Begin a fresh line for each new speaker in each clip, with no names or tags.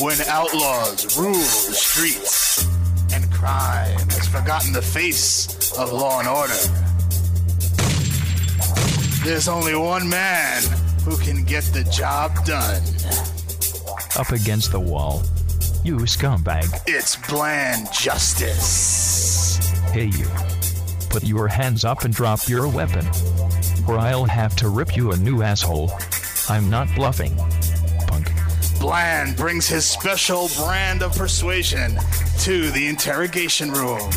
When outlaws rule the streets and crime has forgotten the face of law and order. There's only one man who can get the job done.
Up against the wall. You scumbag.
It's bland justice.
Hey, you. Put your hands up and drop your weapon. Or I'll have to rip you a new asshole. I'm not bluffing. Punk.
Bland brings his special brand of persuasion to the interrogation room.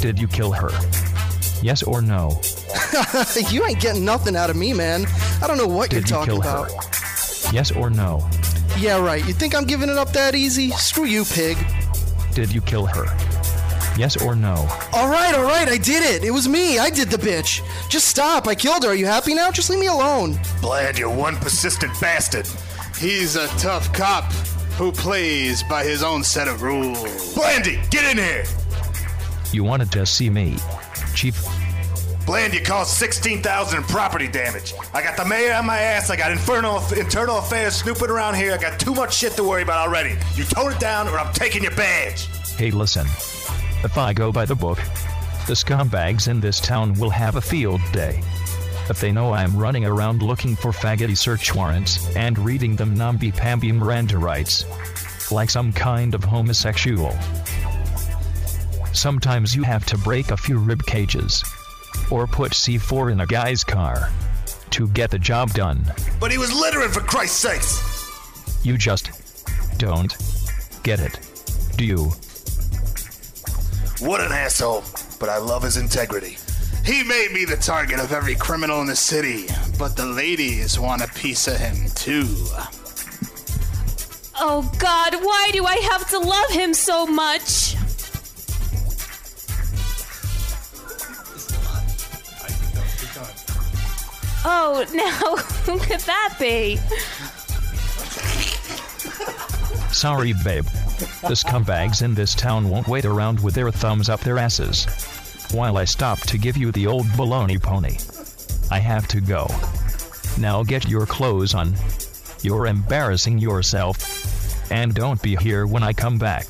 Did you kill her? Yes or no?
you ain't getting nothing out of me, man. I don't know what
Did
you're
you kill
talking about.
her? Yes or no?
Yeah, right. You think I'm giving it up that easy? Screw you, pig.
Did you kill her? Yes or no?
All right, all right, I did it. It was me. I did the bitch. Just stop. I killed her. Are you happy now? Just leave me alone.
Bland, you one persistent bastard. He's a tough cop who plays by his own set of rules. Blandy, get in here!
You wanted to see me. Chief,
Bland, you caused 16,000 in property damage. I got the mayor on my ass. I got infernal internal affairs snooping around here. I got too much shit to worry about already. You tone it down or I'm taking your badge.
hey, listen. If I go by the book, the scumbags in this town will have a field day. If they know I'm running around looking for faggoty search warrants and reading them namby-pamby Miranda rights, like some kind of homosexual. Sometimes you have to break a few rib cages, or put C4 in a guy's car, to get the job done.
But he was littering for Christ's sakes.
You just don't get it. Do you?
What an asshole. But I love his integrity.
He may be the target of every criminal in the city, but the ladies want a piece of him too.
Oh God, why do I have to love him so much? Oh, now who could that be?
Sorry, babe. The scumbags in this town won't wait around with their thumbs up their asses. While I stop to give you the old baloney pony, I have to go. Now get your clothes on. You're embarrassing yourself. And don't be here when I come back.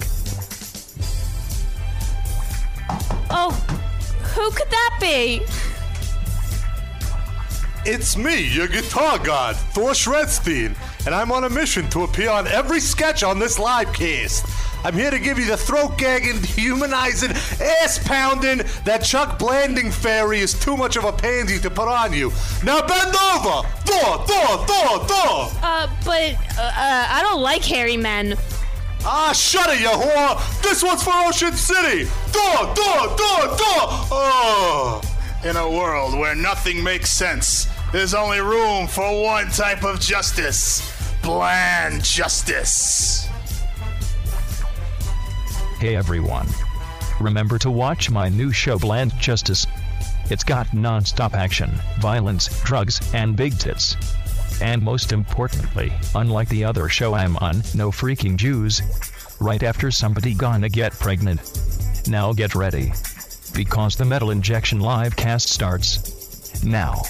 Oh, who could that be?
It's me, your guitar god, Thor Shredstein, and I'm on a mission to appear on every sketch on this live cast. I'm here to give you the throat gagging, humanizing, ass pounding that Chuck Blanding fairy is too much of a pansy to put on you. Now bend over! Thor, Thor, Thor, Thor!
Uh, but uh, uh, I don't like hairy men.
Ah, shut it, you whore! This one's for Ocean City! Thor, Thor, Thor, Thor! Oh!
In a world where nothing makes sense, there's only room for one type of justice bland justice.
Hey everyone. Remember to watch my new show Bland Justice. It's got non-stop action, violence, drugs, and big tits. And most importantly, unlike the other show I'm on, no freaking Jews. Right after somebody gonna get pregnant. Now get ready. Because the Metal Injection live cast starts now.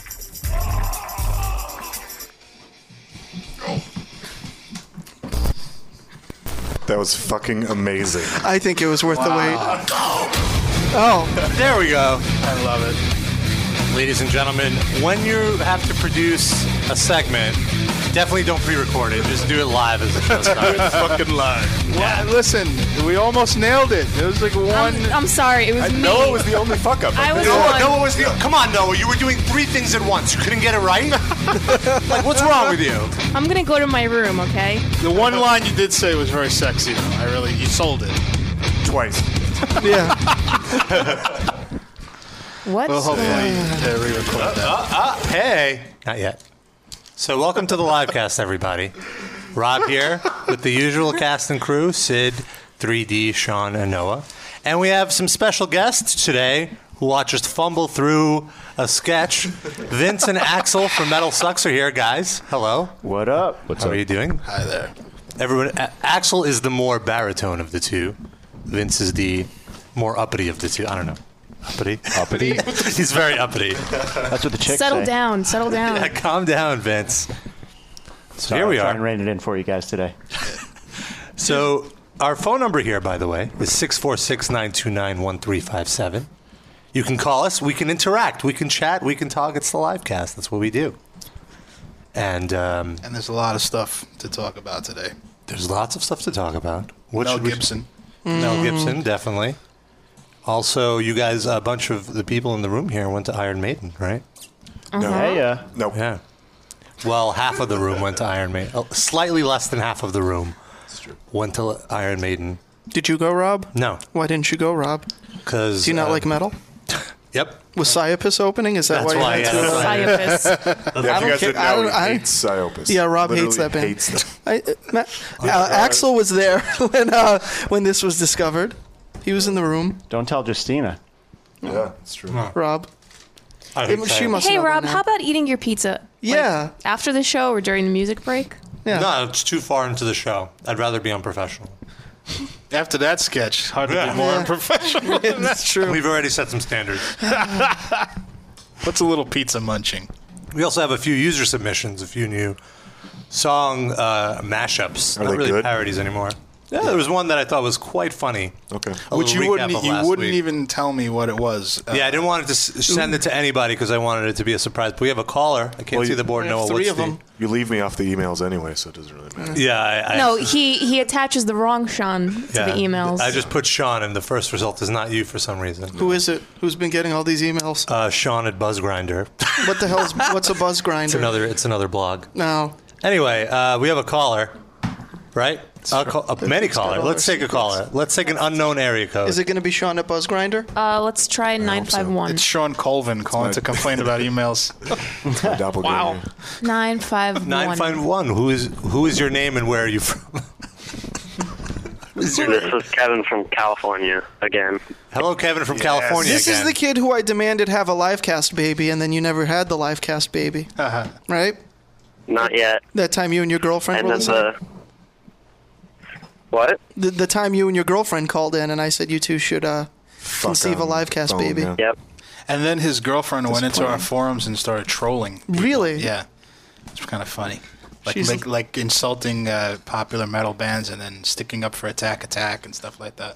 That was fucking amazing.
I think it was worth the wait. Oh,
There we go.
I love it.
Ladies and gentlemen, when you have to produce a segment, definitely don't pre-record it. Just do it live as a show starts.
fucking live.
Well, listen, we almost nailed it. It was like one.
I'm, I'm sorry, it was me.
Noah was the only fuck up.
I was the
Noah,
one.
Noah was the. Come on, Noah. You were doing three things at once. You couldn't get it right. like, what's wrong with you?
I'm gonna go to my room, okay?
The one line you did say was very sexy, though. I really, you sold it.
Twice.
yeah.
What?
Well, hopefully, they re-record that.
Uh, Hey. Not yet. So, welcome to the live cast, everybody. Rob here with the usual cast and crew Sid, 3D, Sean, and Noah. And we have some special guests today who watch us fumble through a sketch. Vince and Axel from Metal Sucks are here, guys. Hello.
What up? What's
How are you doing? Hi there. Everyone, A- Axel is the more baritone of the two. Vince is the more uppity of the two. I don't know. Uppity?
Uppity?
He's very uppity.
That's what the chicks
settle
say.
down, settle down.
Yeah, calm down, Vince. So
Sorry,
here we
I'm
are.
Trying to rein it in for you guys today.
So our phone number here, by the way, is 646-929-1357. You can call us. We can interact. We can chat. We can talk. It's the live cast. That's what we do. And um,
And there's a lot of stuff to talk about today.
there's lots of stuff to talk about. What
Mel
should we-
Gibson.
Mel
Mm.
Gibson, definitely. Also, you guys, a bunch of the people in the room here went to Iron Maiden, right?
No. Uh-huh. Hey, uh.
No. Yeah. Well, half of the room went to Iron Maiden. Oh, slightly less than half of the room went to Iron Maiden.
Did you go, Rob?
No.
Why didn't you go, Rob?
Because
do you not like metal?
uh, Yep.
Was Psyopus opening? Is that
That's
why?
why,
you
yeah,
went
that's
to it?
why. Psyopus. Yeah, if
I
you
don't
guys
care.
didn't
I
know,
don't.
he
I,
hates Psyopus.
Yeah, Rob
Literally
hates that band.
hates them.
I, uh, Ma- uh, Axel was there when uh, when this was discovered. He was in the room.
Don't tell Justina.
Yeah, it's true.
Rob.
I
It- she must
hey,
know by
Rob,
now.
how about eating your pizza?
Yeah.
after the show or during the music break?
No, it's too far into the show. I'd rather be unprofessional.
After that sketch, hard to
Yeah.
be more
Yeah.
unprofessional. than that.
true. We've already set some standards.
What's a little pizza munching?
We also have a few user submissions, a few new song uh, mashups.
Are
Not
they
really
good?
parodies anymore. Yeah, there was one that I thought was quite funny. Okay,
Which you wouldn't, e-
e-,
you wouldn't even tell me what it was. Uh,
yeah, I didn't want to s- send it to anybody because I wanted it to be a surprise. But we have a caller. I can't see the board. Noah, what's the-
You leave me off the emails anyway, so it doesn't really matter.
Yeah, I, I,
no, he he attaches the wrong Sean to
yeah.
the emails.
I just put Sean, and the first result is not you for some reason.
Who is it? Who's been getting all these emails?
Uh, Sean at Buzzgrinder.
What the hell is? What's a buzz
It's
grinder?
another. It's another blog.
No.
Anyway, uh, we have a caller, right? A call, a many caller. Let's take a caller. Let's take an unknown area code.
Is it going to be Sean at Buzz Grinder?
Uh, let's try nine five one.
It's Sean Colvin calling to complain about emails.
wow.
Nine five
Nine
one.
five one. Who is who is your name and where are you from?
This is Kevin from California again.
Hello, Kevin from California
This is the kid who I demanded have a live cast baby, and then you never had the live cast baby,
Uh-huh.
right?
Not yet.
That time you and your girlfriend
And
were
then
listening?
the what?
The, the time you and your girlfriend called in, and I said you two should uh, conceive a live cast baby.
Yep.
And then his girlfriend went into our
Disappointing.
forums and started trolling.
Really?
Yeah. It's kind of funny. Like,
She's-
like, like insulting uh, popular metal bands and then sticking up for Attack Attack and stuff like that.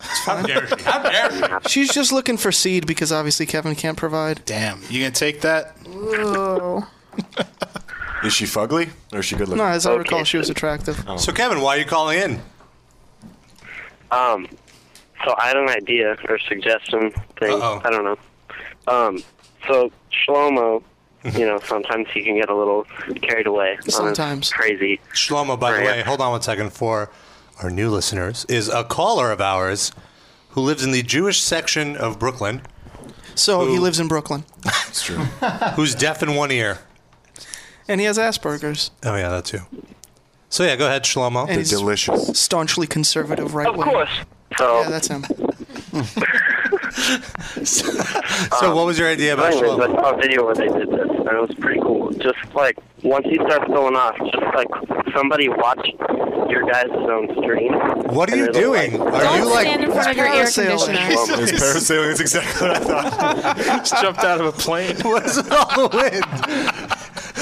How dare she? How dare she?
She's just looking for seed because obviously Kevin can't provide.
Damn. You going to take that?
Ooh.
Is she fugly or is she good looking?
No, as I recall, she was attractive.
Oh. So Kevin, why are you calling in?
Um, so I had an idea or suggestion thing. I don't know. Um, so Shlomo, you know, sometimes he can get a little carried away. on his
Sometimes.
crazy.
Shlomo, by the way, hold on one second for our new listeners, is a caller of ours who lives in the Jewish section of Brooklyn.
So he
Who-
lives in Brooklyn,
That's true. Who's deaf in one ear.
and he has Asperger's.
Oh, yeah, that too. So, yeah, go ahead, Shlomo.
And he's
delicious.
Staunchly conservative, right wing. Of course.
So
Yeah, that's him.
So what was your idea about
um, anyways,
Shlomo?
I saw a video where they did this, and it was pretty cool. Just like once he starts going off, just like somebody watch your guys' own stream.
What are you doing? Are you like
stand in front of your air conditioner.
It's parasailing is exactly what I thought.
Just jumped out of a plane.
What is all the wind?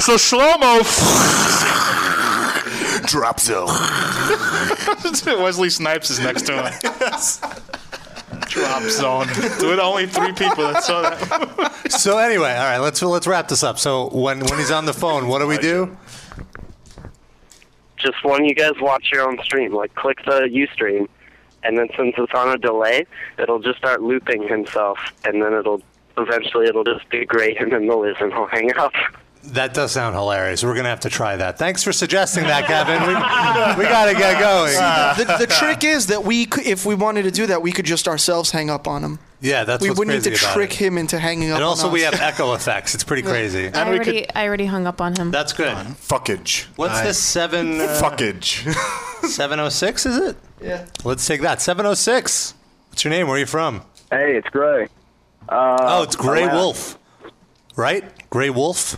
So Shlomo
drop zone.
Wesley Snipes is next to him. Drop zone. Dude, only three people that saw that.
So anyway, all right, let's let's wrap this up. So when when he's on the phone, what do we do?
Just one, you guys watch your own stream. Like click the UStream, and then since it's on a delay, it'll just start looping himself, and then it'll eventually it'll just degrade him in the list, and he'll hang up.
That does sound hilarious. We're gonna have to try that. Thanks for suggesting that, Kevin. We, we gotta get going.
See, the, the, the trick is that we, could, if we wanted to do that, we could just ourselves hang up on him.
yeah, that's
we
what's
wouldn't
crazy
need to
about
trick
it.
him into hanging up.
And
on
also, we
us.
have echo effects. It's pretty crazy.
I already, I already hung up on him.
that's good.
Fuckage.
What's
Nice.
this seven? Uh,
Fuckage.
Seven oh six is it?
Yeah.
Let's take that. Seven oh six. What's your name? Where are you from?
Hey, it's Gray. Uh,
oh, it's Gray
Atlanta.
Wolf, right? Gray Wolf.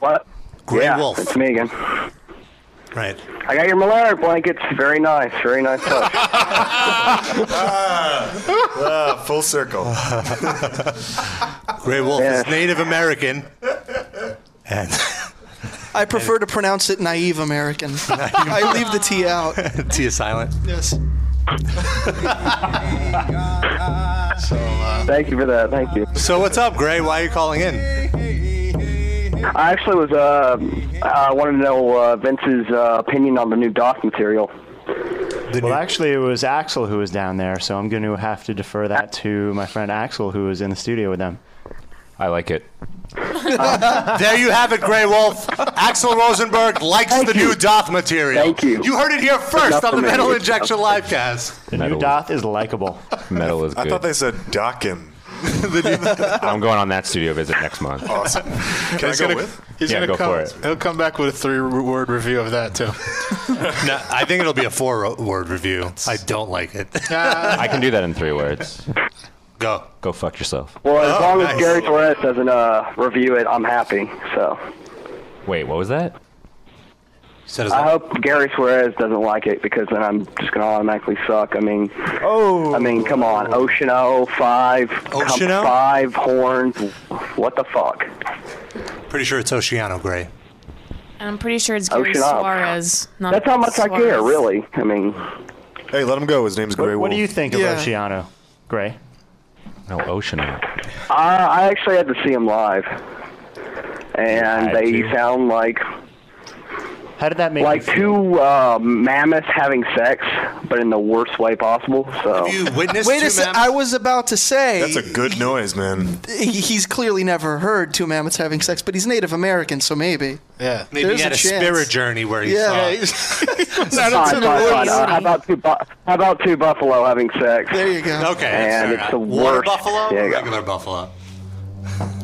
What?
Gray
yeah,
Wolf.
It's me again.
Right.
I got your malaria blankets. Very nice. Very nice touch.
Ah, full circle.
Gray Wolf is Native American, and
I prefer to pronounce it naive American. I leave the T out.
T is silent.
Yes.
So,
uh,
Thank you for that. Thank you.
So what's up, Gray? Why are you calling in?
I actually was uh, I wanted to know uh, Vince's uh, opinion on the new Doc material.
well, actually, it was Axel who was down there, so I'm going to have to defer that to my friend Axel, who was in the studio with them.
I like it.
there you have it, Gray Wolf. Axel Rosenberg likes the new Doth material. Thank you. You heard it here first
Enough
on the
for me.
Metal Injection Livecast.
The new Doth is likable.
Metal is good.
they said Dockin.
I'm going on that studio visit next month.
Awesome.
Can I
he's
go
gonna,
with?
He's
Yeah,
gonna
go
come,
for it.
He'll come back with a three-word review of that too.
no, I think it'll be a four-word review. I don't like it.
Uh,
I can do that in three words.
Go.
Go fuck yourself.
Well, as
Oh,
long as
nice.
Gary Torres doesn't uh, review it, I'm happy. So
Wait, what was that?
I hope Gary Suarez doesn't like it because then I'm just gonna automatically suck. I mean, oh, I mean, come on, Ocean O five, com-
Oceano?
five horns, what the fuck?
Pretty sure it's Oceano Gray.
I'm pretty sure it's
Oh,
Gary
Ocean up.
Suarez. Not
That's how much I
Suarez.
care, really. I mean,
hey, let him go. His name's Gray.
What do
Wolf.
you think of
Yeah.
Oceano, Gray?
No, Oceano.
uh, I actually had to see him live, and
Had
they
to?
sound like
How did that make
like two uh, mammoths having sex, but in the worst way possible. So
Wait a sec. I was about to say.
That's a good noise, man.
he- He's clearly never heard two mammoths having sex, but he's Native American, so maybe.
Yeah,
Maybe
There's
he had a,
chance.
spirit journey where he
Yeah.
saw.
Yeah,
Fine, fine, fine. Uh, how about two? Bu- how about two buffalo having sex? There
you go.
Okay, that's
And
fair
it's
enough.
the
Water
worst.
buffalo
There
or
you go.
regular buffalo?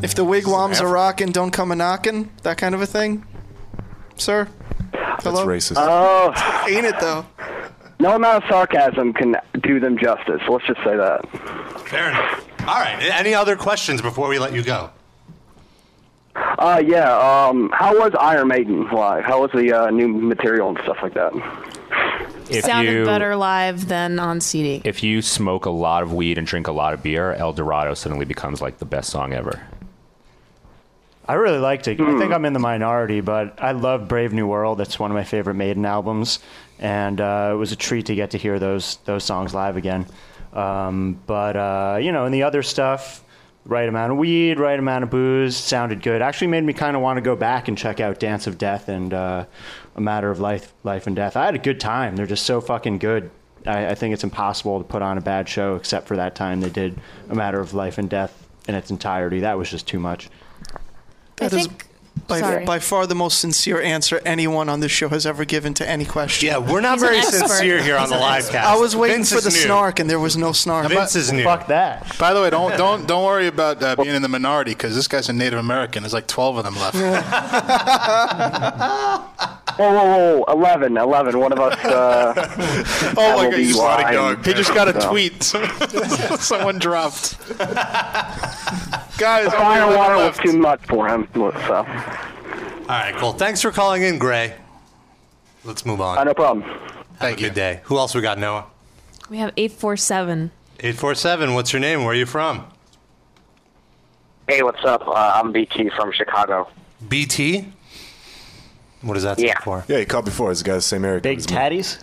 If the wigwams are rocking, don't come a knocking, that kind of a thing, sir. Hello?
Oh,
ain't it though?
No amount of sarcasm can do them justice. Let's just say that.
Fair enough. All right. Any other questions before we let you go?
Uh, yeah. Um, how was Iron Maiden live? How was the uh, new material and stuff like that?
Sounded better live than uh, on CD.
If you smoke a lot of weed and drink a lot of beer, El Dorado suddenly becomes like the best song ever.
I really liked it. I think I'm in the minority, but I love Brave New World. That's one of my favorite Maiden albums, and uh, it was a treat to get to hear those those songs live again. Um, but uh, you know, and the other stuff, right amount of weed, right amount of booze, sounded good. Actually, made me kind of want to go back and check out Dance of Death and uh, A Matter of Life, Life and Death. I had a good time. They're just so fucking good. I, I think it's impossible to put on a bad show, except for that time they did A Matter of Life and Death in its entirety. That was just too much.
That is by,
sorry.
by far the most sincere answer anyone on this show has ever given to any question.
Yeah, we're not He's an very expert. sincere here on He's the an live expert. cast.
I was waiting
Vince
for
is
the
new.
snark, and there was no snark.
Fuck
that.
By the way, don't don't don't worry about uh, being in the minority because this guy's a Native American. There's like twelve of them left.
Whoa, whoa, whoa! Eleven, eleven. One of us. Uh, oh
Oh my god, you slotting dog. He just got a tweet. Someone dropped. Guys,
oh,
Fire water was too much for him. So,
All right. Cool. Thanks for calling in, Gray. Let's move on.
Uh, no problem.
Thank you. Good day. Who else we got, Noah?
We have 847.
847, what's your name? Where are you from?
Hey, what's up? Uh, I'm BT from Chicago.
BT? What does that
Yeah.
stand for?
Yeah, he called before. This guy's the same area. Big
tatties?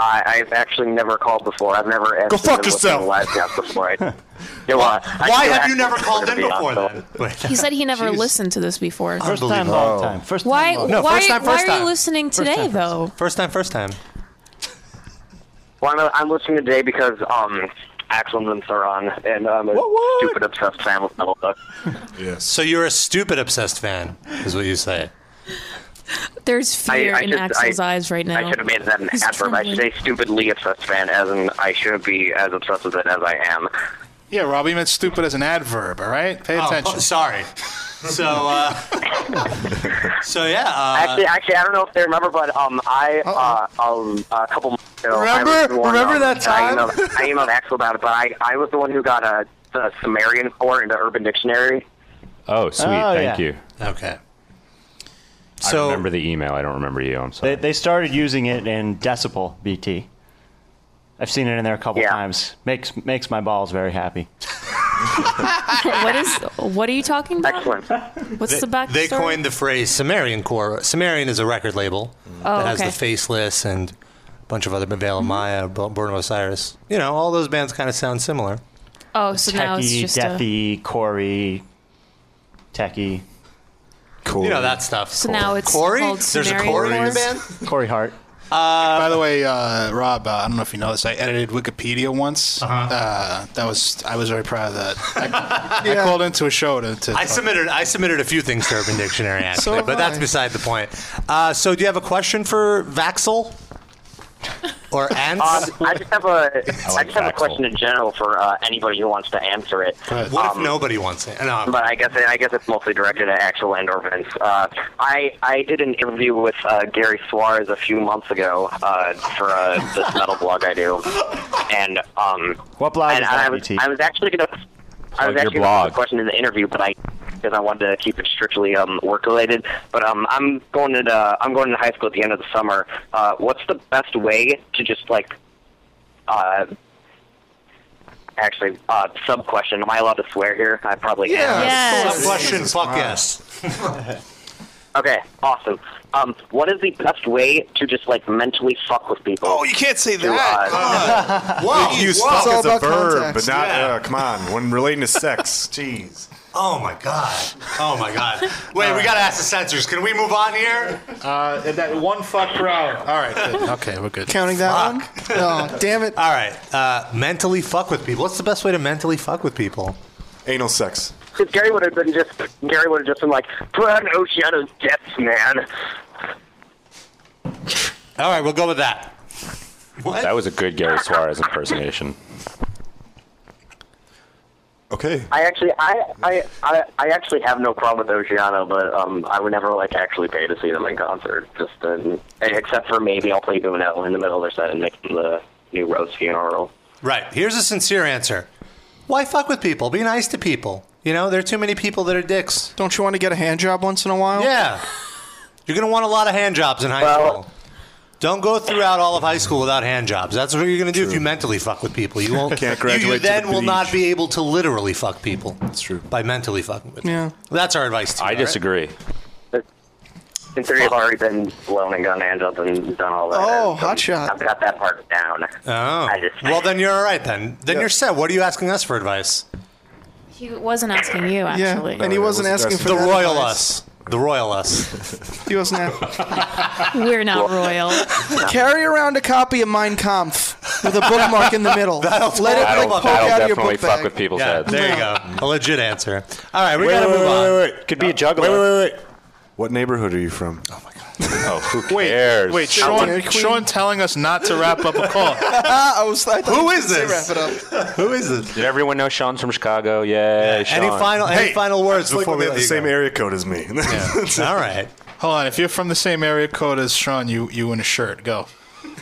I, I've actually never called before. I've never actually
fuck
been
yourself.
listening to Livecast before. I, you know, I- I
Why
do
have you never
actually
called in
prefer to be
before
on,
then?
He said he never listened to this before.
First time, Unbelievable.
Oh.
long time. First time,
why,
long time. No,
why,
first time,
why
first
are
time.
you listening today, though?
First time, first time.
Well, I'm, I'm listening today because um, Axel and Vince are on, and I'm a stupid obsessed fan with Metal Duck.
Yes. So you're a stupid obsessed fan, is what you say.
There's
I-
fear
I
in
just-
Axel's
I-
eyes right now.
I should have made that an
He's
adverb. I should
trembling.
say stupidly obsessed fan, as in I shouldn't be as obsessed with it as I am.
Yeah, Robbie meant stupid as an adverb. All right, pay
Oh,
attention.
fu- sorry. So, uh, so yeah. Uh,
actually, actually, I don't know if they remember, but um, I uh, um, a couple months ago. I was
Remember-
the one,
remember
um,
that
I
time?
emailed, I emailed Axel about it, but I, I was the one who got a the Sumerian for in the Urban Dictionary.
Oh, sweet.
Oh,
Thank
yeah.
you.
Okay.
I remember the email. I don't remember you. I'm sorry.
They, they started using it in decibel BT. I've seen it in there a couple times. Makes makes my balls very happy.
what is? What are you talking about?
Excellent.
What's
they,
the backstory?
They coined the phrase Sumerian core. Sumerian is a record label
Oh,
that has
okay.
the Faceless and a bunch of other Veil of Maya, Bo- Born of Osiris. You know, all those bands kind of sound similar.
Oh, so now it's
Techie,
just a,
Deathy, Corey, Techie. Cool.
You know that stuff.
So now it's called Sumerian Wars?
Corey Hart.
By the way, uh, Rob, uh, I don't know if you know this. I edited Wikipedia once.
Uh-huh.
uh that was I was very proud of that. I, I called into a show to. to
I submitted I submitted a few things to Urban Dictionary
So
actually,
have
but that's
I.
beside the point. Uh, so, do you have a question for Vaxel or
Um,
Ants?
I just have a, I just have a question in general for uh, anybody who wants to answer it.
What if
Um,
nobody wants it? No.
But I guess I guess it's mostly directed at actual indoor events. Uh, I I did an interview with uh, Gary Suarez a few months ago uh, for uh, this metal blog I do, and um.
What blog
and
is
I
that,
was
BT?
I was actually gonna I
Plug
was
your
actually gonna put
blog.
the question in the interview, but I because I wanted to keep it strictly um, work related. But um, I'm going to uh, I'm going to high school at the end of the summer. Uh, what's the best way to just like uh, actually uh, sub question? Am I allowed to swear here? I probably am.
Sub question. Fuck yes.
Okay, awesome. Um, what is the best way to just like mentally fuck with people? Oh,
you can't say
that.
Wow. You use fuck as a verb,
context.
but not.
Yeah.
Uh, come on. When relating to sex, jeez.
Oh my god. Oh my god. Wait, we gotta ask the censors. Can we move on here?
Uh, that one fuck per hour. All right. Good. Okay, we're good.
Counting that one? Oh, damn it.
All right. Uh, mentally fuck with people. What's the best way to mentally fuck with people?
Anal sex.
Because Gary would have been just Gary would have just been like, put on Oceano's depths, man.
All right, we'll go with that.
That was a good Gary Suarez impersonation.
Okay.
I actually, I, I, I, I actually have no problem with Oceano, but um, I would never like actually pay to see them in concert. Just uh, except for maybe I'll play Boonell in the middle of their set and make the new Rose funeral.
Right. Here's a sincere answer. Why fuck with people? Be nice to people. You know, there are too many people that are dicks.
Don't you want to get a hand job once in a while?
Yeah. You're going to want a lot of hand jobs in high school. Don't go throughout all of high school without hand jobs. That's what you're going to do if you mentally fuck with people. You won't.
Can't
you- You,
graduate to
then
the
will not be able to literally fuck people. That's true. By mentally fucking with. them.
Yeah.
That's our advice. To you,
I
all right?
disagree.
In theory, I've already been loaning gun handles and done all that.
Oh,
hot shot! I've got that part down.
Oh. Well, then you're all right. Then then you're set. What are you asking us for advice?
He wasn't asking you actually.
Oh,
and he wasn't asking for
the
that
royal
advice.
us. The royal us.
He wasn't asking.
We're not royal.
Carry around a copy of Mein Kampf with a bookmark in the middle.
That'll-
Let it
that'll-
like, poke
that'll
out of your
definitely
book
fuck
bag.
with people's Yeah, heads. there you go. A legit answer. All right, we
Wait,
gotta
wait,
move
wait,
on. Uh,
Wait, wait. Could be a juggler. Wait, wait, wait, wait. What neighborhood are you from? Oh my god.
oh, who
Wait,
cares?
Wait, Sean, Sean telling us not to wrap up a call.
Ah, I was, I thought
Who
you
is
could say
this?
Wrap it up.
Who is this?
Did everyone know Sean's from Chicago? Yeah. Sean.
Any final any
Hey,
final words
it's like
before
when
we
they
let
have
you
the
go?
same
area code as me.
All right.
Hold on. If you're from the same area code as Sean, you you in a shirt. Go.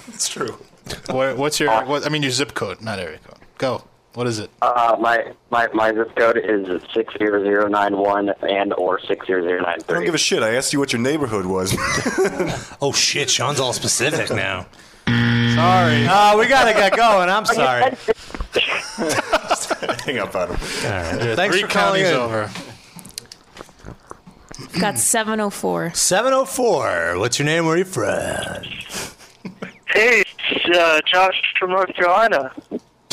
It's true.
What, what's your? What, I mean, your zip code, not area code. Go. What is it?
Uh, my my my zip code is six zero zero nine one and or six zero zero nine
I don't
three.
give a shit. I asked you what your neighborhood was.
oh shit, Sean's all specific now. sorry. Uh, we gotta get going. I'm sorry.
Hang up on him.
Thanks
Three
for calling
counties
in.
over.
Got 704.
704. What's your name? Where are you from?
Hey, it's uh, Josh from North Carolina.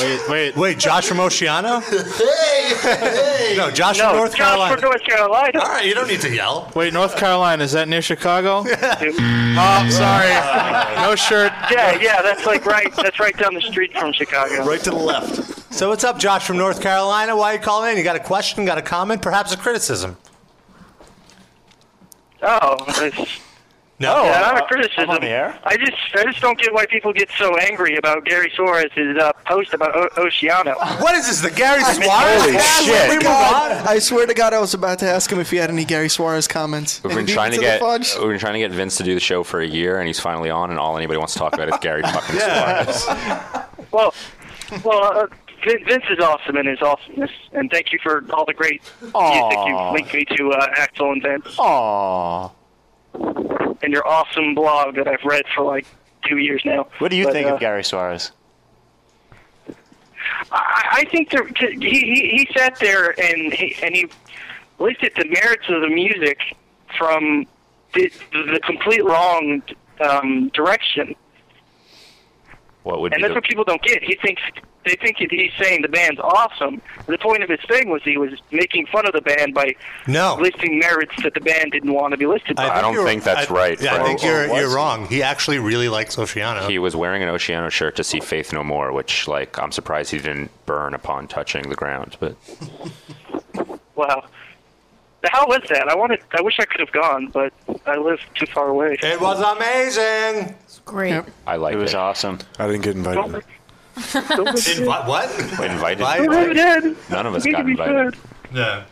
Wait, wait.
Wait, Josh from Oceano? hey, No, Josh from
No,
North
Josh
Carolina.
from North Carolina.
All right, you don't need to yell.
Wait, North Carolina is that near Chicago? oh, sorry. No shirt.
Yeah, yeah, that's like right. That's right down the street from Chicago.
Right to the left.
So what's up, Josh from North Carolina? Why are you calling in? You got a question, got a comment, perhaps a criticism?
Oh. it's-
No.
yeah, not a criticism.
I'm on the air.
I just, I just don't get why people get so angry about Gary Suarez's uh, post about o- Oceano.
What is this, the Gary
God, I swear to God, I was about to ask him if he had any Gary Suarez comments.
We've
And
been
he beat
trying
me
to
the
get
fudge.
we've been trying to get Vince to do the show for a year, and he's finally on. And all anybody wants to talk about is Gary fucking Suarez.
Well, well, uh, Vin- Vince is awesome in his awesomeness, and thank you for all the great music you
Aw.
linked me to, uh, Axel and Vince,
Aw.
and your awesome blog that I've read for like two years now.
What do you
But,
think
uh,
of Gary Suarez?
I, I think there, he, he he sat there and he, and he looked at the merits of the music from the, the complete wrong um, direction,
What would
and
be
that's
the,
what people don't get. He thinks they think that he's saying the band's awesome. The point of his thing was he was making fun of the band by
No.
listing merits that the band didn't want to be listed. by.
you're- I- Yeah, I think
Or- or
you're,
was
you're
he?
wrong. He actually really likes Oceano.
He was wearing an Oceano shirt to see Faith No More, which, like, I'm surprised he didn't burn upon touching the ground. But
Wow. How was that? I wanted. I wish I could have gone, but I live too far away.
It was amazing.
Great.
I like it.
was awesome. I didn't get invited.
Invi- what?
invited. None of us got invited.
Yeah.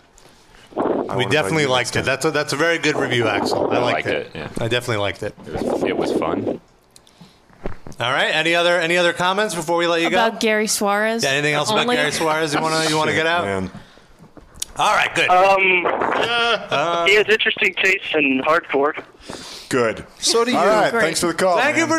We
invite
definitely
you
liked it. That's a, that's a very good review, Axel. I, liked, it. I definitely liked it. It
was, fun.
All right. Any other any other comments before we let you
about
go?
Gary Suarez.
Yeah, anything else about
Only-
Gary Suarez you wanna you wanna get out? All right. Good.
Um,
Uh,
he has interesting tastes in hardcore.
Good.
So do
All
you.
right.
Great.
Thanks for the call.
Thank you
man.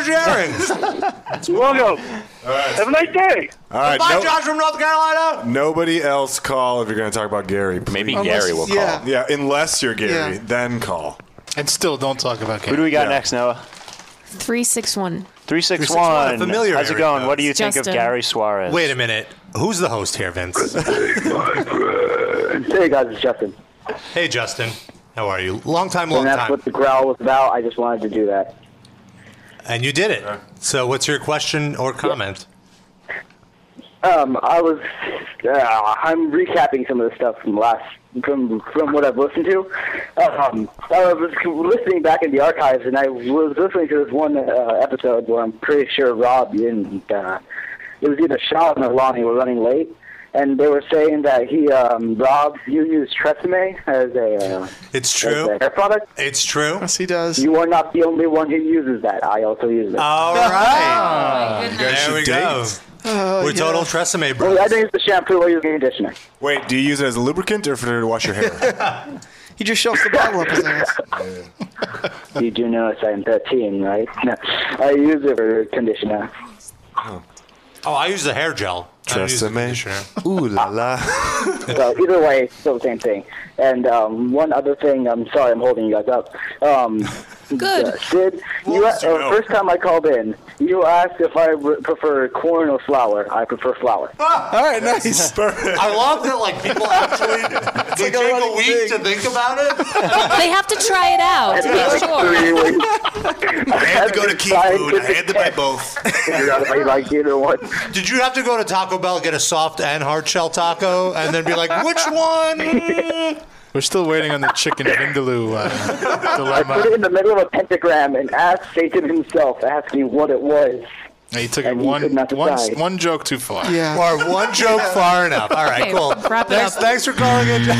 for sharing. Welcome. Have a nice day.
All right.
Bye,
no-
Josh from North Carolina.
Nobody else call if you're going to talk about Gary. Maybe
Unless- Gary will call.
Yeah.
yeah.
unless you're Gary,
Yeah.
then call.
And still don't talk about Gary.
Who do we got
Yeah.
next, Noah?
361.
361.
familiar
How's it
area
going?
code.
What do you think
Justin.
of Gary Suarez?
Wait a minute. Who's the host here, Vince?
Uh,
Hey guys, it's Justin.
hey, Justin. How are you? Long time, long
and that's
time.
what the growl was about. I just wanted to do that.
And you did it. So, what's your question or comment?
Um, I was. Uh, I'm recapping some of the stuff from last from from what I've listened to. Um, I was listening back in the archives, and I was listening to this one uh, episode where I'm pretty sure Rob didn't. Uh, it was either Sean or Lonnie were running late, and they were saying that he um, Rob you used Tresemme as a. Uh,
it's
true. As a hair product.
It's true.
Yes, he does. You are not the only one who uses that. I also use it.
All right. there we go. We're
Oh, yeah.
total Tresemme
Well,
bros.
I think it's the shampoo I use the conditioner.
Wait, do you use it as a lubricant or for to wash your hair?
He just shoves the bottle up his ass. you do notice I'm 13, right? No, I use it for conditioner.
Oh, I use the hair gel. I don't use the
Tresemme. Ooh la la.
so either way, it's still the same thing. And um, one other thing, I'm sorry, I'm holding you guys up. Um, Good. Sid, you, uh, first time I called in, you asked if I re- prefer corn or flour. I prefer flour.
All
right, nice.
Ah. I love that like people actually they take a week to think about it.
they have to try it out to
Yeah.
be sure.
I had to go to Key Food. I had to buy both.
like either one.
Did you have to go to Taco Bell get a soft and hard shell taco, and then be like, which one?
We're still waiting on the chicken vindaloo uh,
I put
dilemma.
it in the middle of a pentagram and asked Satan himself, asking what it was.
Now, you took it
And he could
one,
not
one,
decide.
one joke too far.
Yeah.
Or one joke far enough. All right,
Okay,
cool.
wrap it
Thanks,
up.
thanks for calling in. Ju-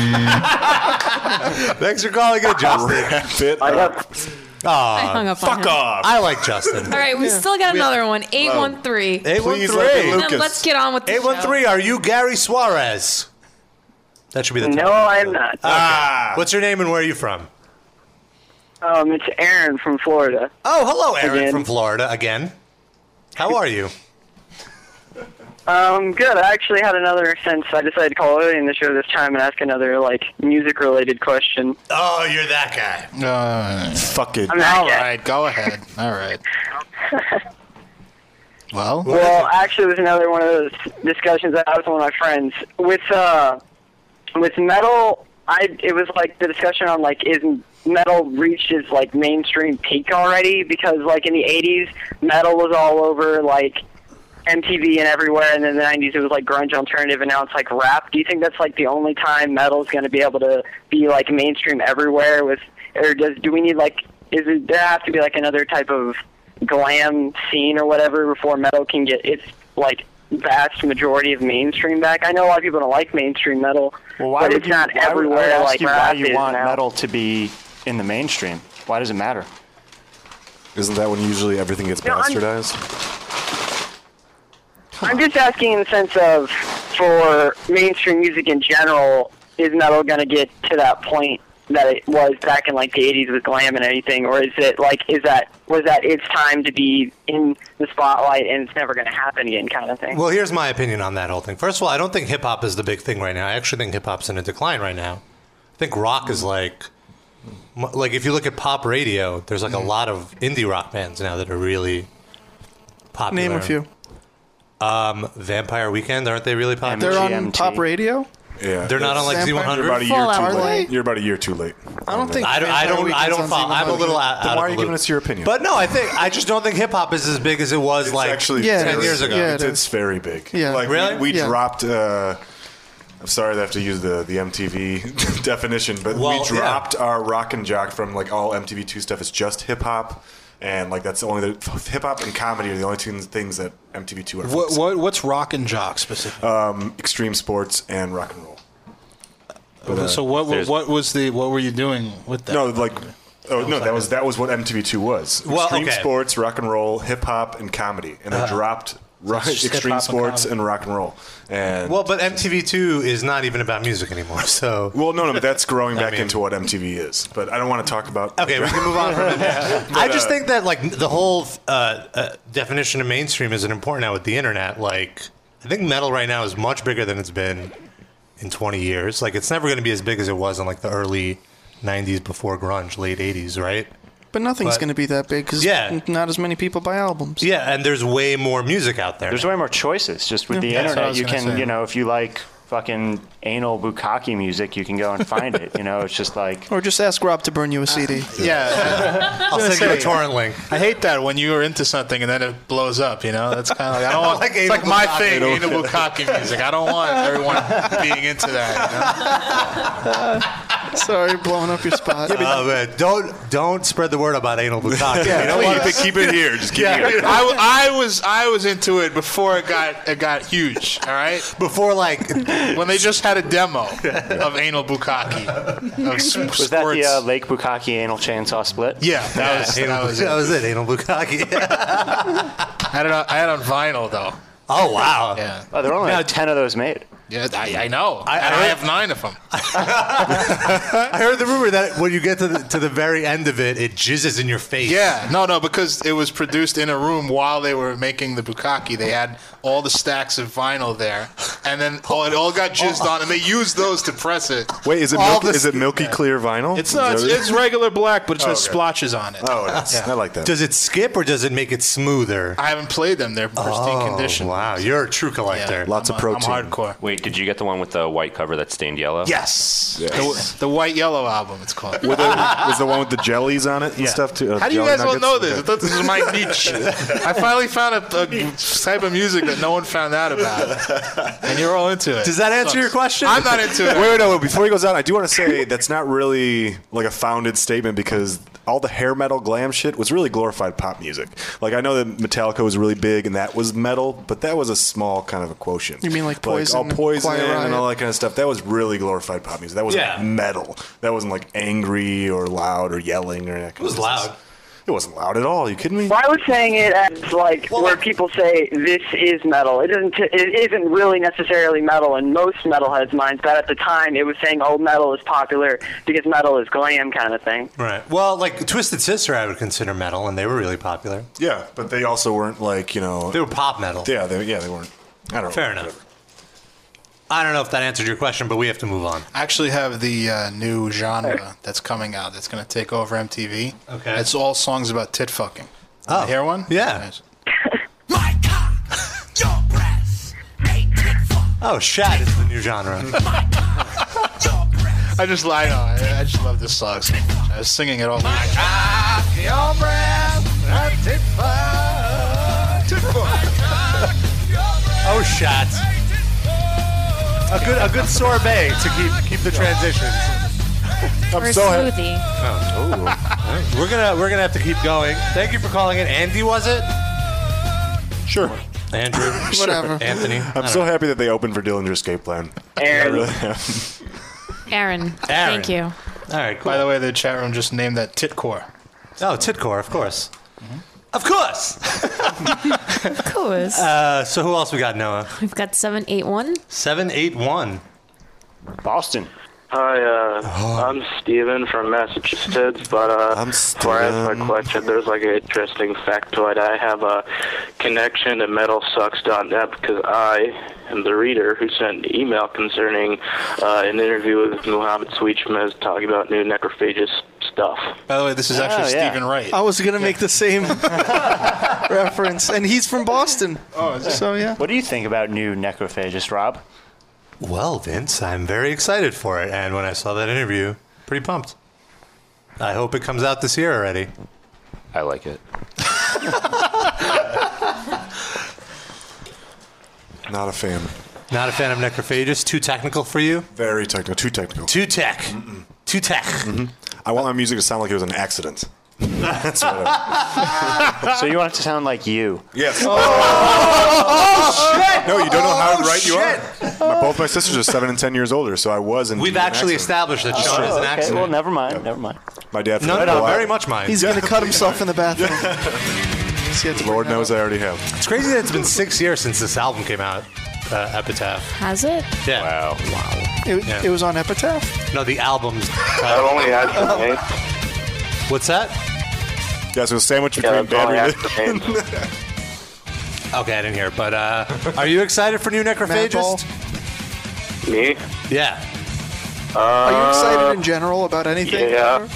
thanks for calling in, Justin. Wrap
it
up. Aw,
I hung up on
fuck
him.
off. I like Justin.
All right, we still got another one. 813.
Please let the
And
Lucas.
then let's get on with the
Eight one three.
show.
Are you Gary Suarez? That should be the.
No,
title.
I'm not.
Ah. What's your name and where are you from?
Um, it's Aaron from Florida.
Oh, hello, Aaron
Again.
from Florida again. How are you?
Um, good. I actually had another since I decided to call early in the show this time and ask another like music-related question.
Oh, you're that
guy. Uh,
Fuck it.
I'm not
All
yet.
right, go ahead. All right. Well,
Well, actually, it was another one of those discussions I had with one of my friends. With uh, with metal, I it was like the discussion on like is metal reached its like mainstream peak already? Because like in the '80s, metal was all over like MTV and everywhere, and in the '90s it was like grunge alternative, and now it's like rap. Do you think that's like the only time metal's going to be able to be like mainstream everywhere? With or does do we need like is it there have to be like another type of glam scene or whatever before metal can get its like vast majority of mainstream back? I know a lot of people don't like mainstream metal,
Well, why
but
would
it's
you,
not
why would- I
everywhere
would ask
like
you why
rap
you
is
want
now.
metal to be in the mainstream? Why does it matter?
Isn't that when usually everything gets
No, I'm-
bastardized?
I'm just asking in the sense of for mainstream music in general, is metal going to get to that point that it was back in like the 80s with glam and anything, or is it like is that was that it's time to be in the spotlight and it's never going to happen again kind of thing?
Well, here's my opinion on that whole thing. First of all, I don't think hip hop is the big thing right now. I actually think hip hop's in a decline right now. I think rock is like, m- like if you look at pop radio, there's like a lot of indie rock bands now that are really popular.
Name a few.
Um, Vampire Weekend, aren't they really popular?
They're on pop radio.
Yeah,
They're not on like
Vampire-
Z100.
You're about a
Fall
year
Out
too
Boy.
late. You're about a year too late.
I don't think.
I don't. I don't. I don't follow. I'm a little out.
Then
out
why
of
are
the
you giving
loop.
us your opinion?
But no, I think I just don't think hip hop is as big as it was like
actually
ten years ago.
It's, it's very big.
Yeah.
like
Really?
we, we
Yeah.
dropped. Uh, I'm sorry to have to use the, the MTV definition, but
Well,
we
yeah.
dropped our rock and jock from like all MTV2 stuff. It's just hip hop, and like that's the only hip hop and comedy are the only two things that MTV2 are.
What, what what's rock and jock specifically?
Um, extreme sports and rock and roll. But, uh,
so what
there's-
what was the what were you doing with that?
No, like, oh no, that was that was what MTV2 was.
Well,
extreme
okay. Uh,
sports, rock and roll, hip hop, and comedy, and I
Uh-huh.
dropped rock,
So it's just
extreme
hip-hop and
sports
comedy.
and rock and roll. And
Well, but MTV2 is not even about music anymore. So
well, no, no, but that's growing back into what MTV is. But I don't want to talk about.
Okay, we can move on from it. I
But,
just
uh,
think that like the whole uh, uh, definition of mainstream isn't important now with the internet. Like, I think metal right now is much bigger than it's been in 20 years. Like, it's never going to be as big as it was in like the early 90s before grunge, late 80s, right?
But nothing's
But-
going to be that big because
Yeah.
not as many people buy albums.
Yeah, and there's way more music out there.
There's way more choices just with
Yeah.
the
That's what I
internet.
was
You
gonna
can,
say.
you know, if you like fucking anal bukkake music, you can go and find it. You know, it's just like
Or just ask Rob to burn you a CD.
Yeah, Oh,
I'll send you a torrent link.
I hate that when you are into something and then it blows up. You know, that's kind of like I don't want.
Like
it's like
anal
my
bukkake.
thing,
Anal-
anal bukkake music. I don't want everyone being into that.
Sorry, blowing up your spot.
Oh, man. Don't don't spread the word about anal bukkake.
Yeah,
you know
please.
what?
Keep it
here. Just
You know? yeah, I, w- I was I was into it before it got it got huge. All right,
before like
when they just had a demo of anal bukkake. Of s-
was that the uh, Lake Bukkake anal chainsaw split?
Yeah, that Yeah, was- anal that was buk- it. that was it,
Anal bukkake.
I don't know. I had it on vinyl though.
Oh wow!
Yeah.
Oh, there are only like ten of those made.
Yeah, I, I know. I,
I- I
and I
heard-
have nine of them.
I heard the rumor that when you get to the, to the very end of it, it jizzes in your face.
Yeah, no, no, because it was produced in a room while they were making the bukkake. They had all the stacks of vinyl there, and then all,
Oh.
it all got jizzed on, and they used those to press it.
Wait, is it
All
milky,
the-
is it milky clear vinyl?
It's not. It's, it's regular black, but it
Oh,
has
okay.
splotches on it.
Oh, it is.
Yeah.
I like that.
Does it skip or does it make it smoother?
I haven't played them. They're pristine
Oh,
condition.
Wow, you're a true collector.
Lots
I'm of a- I'm protein. hardcore.
Wait, did you get the one with the white cover that's stained yellow?
Yes. The, the white yellow album. It's called.
With the, was the one with the jellies on it and stuff too? Uh,
How do you
jelly
guys all
nuggets?
know this? I
Okay.
thought this was my niche. I finally found a, a type of music that no one found out about, and you're all into it.
Does that
answer your question?
I'm not into it.
Wait, wait, no. wait, Before he goes on, I do want to say that's not really like a founded statement because all the hair metal glam shit was really glorified pop music. Like I know that Metallica was really big and that was metal, but that was a small kind of a quotient.
You mean like Poison
all
and
poison
Quiet Riot?
and all that kind of stuff? That was really glorified pop music. That wasn't
Yeah.
metal. That wasn't like angry or loud or yelling or that. Kind it was loud. It wasn't loud at all. Are you kidding me?
Well, I was saying it as like where people say this is metal. It isn't. It isn't really necessarily metal in most metalheads' minds. But at the time, it was saying, "Oh, metal is popular because metal is glam," kind of thing.
Right. Well, like Twisted Sister, I would consider metal, and they were really popular.
Yeah, but they also weren't like you know.
They were pop metal.
Yeah, they, yeah, they weren't. I don't know.
Fair enough. I don't know if that answered your question, but we have to move on.
I actually have the uh, new genre that's coming out that's going to take over MTV. Okay. It's all songs about tit fucking. Oh. You hear one? Yeah.
Oh, shat is the new genre.
I just lied on it. I just love this song so much. I was singing it all the time.
Oh, shat. A good, a good sorbet to keep keep the transitions.
Or a smoothie.
Oh, ooh. we're gonna we're gonna have to keep going. Thank you for calling in. Andy, was it?
Sure.
Andrew.
Whatever.
Anthony. I
I'm
don't
so
know.
happy that they opened for Dillinger Escape Plan.
Aaron.
I really am.
Aaron, thank you.
All right.
By the way, the chat room just named that Titcore.
Oh, Titcore, of course. Of course.
Of course.
Uh, so who else we got? Noah.
We've got 781.
Seven eight one.
Boston.
Hi, uh,
Oh.
I'm Steven from Massachusetts, but uh, I'm before I ask my question, there's like an interesting factoid. I have a connection to metalsucks.net because I am the reader who sent an email concerning uh, an interview with Muhammad Sweetchmez talking about new necrophagus stuff.
By the way, this
is actually Oh, yeah. Stephen Wright.
I was gonna make the same reference, and he's from Boston. Oh, so yeah.
What do you think about new necrophagist, Rob?
Well, Vince, I'm very excited for it. And when I saw that interview, pretty pumped. I hope it comes out this year already.
I like it.
Not a fan.
Not a fan of necrophagus. Too technical for you?
Very technical. Too technical. Mm-hmm.
Too tech. Too tech.
I want my music to sound like it was an accident. That's what I
so you want it to sound like you?
Yes.
Oh,
No, you don't know how right you are. My, both my sisters are seven and ten years older, so I was. in.
We've actually established that Sean is an accident.
Oh, Well, never mind. Never mind.
My dad.
No,
forgot
no,
a lot.
very much mine.
He's gonna cut himself in the bathroom.
Lord knows I already have.
It's crazy that it's been six years since this album came out, uh, Epitaph.
Has it?
Yeah. Wow. Wow.
It, it was on Epitaph.
No, the album's.
That only has the name.
What's that?
Yeah, so a sandwich
Yeah,
between
that's all I
bad
have to say. Okay, I didn't hear. it, But uh, are you excited for new Necrophagist?
Me? Uh,
Yeah.
Are you excited in general about anything?
Yeah.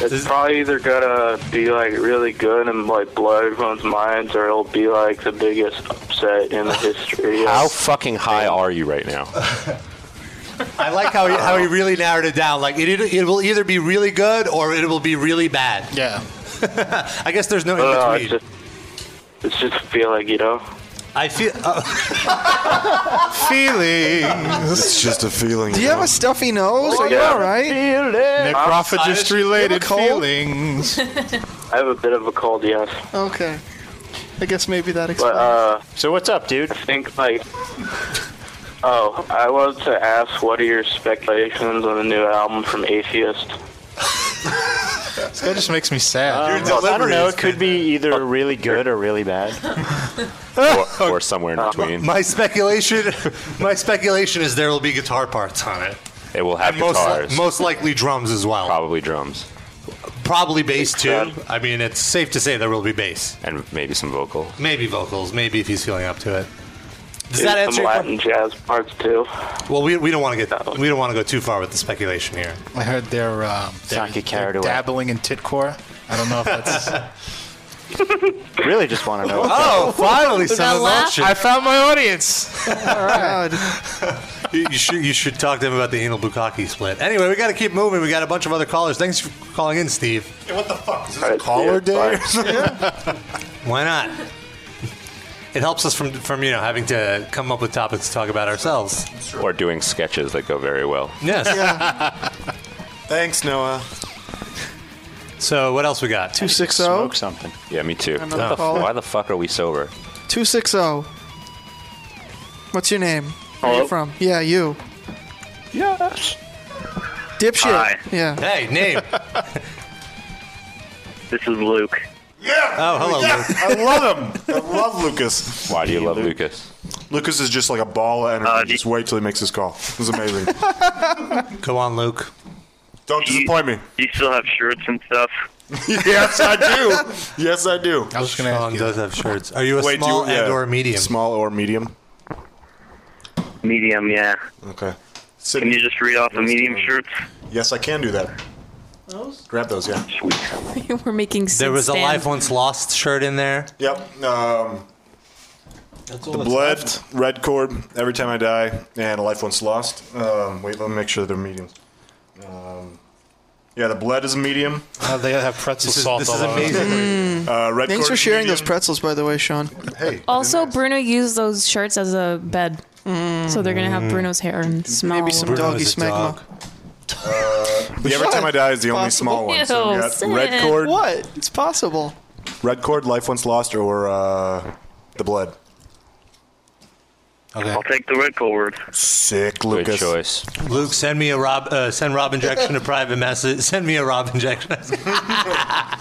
It's probably either gonna be like really good and like blow everyone's minds, or it'll be like the biggest upset in the history. of-
How fucking high are you right now?
I like how he,
uh,
how he really narrowed it down. Like it, it, it will either be really good or it will be really bad.
Yeah.
I guess there's no
I don't know, Uh,
in
it's
between.
just, it's just feel like you know.
I feel. uh,
Feelings. It's just a feeling.
Do you have a stuffy nose? Are you
Yeah.
all right?
Necrophagist-related
You have a cold?
feelings.
I have a bit of a cold, yes.
Okay. I guess maybe that
But
explains.
uh,
so what's up, dude? I
think like, oh, I wanted to ask, what are your speculations on the new album from Atheist?
This guy just makes me sad.
Um, I don't know. It could be
Oh.
either really good or really bad. Uh-huh.
or, or somewhere in between.
My speculation, my speculation is there will be guitar parts on it.
It will have
And most li-
guitars.
most likely drums as well.
Probably drums.
Probably bass too. I mean, it's safe to say there will be bass.
And maybe some vocal.
Maybe vocals. Maybe if he's feeling up to it. Does
There's
that answer
some
your
Latin jazz parts too?
Well, we, we don't want to get we don't want to go too far with the speculation here.
I heard they're, um, they're,
not get
they're
carried away.
dabbling in titcore. I
Oh,
don't know if that's.
really, just want to know.
Oh,
Oh,
I found my audience.
you, you should you should talk to him about the anal bukkake split. Anyway, we got to keep moving. We got a bunch of other callers. Thanks for calling in, Steve.
what the fuck? Is
a
caller
day?
Yeah.
Why not? It helps us from from you know having to come up with topics to talk about ourselves.
Or doing sketches that go very well.
Yes.
Thanks, Noah.
So what else we got?
Two six zero. Smoke
something.
Yeah, me too.
Another caller?
Why the fuck are we sober?
Two six zero. What's your name? Where are
Hello?
you from? Yeah, you.
Yes.
Dipshit.
Hi.
Yeah.
Hey, name.
This is Luke.
Oh, hello, Luke.
I love him. I love Lucas.
Why do you love Lucas?
Lucas is just like a ball of energy.
Uh,
just wait till he makes his call. This is amazing.
Go on, Luke.
Don't disappoint me.
You still have shirts and stuff?
yes, I do. Yes, I do. I
was going to ask you. does have shirts. Are you a small and or medium?
Small or medium?
Medium, yeah.
Okay.
Can you just read off the medium shirts?
Yes, I can do that. Grab those, yeah.
We're making sense.
There was a
Dan.
life once lost shirt in there.
Yep. Um, the blood, red cord, every time I die, and a life once lost. Um, wait, let me make sure they're mediums. Um, yeah, the blood is a medium.
they have pretzel
This is-
salt
this
all
is
over.
amazing. Uh, red
Thanks
cord
for
is
sharing
medium.
those pretzels, by the way, Sean.
Hey.
Also, Bruno used those shirts as a bed, so they're gonna have Bruno's hair and smell.
Mm. Maybe some
Bruno's
doggy
a
smegma.
dog. Uh, the every time I die is the only small one. So we got red cord,
What? It's possible.
red cord, life once lost, or uh, the blood.
Okay.
I'll take the red cord.
Sick, Lucas. Good
choice.
Luke, send me a Rob. Uh, send Rob injection a private message. Send me a Rob injection.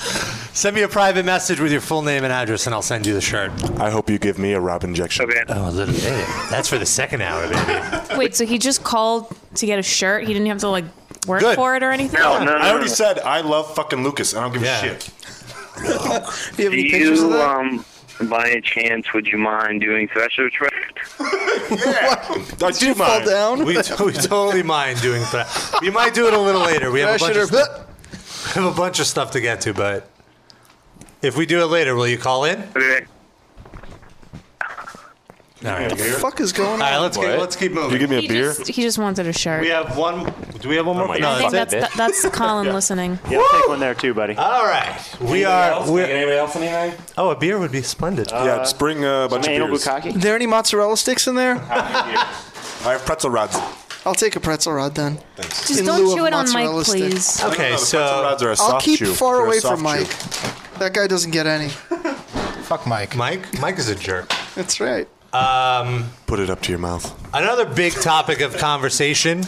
send me a private message with your full name and address, and I'll send you the shirt.
I hope you give me a Rob injection.
Oh, a little. Hey, that's for the second hour, baby.
Wait, so he just called to get a shirt. He didn't have to like work for it or anything.
I already said I love fucking Lucas. I don't give a shit.
Do
any pictures of
you,
that?
um, by any chance, would you mind doing special trip?
I do
you fall
mind.
down?
We, t- we totally mind doing that. We might do it a little later. We have a, bunch
Pressure
of, st- we have a bunch of stuff to get to, but if we do it later, will you call in? All right.
What the fuck is going on?
All right, let's get, let's keep moving.
he Just, he just wanted a shirt.
we have one. Do we have one more?
I think that's, that, that's Colin listening.
Yeah, take one there too, buddy.
All right. We are. We're, anybody else anything? Oh, a beer would be splendid.
yeah, just bring uh, a bunch of beers.
Are there any mozzarella sticks in there?
I have pretzel rods.
I'll take a pretzel rod then.
Just
In
don't
lieu of
chew it on Mike,
mozzarella sticks.
please.
Okay, so
I'll keep far away from Mike. That guy doesn't get any.
Fuck Mike. Mike. Mike is a jerk.
That's right.
Um,
Put it up to your mouth.
Another big topic of conversation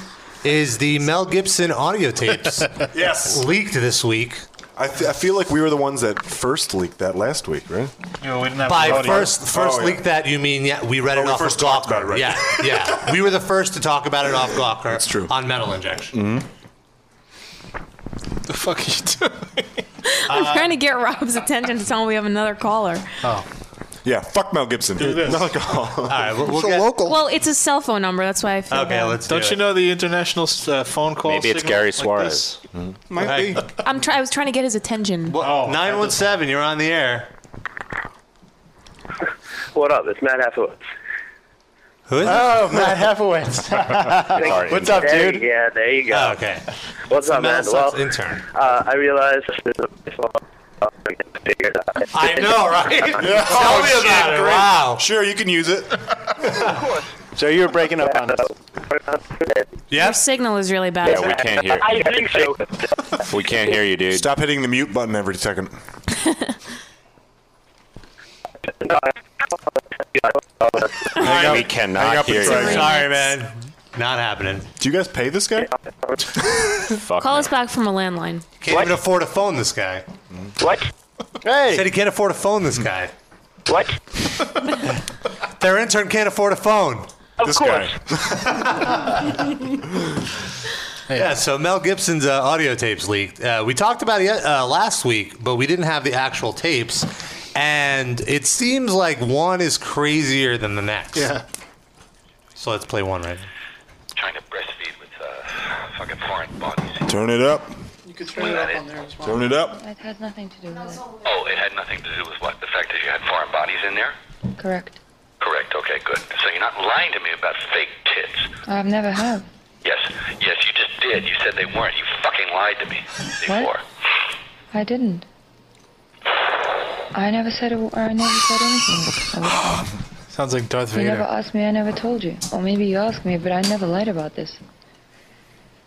is the Mel Gibson audio tapes.
Yes.
Leaked this week.
I, f- I feel like we were the ones that first leaked that last week, right?
By first, first leak that you mean yeah, we read it
Oh, we
off
first
of Gawker. Yeah, yeah, we were the first to talk about it off Gawker. That's true. On Metal Injection.
Mm-hmm.
The fuck you
I'm trying to get Rob's attention to tell him we have another caller.
Oh. Yeah, fuck Mel Gibson.
Do this.
No alcohol. All
right, we'll,
Well, it's a cell phone number. That's why I feel. bad.
do
Don't you
it.
know the international uh, phone call?
Maybe it's
signal
Gary
like
Suarez.
Might
be.
I'm try- I was trying to get his attention.
Oh,
Nine one seven. You're on the air.
What up? It's Matt Hathaway.
Who is
Oh,
Matt
Thank you.
Hefowitz.
There- Yeah, there you go.
Oh, okay.
What's up, man?
Matt
Well,
Sucks intern.
uh, I realized this is a
I know, right?
Tell
me about it. Wow.
Oh, Sure, you can use it.
So you were breaking up on us.
Your signal is really bad.
Yeah, we can't hear.
I think so.
We can't hear you, dude.
Stop hitting the mute button every second.
Hang we cannot hear you.
Sorry, man. Not happening.
Do you guys pay this guy?
Fuck.
Call us back from a landline.
Can't even afford a phone. This guy.
What?
Hey. Said he can't afford a phone. This guy.
What?
Their intern can't afford a phone.
Of
this
course.
Guy. Yeah. So Mel Gibson's uh, audio tapes leaked. Uh, we talked about it uh, last week, but we didn't have the actual tapes. And it seems like one is crazier than the next. Yeah. So let's play one right.
Trying to breastfeed with uh, fucking foreign bodies.
Turn it up.
You could turn it up on there as
Turn it up.
That had nothing to do with
Oh, it had nothing to do with what? The fact that you had foreign bodies in there?
it. Correct.
Correct. Okay, good. So you're not lying to me about fake tits.
Uh, I've never had.
Yes, yes, you just did. You said they weren't. You fucking lied to me before.
I didn't. I never said. A, I never said anything. I
Sounds like Darth
was- you never
Vader.
asked me. I never told you. Or maybe you asked me, but I never lied about this.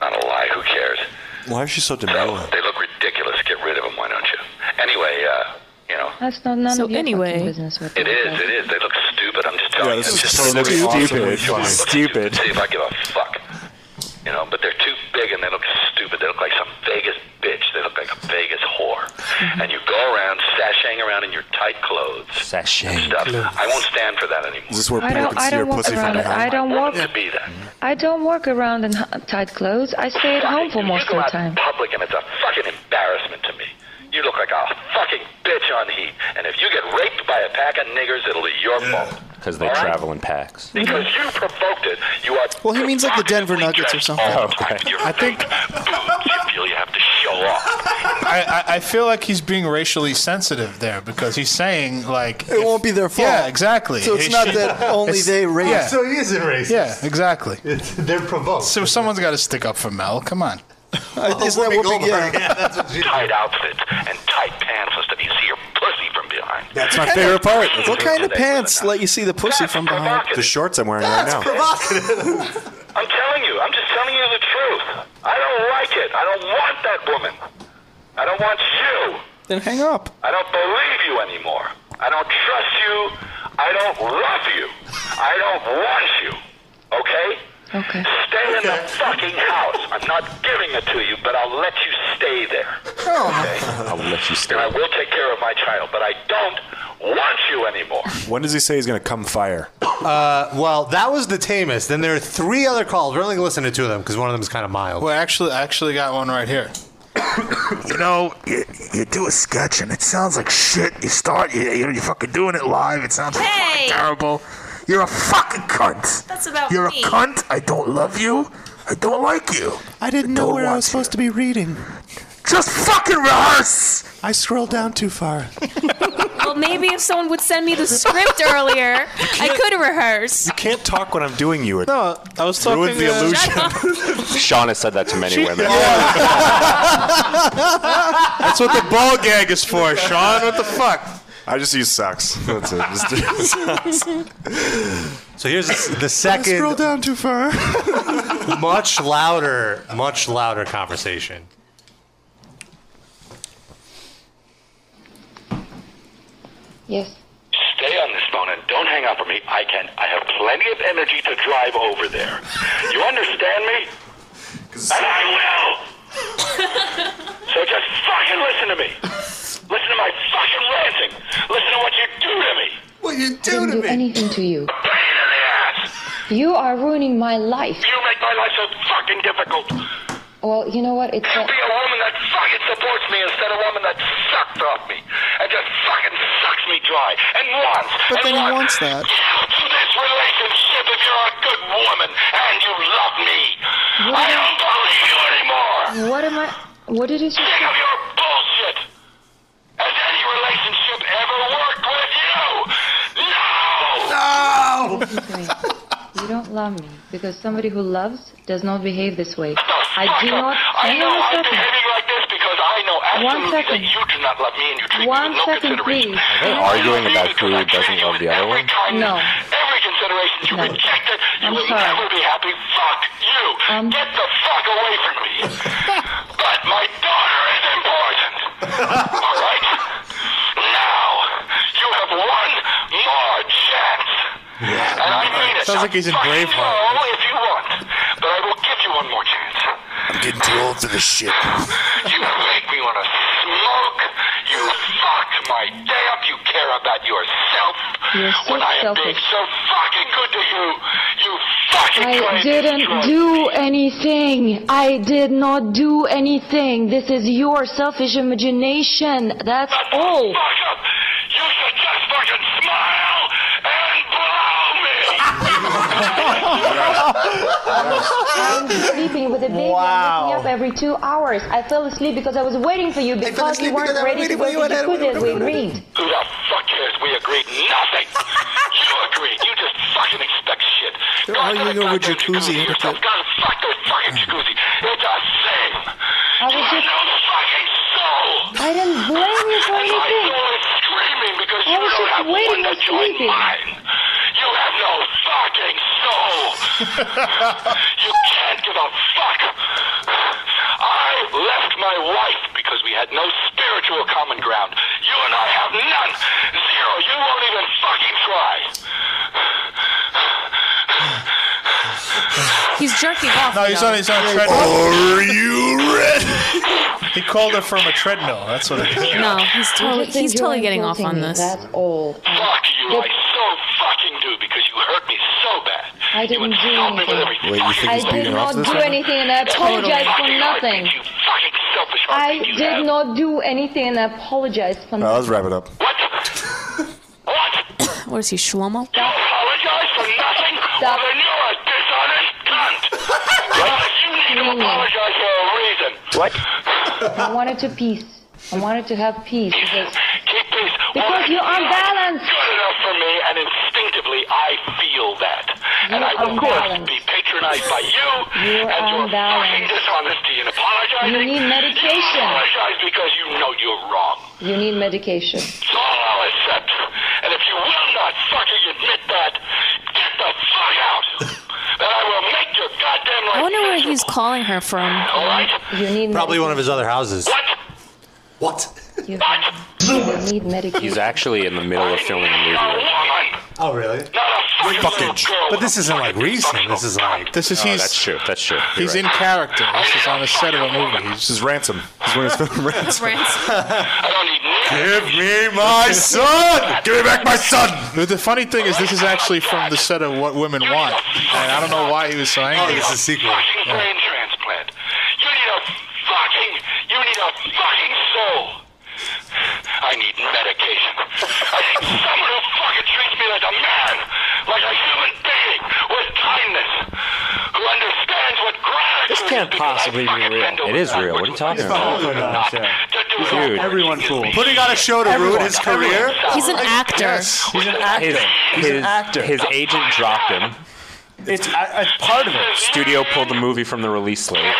Not a lie. Who cares?
Why is she so demure?
They look ridiculous. Get rid of them. Why don't you? Anyway, uh, you know,
That's not none
so
of your
anyway,
fucking business. What
it is. It is. They look stupid. I'm just telling
Yeah,
you.
this
It's
is
just-
totally
they look
stupid.
They look
Stupid.
See if I give a fuck. You know, but they're too big and they look stupid. They look like some Vegas bitch. They look like a Vegas whore.
Mm-hmm.
And you go around sashaying around in your tight clothes. Sashaying. Stuff. I won't stand for that anymore.
Is this where
I
people
don't-
can
I
see her
don't walk
pussy from
around it.
behind?
I don't
want
walk.
it to be that.
I don't walk around in h- tight clothes. I stay at home for most
you
of
go
the
out
time.
in public and it's a fucking embarrassment to me. You look like a fucking bitch on heat. And if you get raped by a pack of niggers, it'll be your fault.
Because they
All right?
travel in packs.
Because you provoked it. You are
Well, he means like the Denver Nuggets or something.
Oh,
I think you feel you have to show off.
I, I, I feel like he's being racially sensitive there because he's saying like
It won't be their fault.
Yeah, exactly.
So it's
It
not
should-
that only
it's-
they raised.
yeah.
So he isn't racist.
Yeah, exactly.
They're provoked.
So someone's got to stick up for Mel. Come on.
Isn't that Whoopi? Yeah.
tight outfits and tight pants and stuff. You see your pussy from behind.
That's my favorite part. That's
What
what
kind of
they
pants let you see the pussy from behind?
The shorts I'm wearing right now.
I'm telling you. I'm just telling you the truth. I don't like it. I don't want that woman. I don't want you.
Then hang up.
I don't believe you anymore. I don't trust you. I don't love you. I don't want you. Okay?
Okay.
Stay in the fucking house. I'm not giving it to you, but I'll let you stay there.
Oh.
Okay?
I'll let you stay.
And I will take care of my child, but I don't
want you anymore.
When does he say he's going to come fire?
Uh, well, that was the tamest. Then there are three other calls. We're only going to listen to two of them because one of them is kind of mild.
Well, actually, I actually got one right here.
you know, you, you do a sketch and it sounds like shit. You start, you, you know, you're fucking doing it live. It sounds
Hey!
fucking terrible. You're a fucking cunt.
That's about
You're
me.
a cunt. I don't love you. I don't like you.
I didn't know
Don't
where I
want
was supposed to be reading.
Just fucking rehearse.
I scrolled down too far.
well, maybe if someone would send me the script earlier, I could rehearse.
You can't talk when I'm doing you.
No,
I was
talking.
Ruined the illusion.
Sean has said that to many women.
That's what the ball gag is for, Sean. What the fuck? I just use socks. That's it.
So here's the, the
I
second,
scrolled down too far.
much louder, much louder conversation.
Yes.
Stay on this phone and don't hang up on me. I can. I have plenty of energy to drive over there. You understand me? And I will. so just fucking listen to me. Listen to my fucking ranting. Listen to what you do to me.
What you do I didn't do anything to you.
Pain in the ass.
You are ruining my life.
You make my life so fucking difficult.
Well, you know what? It's
Be a woman that fucking supports me instead of a woman that sucked off me and just fucking sucks me dry and wants
But
and
then he
wants.
wants that.
to this relationship if you're a good woman and you love me. I don't believe you anymore.
what am I? What did you say?
Sick of your bullshit. Has any relationship ever worked with you? No.
You don't love me because somebody who loves does not behave this way. I
Fucker.
do not.
I
Hang
know
on a
I'm
second.
behaving like this because I know absolutely that
second.
you do not love me and you treat
One
me with no
second,
consideration.
Are
please.
they arguing about who doesn't love the other one?
No.
Every consideration you reject it, you will never be happy. Fuck you.
Um,
Get the fuck away from me. but my daughter is important. All right? Now, you have one more chance. and I mean it.
Sounds like he's in
Fucking
Braveheart.
know if you want, but I will give you one more chance.
I'm getting too old for this shit.
You make me want to smoke. You fuck my day up. You care about yourself.
You're so
when I am
selfish.
being so fucking good to you, you fucking
I
claim
didn't
destroy-
do anything. I did not do anything. This is your selfish imagination. That's all. I'm sleeping with a baby. Wow. up every two hours. I fell asleep because I was waiting for you because you weren't ready to go to jacuzzi as we agreed.
Who the fuck cares? We agreed nothing. you agreed. You just fucking expect shit.
They're arguing over jacuzzi etiquette.
It's a thing.
I
You
was
have
just.
no fucking soul.
I didn't blame you for
And my
anything.
soul is screaming because
I
you
was
don't
just
have one
waiting
to
and
join
sleeping.
mine. You have no fucking soul. you can't give a fuck. I left my wife because we had no spiritual common ground. You and I have none. Zero. You won't even fucking try.
He's jerking off.
No, he's
now.
on his own treadmill. Are you ready? he called it from a treadmill. That's what it is.
No, he's totally,
just think
he's
you're
totally getting off
insulting me,
on this.
That's all.
Fuck you. I so fucking do because you hurt me so bad.
I didn't do anything.
Wait, you
I did not do anything and I apologize for nothing. I did not do anything and I apologize for
No,
nothing.
let's wrap it up.
What is he, Shlomo?
apologize for nothing? Well, then you're a dishonest cunt. well, if you need to apologize for a reason. What?
Mm. I wanted to peace. I wanted to have peace because,
Keep peace.
because you're unbalanced.
Good enough for me, and instinctively I feel that. and I will not be patronized by you
You're
and your fucking
unbalanced.
dishonesty and apologizing.
You need
You
medication.
apologize because you know you're wrong.
You need medication.
It's all I'll accept. And if you will not fucking admit that, get the fuck out. and I will make your goddamn life
I wonder where he's calling her from.
You need
Probably one of his other houses. What?
You, you need medication.
He's actually in the middle of filming a movie.
Woman,
Oh, really?
not a
fucking. But this isn't like recent. This is like.
This is- Oh, he's-
that's true. That's true. You're
He's
right.
in character. This is on a set of a movie. He's
This is ransom. This is when it's been ransom.
Give me my son! Give me back my son! The, the funny thing is, this is actually from the set of What Women Want. And I don't know why he was so angry.
Oh, it's a
sequel.
brain transplant. You need a fucking, you need a fucking soul. I need medication. I need someone who fucking treats me like a man, like a human being, with kindness, who understands what gratitude
This can't possibly be real.
It is real. What are you talking about?
Dude. Everyone fooled.
Putting on a show to ruin his career?
He's an actor.
He's an actor.
His,
He's an
his-
actor.
his agent dropped him.
It's, I, it's part of it.
Studio pulled the movie from the release slate.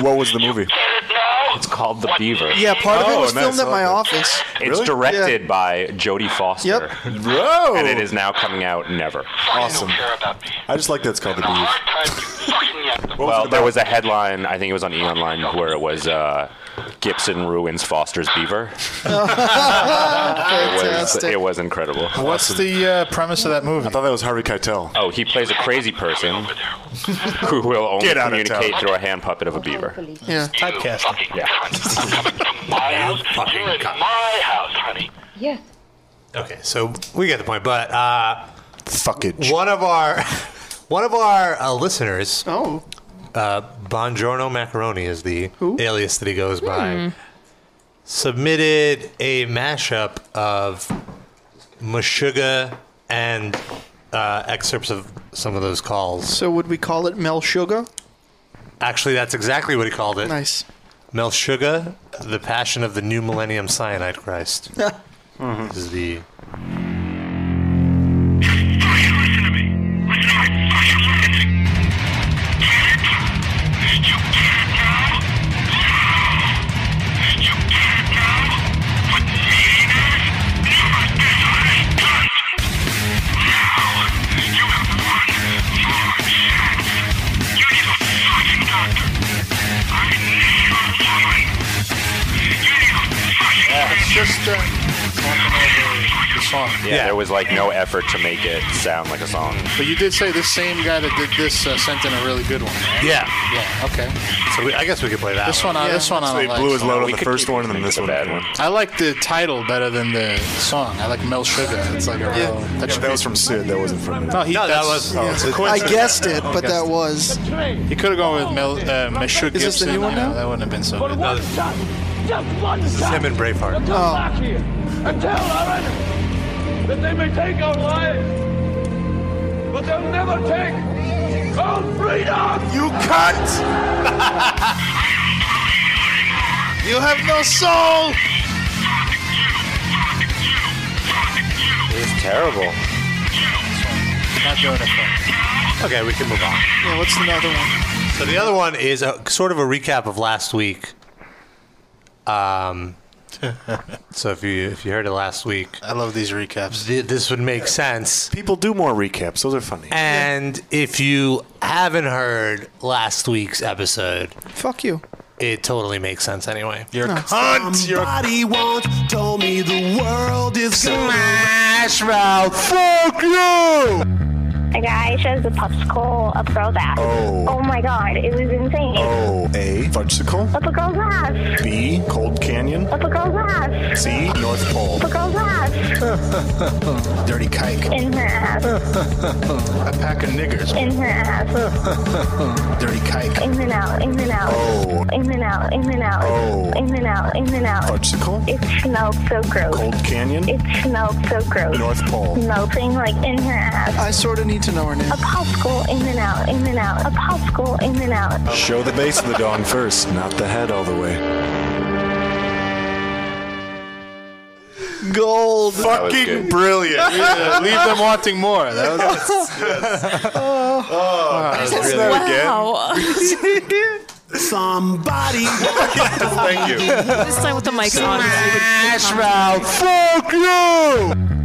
What was the movie?
It's called The Beaver.
Yeah, part of it was filmed at my office.
Oh, It's directed by Jodie Foster.
Yep.
Whoa.
And it is now coming out never.
Awesome. I just like that it's called The Beef.
Well, there was a headline, I think it was on E! Online, where it was uh, Gibson ruins Foster's Beaver. It was,
Fantastic.
it was incredible.
What's the uh, premise of that movie? I
thought that was Harvey Keitel.
Oh, he plays a crazy person who will only
Get out of
communicate
town.
through a hand puppet of a beaver.
Yeah,
typecast.
Yeah.
My house, you're in my house, honey.
Yes.
Okay, so we get the point, but uh, fuckage. One of our, one of our uh, listeners.
Oh.
Uh, Bongiorno Macaroni is the alias that he goes by. Submitted a mashup of Meshuga and uh, excerpts of some of those calls.
So would we call it Mel Sugar?
Actually, that's exactly what he called it.
Nice.
Melshuga, the passion of the new millennium cyanide Christ. This is the
Yeah, it's just. Uh, the song.
Yeah, there was like no effort to make it sound like a song.
But you did say this same guy that did this uh, sent in a really good one. right?
Yeah.
Yeah. Okay.
So we, I guess we could play that.
This one, I- this one I
So he
don't
blew
like.
his load
We
on the
could
first
keep
one and then this one.
I like the title better than the song. I like Mel Sugar. It's like a real.
That, that was from Sid. That wasn't from.
No, he, that's-
oh,
yeah, it's
it's a
a
coincidence.
coincidence. Oh, guessed it.
was.
He could have gone with Mel, uh, Meshuggah
Is this the
Gibson.
new one
you know,
now?
that wouldn't have been so good.
Just one
This is
shot.
him and Braveheart.
Now Come
Oh.
back here and tell our enemies that they may take our lives, but they'll never take our freedom. You cunt!
You have no soul.
It's terrible.
Not doing it.
Okay, we can move on.
Yeah, what's another one?
So the other one is a, sort of a recap of last week. Um, so if you if you heard it last week,
I love these recaps.
this would make sense.
People do more recaps. Those are funny.
And if you haven't heard last week's episode,
fuck you.
It totally makes sense anyway.
You're
a
Somebody once told me the world is smash
mouth. Fuck you.
A guy shoves a popsicle up a girl's ass. Oh. my god, it was insane.
Oh, A. Fudgesicle.
Up a girl's ass.
B. Cold Canyon.
Up a girl's ass.
C. North Pole.
Up a girl's ass.
Dirty kike.
In her ass.
A pack of niggers.
In her ass.
Dirty kike.
In and out, in and out. In and out, in and out. In and out, in and out.
Fudgesicle.
It smelled so gross.
Cold Canyon.
It smelled so gross.
North Pole.
Melting like in her ass.
I sort of need to know her name.
A popsicle in and out, in and out. A popsicle in and out.
Show the base of the dong first, not the head all the way.
Gold.
Fucking brilliant. leave, uh, leave them wanting more. That was.
Oh,
that was What's really that good.
Somebody Thank
you.
This time with the mics on.
Smash
mouth.
Fuck you.
A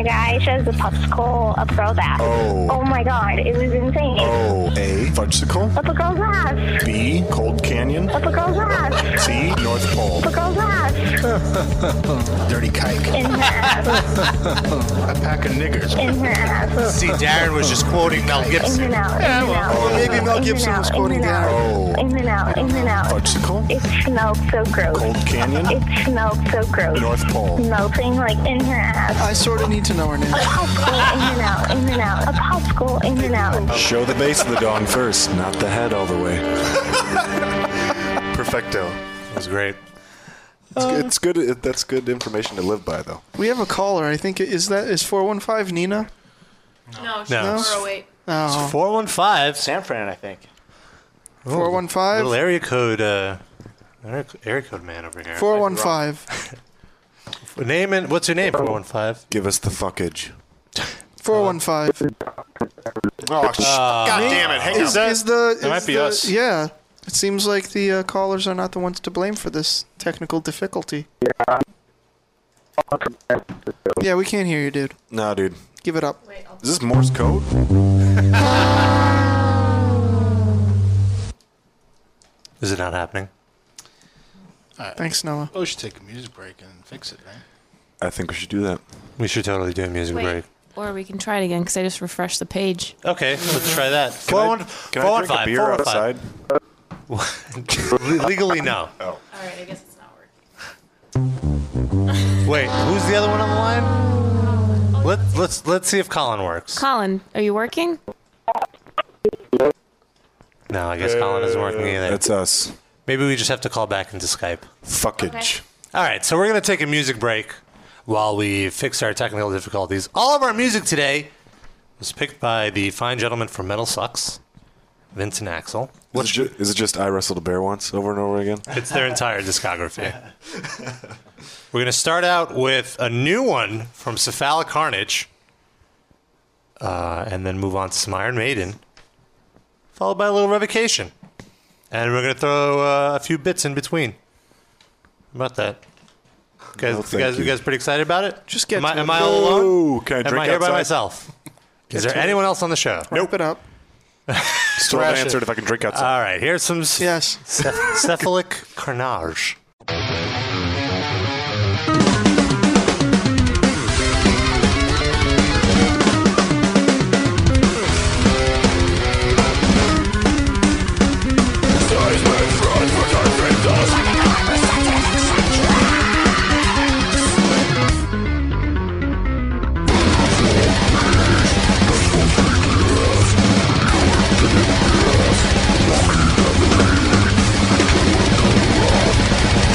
Oh guy shoves a popsicle up girl's ass. Oh. my god, it was insane.
A. Fudgesicle.
Up a girl's ass.
B. Cold Canyon.
Up a girl's ass.
C. North Pole.
Up a girl's ass.
Dirty kike.
In her ass.
A pack of niggers.
In her ass.
See, Darren was just quoting Mel
In
Gibson.
and out. Yeah, well,
maybe Mel Gibson was Oh. quoting Darren.
In and out. In and out.
Fudgesicle.
It smelled so gross.
Cold Canyon.
It smelled so gross.
North Pole.
Melting like in her ass. I
sort of need to know her name.
A popsicle in and out, in and out. A popsicle in and out.
Show the base of the dong first, not the head all the way. Perfecto.
That was great.
It's, good- it's good. It, that's good information to live by, though.
We have a caller. I think it- is that is four one five Nina.
No,
she's No. 408.
Oh.
It's 415. San
Fran, I think.
415?
Oh, Little area code, uh, area co- area code man over here.
415.
Name and what's your name? 415.
Give us the fuckage.
415.
Oh, sh-
God
damn it, hang
is,
up.
is the,
That
is
might be
the-
us.
Yeah. It seems like the uh, callers are not the ones to blame for this technical difficulty. Yeah. Yeah, we can't hear you, dude.
Nah, dude.
Give it up.
Is this Morse code?
Is it not happening?
Thanks, Noah.
Oh, we should take a music break and fix it, right?
I think we should do that.
We should totally do a music
Wait.
break.
Or we can try it again because I just refreshed the page.
Okay, let's try that.
Can I-
415.
can I drink a beer
415. Legally, no.
Oh. All
right, I guess it's
not working. Wait, who's the other one on the line? Let's let's let's see if Colin works.
Colin, are you working?
No, I guess Colin isn't working either.
Uh, That's us.
Maybe we just have to call back into Skype.
Fuckage.
All right, so we're going to take a music break while we fix our technical difficulties. All of our music today was picked by the fine gentleman from Metal Sucks, Vincent Axel.
Is it, ju- is it just I wrestled a bear once over and over again?
It's their entire discography. We're going to start out with a new one from Cephalic Carnage, uh, and then move on to some Iron Maiden, followed by a little Revocation. And we're going to throw uh, a few bits in between. How about that? You guys, you,
thank
guys, you.
you.
guys pretty excited about it?
Just get
Am, I,
to
am
it.
I all
Whoa,
alone?
can I
am
drink
I here by
outside?
myself?
Get
Is there
to it.
anyone else on the show?
Wrap it up.
Still
Thrash
haven't
it.
answered if I can drink outside.
All right, here's some
yes.
cephalic carnage.
Thank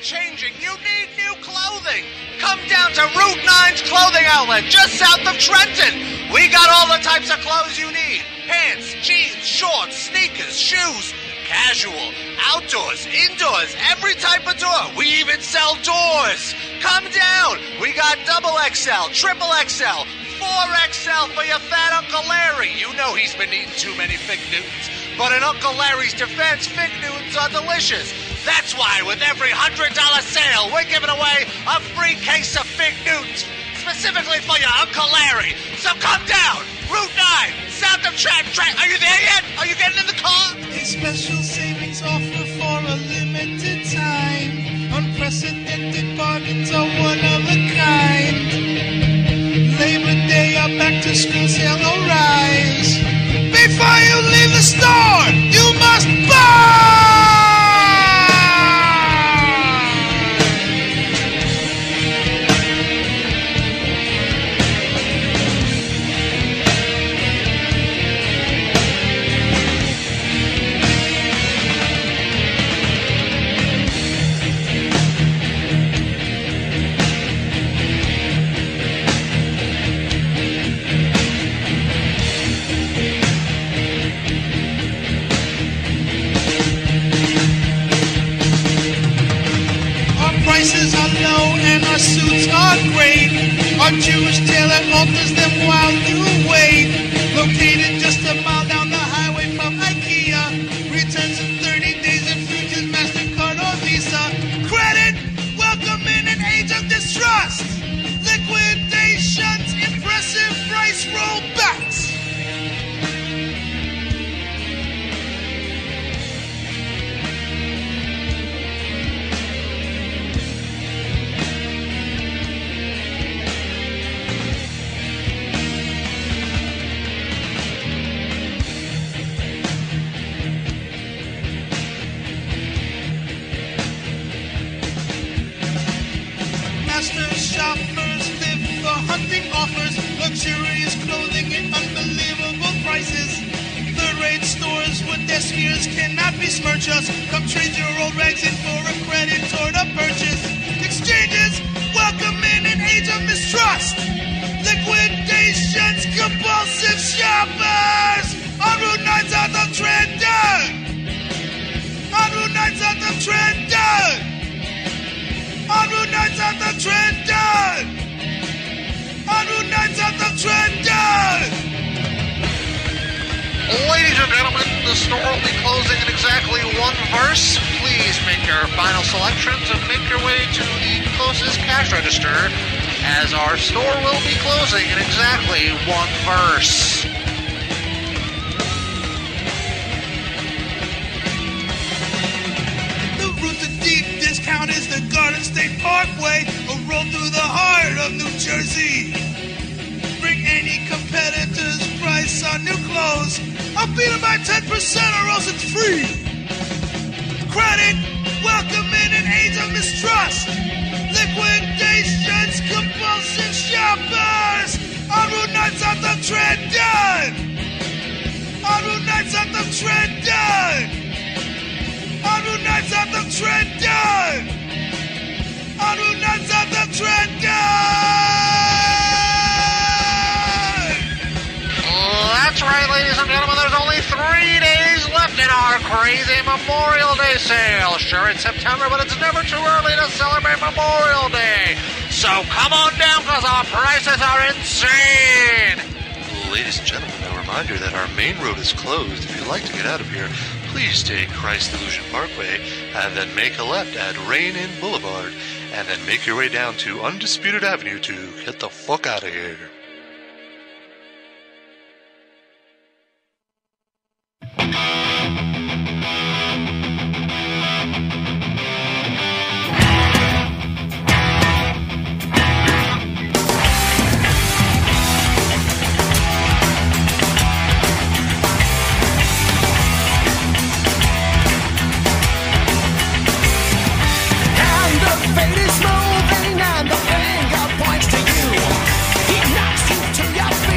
changing. You need new clothing. Come down to Route 9's clothing outlet just south of Trenton. We got all the types of clothes you need pants, jeans, shorts, sneakers, shoes, casual, outdoors, indoors, every type of door. We even sell doors. Come down. We got double XL, triple XL, 4XL for your fat Uncle Larry. You know he's been eating too many fig Newtons. But in Uncle Larry's defense, fig Newtons are delicious. That's why with every $100 sale, we're giving away a free case of fig Newtons. Specifically for your Uncle Larry. So come down, Route 9, south of Track Track. Are you there yet? Are you getting in the car?
A special savings offer for a limited time. Unprecedented bargains are one of a kind. Labor Day or back to school sale will rise. Before you leave the store, you must buy. Our prices are low and our suits are great. Our Jewish tailor offers them while you wait. Located just a mile down the highway from IKEA. Returns in 30 days and futures MasterCard or Visa. Credit, welcome in an age of distrust. Liquidations, impressive price rollbacks. Master shoppers live for hunting offers, luxurious clothing at unbelievable prices. Third-rate stores with their smears cannot besmirch us. Come trade your old rags in for a credit toward a purchase. Exchanges welcome in an age of mistrust. Liquidations, compulsive shoppers. On Route 9 south of Trenton. On Route 9 south of Trenton. On Route 9 South of Trenton! On Route 9 South of Trenton!
Ladies and gentlemen, the store will be closing in exactly one verse. Please make your final selections and make your way to the closest cash register, as our store will be closing in exactly one verse.
The route to deep discount is the Garden State Parkway, a road through the heart of New Jersey. Bring any competitor's price on new clothes. I'll beat 'em by 10% or else it's free. Credit, welcome in an age of mistrust. Liquidations, compulsive shoppers. On Route 9 South of Trenton. On Route 9 South of Trenton. On Route 9 South of Trenton! On Route 9 South of Trenton!
That's right, ladies and gentlemen. There's only three days left in our crazy Memorial Day sale. Sure, it's September, but it's never too early to celebrate Memorial Day. So come on down because our prices are insane.
Ladies and gentlemen, a reminder that our main road is closed. If you'd like to get out of here, please take Christ Illusion Parkway and then make a left at Rain Inn Boulevard and then make your way down to Undisputed Avenue to get the fuck out of here.
And the fate is moving and the finger points to you. Ignite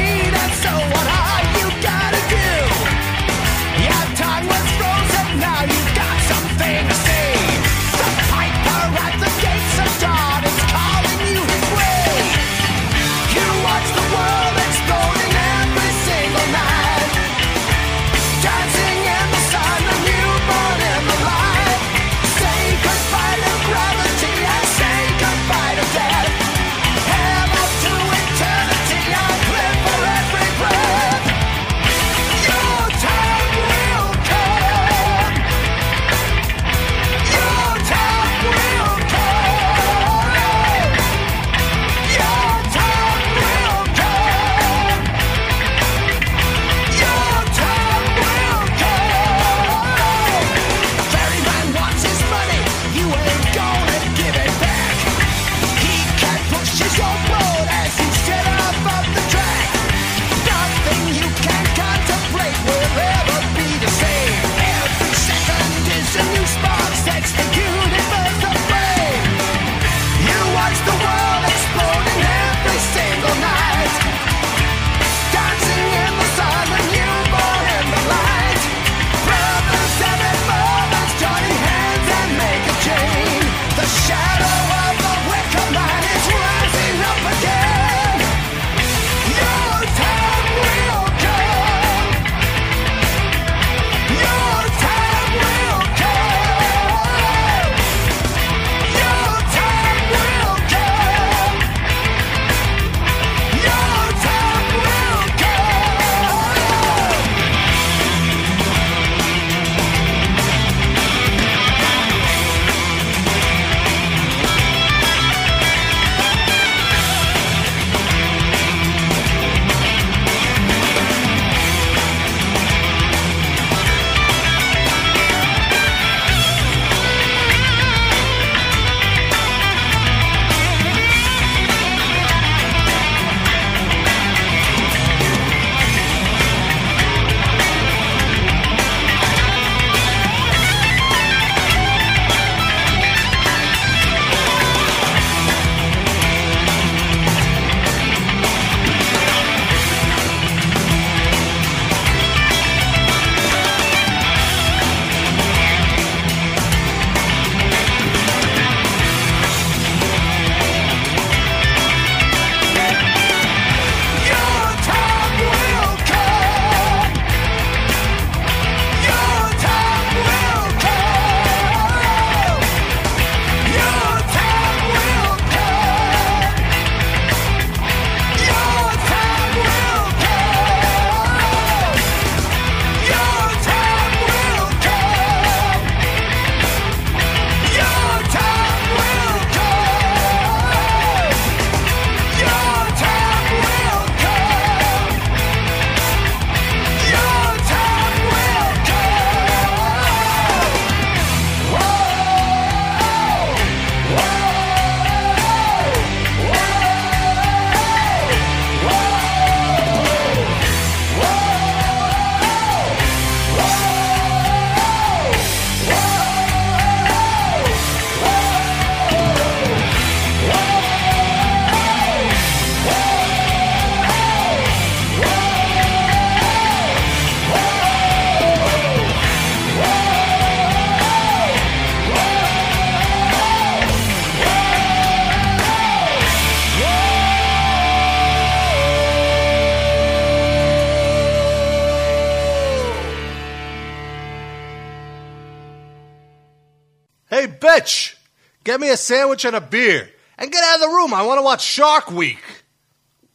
Rich, get me a sandwich and a beer, and get out of the room. I want to watch Shark Week.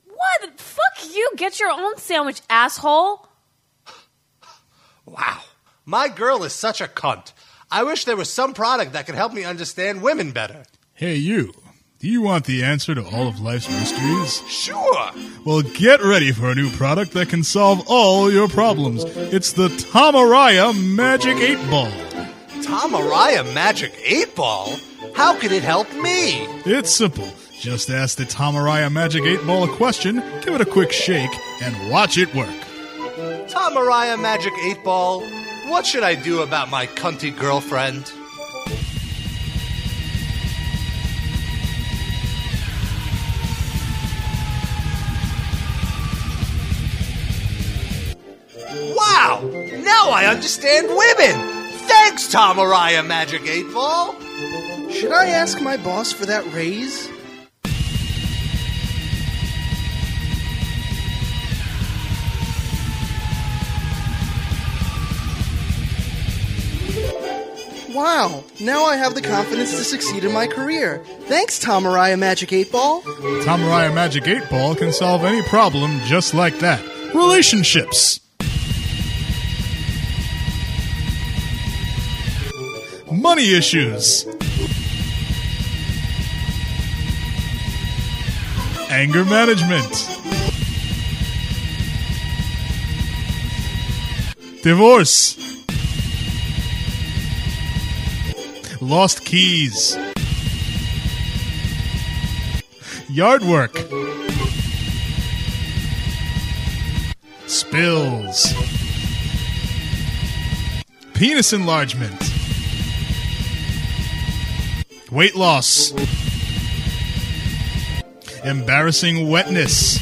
What? Fuck you. Get your own sandwich, asshole.
Wow, my girl is such a cunt. I wish there was some product that could help me understand women better.
Hey, you. Do you want the answer to all of life's mysteries?
Sure.
Well, get ready for a new product that can solve all your problems. It's the Tamaraya Magic 8 Ball.
Tamariah Magic 8 Ball? How could it help me?
It's simple. Just ask the Tamaraya Magic 8 Ball a question, give it a quick shake, and watch it work.
Tamariah Magic 8 Ball, what should I do about my cunty girlfriend? Wow! Now I understand women! Thanks, Tamariah Magic 8 Ball!
Should I ask my boss for that raise? Wow, now I have the confidence to succeed in my career. Thanks, Tamariah Magic 8 Ball.
Tamaraya Magic 8 Ball can solve any problem just like that. Relationships. Money issues. Anger management. Divorce. Lost keys. Yard work. Spills. Penis enlargement. Weight loss. Embarrassing wetness.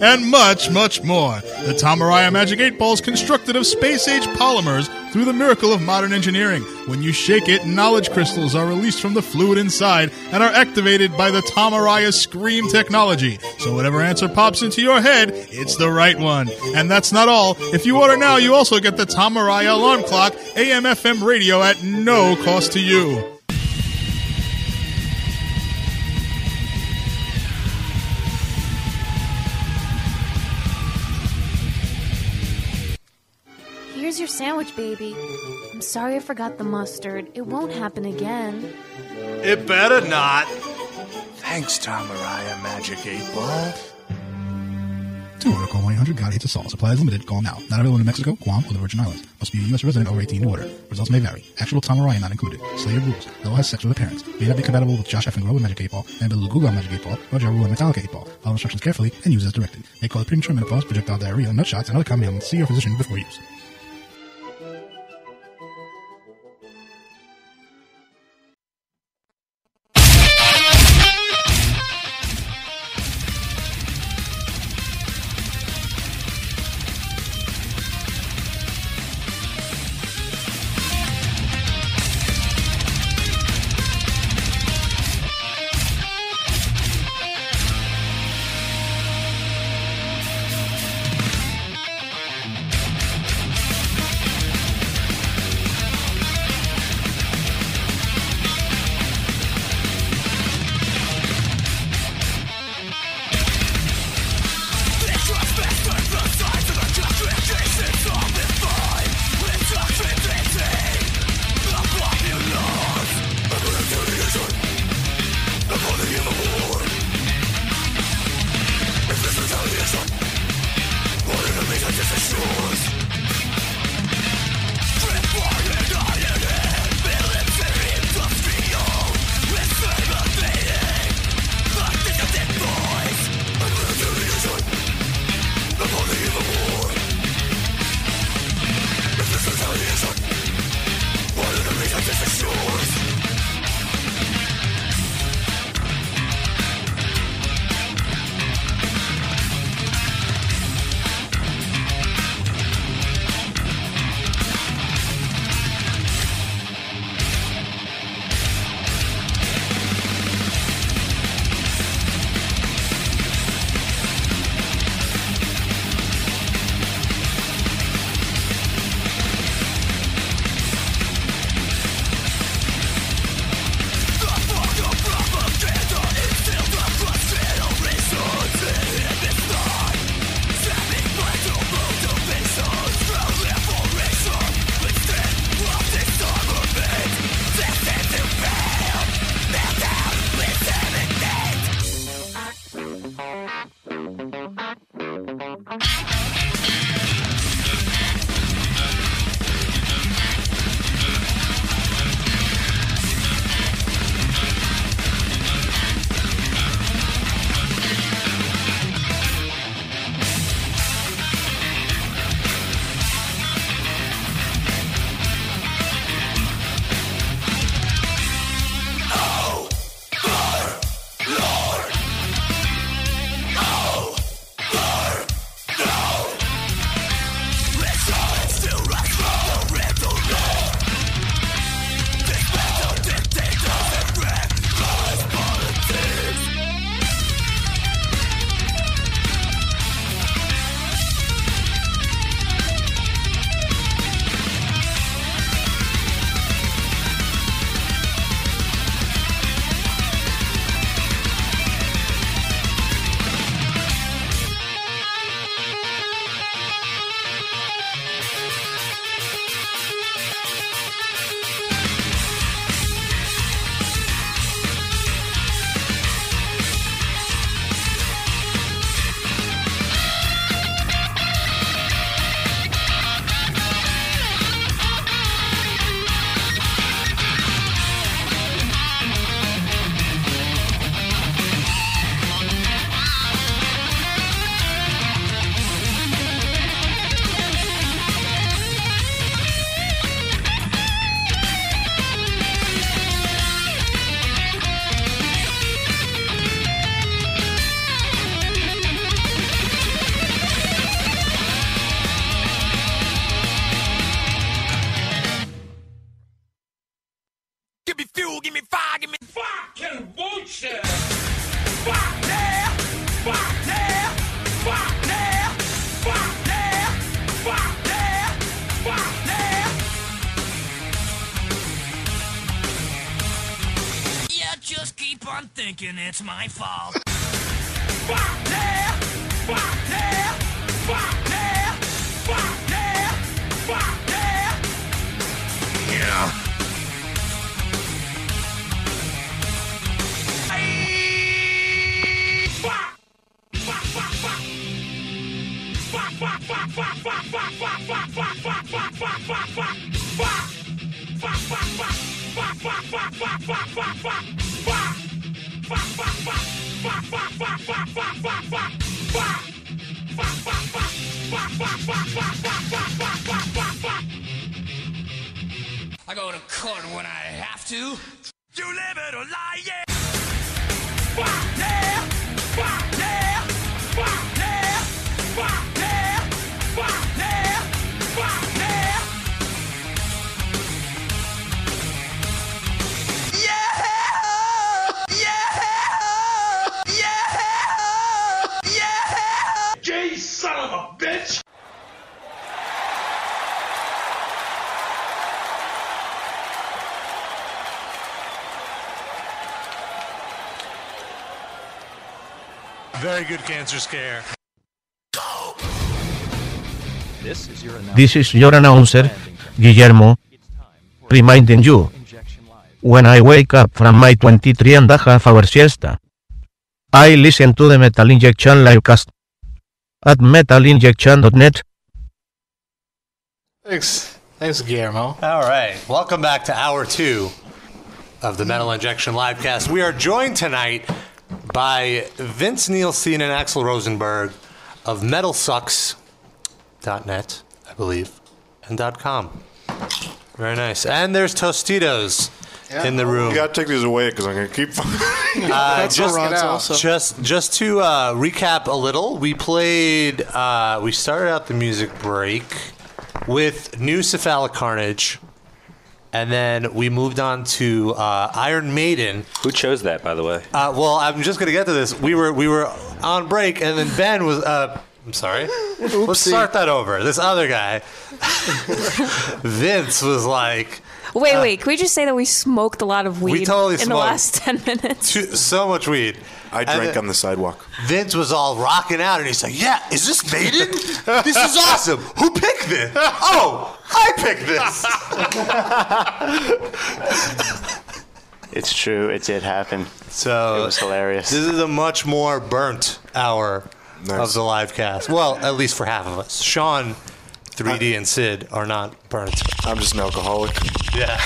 And much, much more. The Tamaraya Magic 8 Ball is constructed of space age polymers through the miracle of modern engineering. When you shake it, knowledge crystals are released from the fluid inside and are activated by the Tamaraya Scream technology. So whatever answer pops into your head, it's the right one. And that's not all. If you order now, you also get the Tamaraya alarm clock, AM FM radio at no cost to you.
Here's your sandwich, baby. I'm sorry I forgot the mustard. It won't happen again.
It better not.
Thanks, Tamariah Magic 8 Ball.
To order, call 1-800 God Hates Us All. Supplies limited. Call now. Not available in Mexico, Guam, or the Virgin Islands. Must be a U.S. resident over 18 to order. Results may vary. Actual Tamaraya not included. Slave rules. No has sex with her parents. May not be compatible with Josh F. and Grover Magic 8 Ball, and Bill Guga Magic 8 Ball, Roger Rule and Metallica 8 Ball. Follow instructions carefully and use as directed. May cause premature menopause, projectile diarrhea, nut shots, and other common ailments. See your physician before use.
give me five, give me fucking bullshit. Fuck there, fuck there, fuck there, fuck there, fuck there, fuck there. Yeah, just keep on thinking it's my fault. Fuck there, fuck there, fuck there, fuck there, fuck there.
Yeah.
I go to court when I have to. You live it or lie, yeah. Fuck there, fuck there, fuck there, fuck there, fuck there, fuck there. Yeah, yeah, yeah, yeah. Gay son of a bitch.
Very good cancer scare.
This is your
This is your announcer, Guillermo, reminding you when I wake up from my 23 and a half hour siesta. I listen to the Metal Injection livecast at metalinjection.net.
Thanks.
Thanks, Guillermo.
All right. Welcome back to hour two of the Metal Injection Livecast. We are joined tonight by Vince Nielsen and Axel Rosenberg of MetalSucks.net, I believe, and .com. Very nice. And there's Tostitos in the room.
You gotta take these away because I'm gonna keep.
Uh, just, just just to uh, recap a little, we played. Uh, we started out the music break with New Cephalic Carnage, and then we moved on to uh, Iron Maiden.
Who chose that, by the way?
Uh, well, I'm just gonna get to this. We were we were on break, and then Ben was. Uh, I'm sorry. Let's start that over. This other guy, Vince, was like.
Wait,
Uh,
wait. Can we just say that we smoked a lot of weed
We totally
in the
smoked.
last ten minutes?
too, so much weed. I
drank on
the sidewalk. Vince was all rocking out, and he's like, "Yeah, is this Maiden? this is awesome. Who picked this? Oh, I picked this."
It's true. It did happen.
So
it was hilarious.
Uh, This is a much more burnt hour of the live cast. Well, at least for half of us. Sean, 3D, and Sid are not burnt.
I'm just an alcoholic.
Yeah.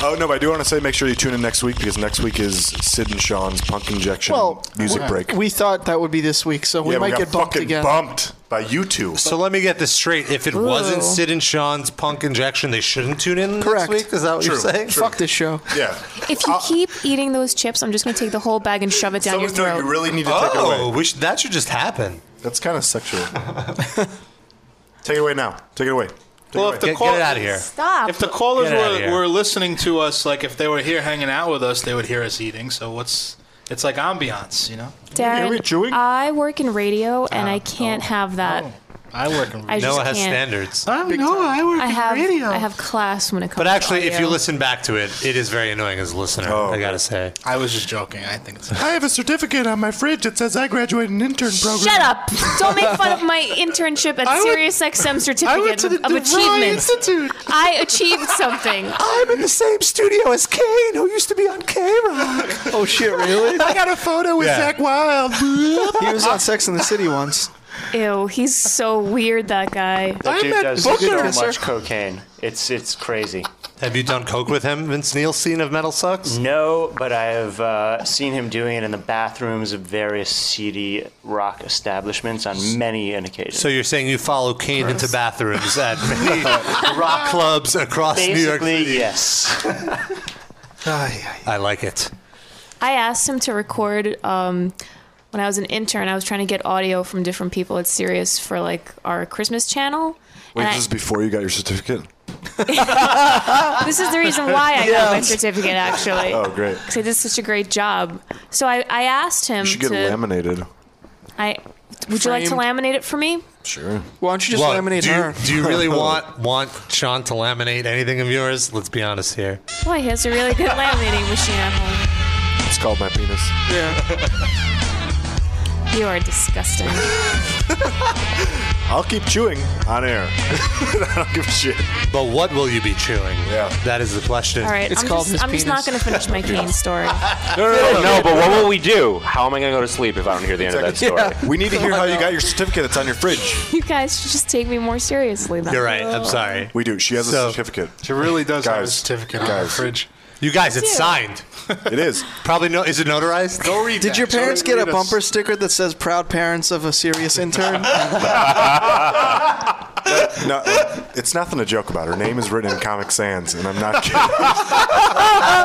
oh no, but I do want to say make sure you tune in next week because next week is Sid and Sean's Punk Injection
Well,
music
we,
break.
We thought that would be this week, so we
Yeah, we got
might get bumped
fucking
again.
bumped by you two.
So let me get this straight. If it
Ooh.
wasn't Sid and Sean's punk injection, they shouldn't tune in
Correct.
next week? Is that what you're
True,
saying?
true. Fuck this show.
Yeah.
If
Uh,
you keep eating those chips, I'm just gonna take the whole bag and shove it down your throat.
Oh, we should, that should just happen.
That's kind of sexual. Take it away now. Take it away. Take
Well,
it
if the call-
Stop.
If the callers
Get it outta
were,
here.
were listening to us, like if they were here hanging out with us, they would hear us eating. So what's it's like ambiance, you know?
Darren, I work in radio
Oh.
and I can't have that.
I work in
I just
Noah has
can't.
standards.
I know. I work
I have, radio. I have class when it comes.
But actually,
to
if you
audio.
listen back to it, it is very annoying as a listener,
Oh,
I gotta say.
I was just joking. I think it's.
I have a certificate on my fridge that says I graduated an intern program.
Shut up! Don't make fun of my internship at
I went-
SiriusXM certificate
I went to the
of
DeVry
achievements. I achieved something.
I'm in the same studio as Kane, who used to be on K Rock.
Oh shit! Really?
I got a photo
with Yeah. Zach
Wild.
he was on Sex in the City once.
Ew, he's so weird. That guy.
That dude does so much cocaine. It's it's crazy.
Have you done coke with him, Vince Nielsen of Metal Sucks?
No, but I have uh, seen him doing it in the bathrooms of various seedy rock establishments on many an occasion.
So you're saying you follow Kane into bathrooms at many rock clubs across New York
Basically,
City?
yes.
I like it.
I asked him to record um, when I was an intern. I was trying to get audio from different people at Sirius for like our Christmas channel.
Wait,
And
this
I-
is before you got your certificate?
this is the reason why I got my
Yes.
certificate, actually.
Oh, great.
Because I did such a great job. So I, I asked him
You should get
to.
laminated.
I, would you like to laminate it for me?
Sure.
Why don't you just
Look,
laminate
do you,
her?
Do you really want want Sean to laminate anything of yours? Let's be honest here.
Boy, he has a really good laminating machine at home.
It's called my penis.
Yeah. you are disgusting.
I'll keep chewing on air. I don't give a shit.
But what will you be chewing? Yeah, that is the question.
All right, I'm, just, I'm just not going to finish my cane story.
No, no, no, no, but what will we do? How am I going to go to sleep if I don't hear the end of that story?
We need to hear how you got your certificate that's on your fridge.
You guys should just take me more seriously. Then.
sorry.
We do. She has
So-
a certificate.
She really does
guys,
have a certificate on her
guys.
fridge.
You guys, it's
Yeah.
signed.
It is.
Probably no. Is it notarized?
Go read.
Did your
that. Go
parents get a
read us.
bumper sticker that says "Proud parents of a serious intern"?
No, it's nothing to joke about. Her name is written in Comic Sans, and I'm not kidding.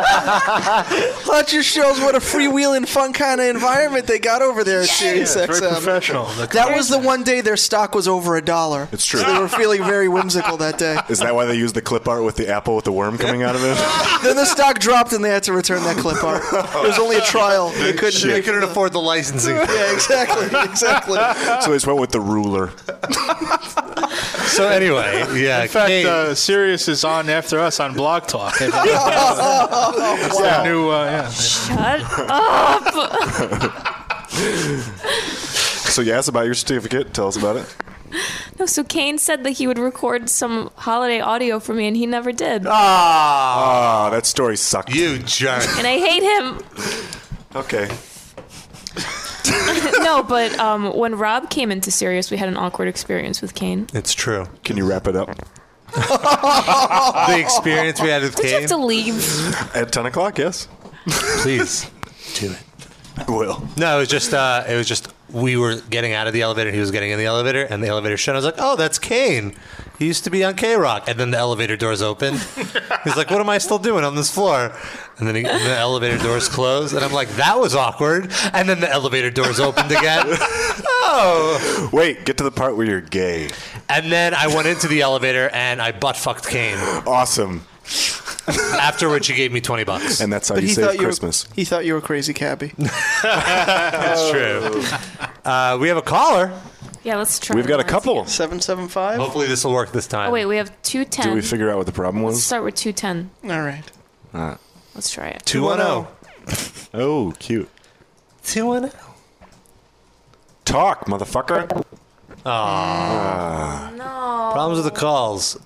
that just shows what a freewheeling, fun kind of environment they got over there at Sirius
Yeah, it's very
XM.
professional.
That was the one day their stock was over a dollar.
It's true.
So they were feeling very whimsical that day.
Is that why they use the clip art with the apple with the worm coming out of it?
then the stock dropped and they had to return that clip art. It was only a trial. They couldn't.
Shit. They
couldn't afford the licensing.
yeah, exactly, exactly.
so they just went with the ruler.
So anyway, yeah.
In fact,
Kate-
uh, Sirius is on after us on Blog Talk. It's their new, uh, yeah.
Shut up.
so you asked about your certificate. Tell us about it.
No, so Kane said that he would record some holiday audio for me, and he never did.
Ah, that story sucked.
You jerk.
And I hate him.
Okay.
no, but um, when Rob came into Sirius, we had an awkward experience with Kane.
It's true.
Can you wrap it up?
the experience we had with
Did you have
Kane.
to leave?
At 10 o'clock, yes.
Please do it.
I will.
No, it was just uh, it was just we were getting out of the elevator. He was getting in the elevator, and the elevator shut. I was like, "Oh, that's Kane. He used to be on K Rock." And then the elevator doors opened. He's like, "What am I still doing on this floor?" And then he, and the elevator doors closed, and I'm like, "That was awkward." And then the elevator doors opened again. oh,
wait, get to the part where you're gay.
And then I went into the elevator and I butt fucked Kane.
Awesome.
After which he gave me twenty bucks,
And that's how
But
you
he
save
thought you
Christmas.
Were, Oh. he thought you were crazy cabbie.
That's true. Uh, we have a caller.
Yeah, let's try.
We've got a
the lines.
couple.
Seven seven five.
Hopefully, this will work this time.
Oh wait, we have two ten.
Did we figure out what the problem
Let's
was?
start with two ten.
All right.
All
Let's try it.
Two one oh. zero. Oh, cute.
Two one oh. zero.
Talk, motherfucker.
Ah.
Oh,
Problems with the calls.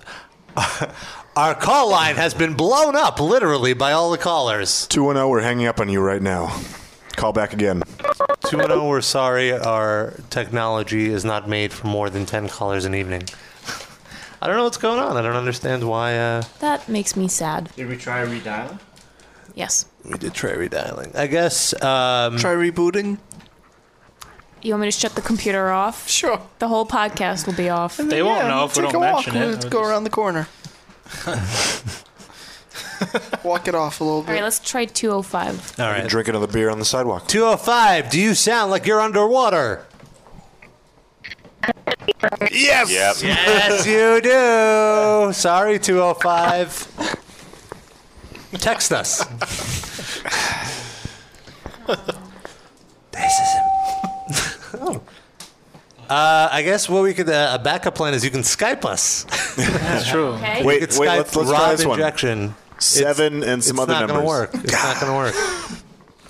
Our call line has been blown up, literally, by all the callers.
210, oh, we're hanging up on you right now. Call back again.
210, oh, we're sorry our technology is not made for more than 10 callers an evening. I don't know what's going on. I don't understand why. Uh,
That makes me sad.
Did we try redial?
Yes.
we did try redialing. I guess. Um,
try rebooting?
You want me to shut the computer off?
Sure.
The whole podcast will be off.
Yeah, take a walk. Let's go around the corner. walk it off a little
All
bit.
right, let's try 205.
All right.
Drink another beer on the sidewalk.
205, do you sound like you're underwater? Yes!
Yep.
Yes, you do! Sorry, 205. Text us. this is oh. Uh, I guess what we could uh, a backup plan is you can Skype us. That's
true.
Okay. Wait, wait, let's- let's try this one.
Injection.
Seven and some
it's
other
not gonna
numbers.
work. It's not gonna work.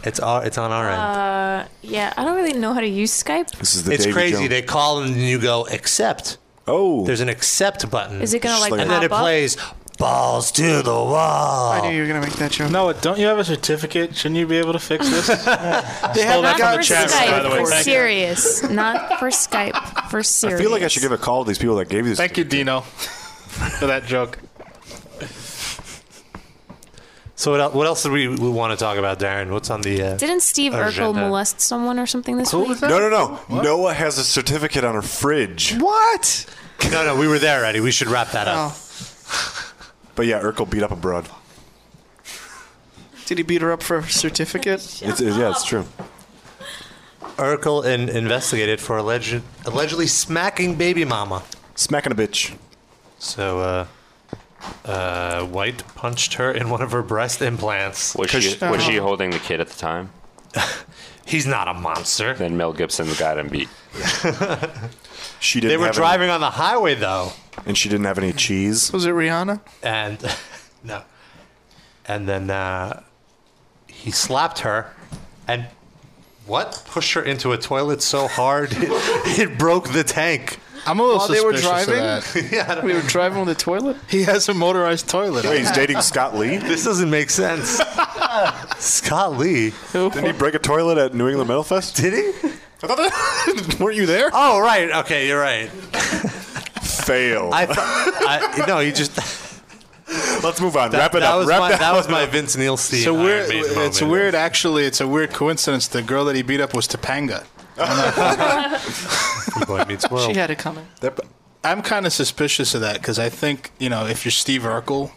It's our, it's on our end.
Uh, yeah, I don't really know how to use Skype.
This is
it's
Davy
crazy.
Jones.
They call and you go accept.
Oh,
there's an accept button.
Is it gonna, like,
and then it
pop up?
plays balls to the wall.
I knew you were gonna make that joke.
No, don't you have a certificate? Shouldn't you be able to fix this?
They have
that
not
from
for
the chat room, by the way.
Skype, for
Thank you.
serious. Not for Skype, for
I
serious.
feel like I should give a call to these people that gave you this.
Thank you, Dino, for that joke.
So what else, what else do we, we want to talk about, Darren? What's on the uh,
Didn't Steve
Oh,
Urkel
agenda?
molest someone or something this week?
No, no, no. Noah has a certificate on her fridge.
What?
No, no, we were there already. We should wrap that up.
Oh.
But yeah, Urkel beat up a broad.
Did he beat her up for her certificate?
It's, it's- yeah, it's true.
Urkel in, investigated for alleged, allegedly smacking baby mama.
Smacking a bitch.
So uh, Uh, White punched her in one of her breast implants.
Was she was she
uh-huh.
holding the kid at the time?
He's not a monster.
Then Mel Gibson got him beat.
She
They
didn't.
were
have
driving on the highway though,
any, and she didn't have any cheese.
Was it Rihanna?
and no, and then uh, he slapped her, and what pushed her into a toilet so hard it, it broke the tank.
I'm a little
While they were
suspicious of
driving,
that.
yeah, I don't-
we were driving with a toilet.
He has a motorized toilet.
Wait, he's dating Scott Lee?
This doesn't make sense. Scott Lee.
Didn't he break a toilet at New England Metal Fest?
Did he?
I thought that. Weren't you there?
Oh right. Okay, you're right.
Fail.
I thought. I, no, you just.
Let's move on.
That-
Wrap it
that
up.
was
Wrap
my-
it
that
up.
was my Vince Neil Steve.
So
Iron
weird.
Maiden
It's
moment.
weird. Actually, it's a weird coincidence. The girl that he beat up was Topanga.
Boy meets world.
She had it coming.
I'm kind of suspicious of that because I think you know if you're Steve Urkel,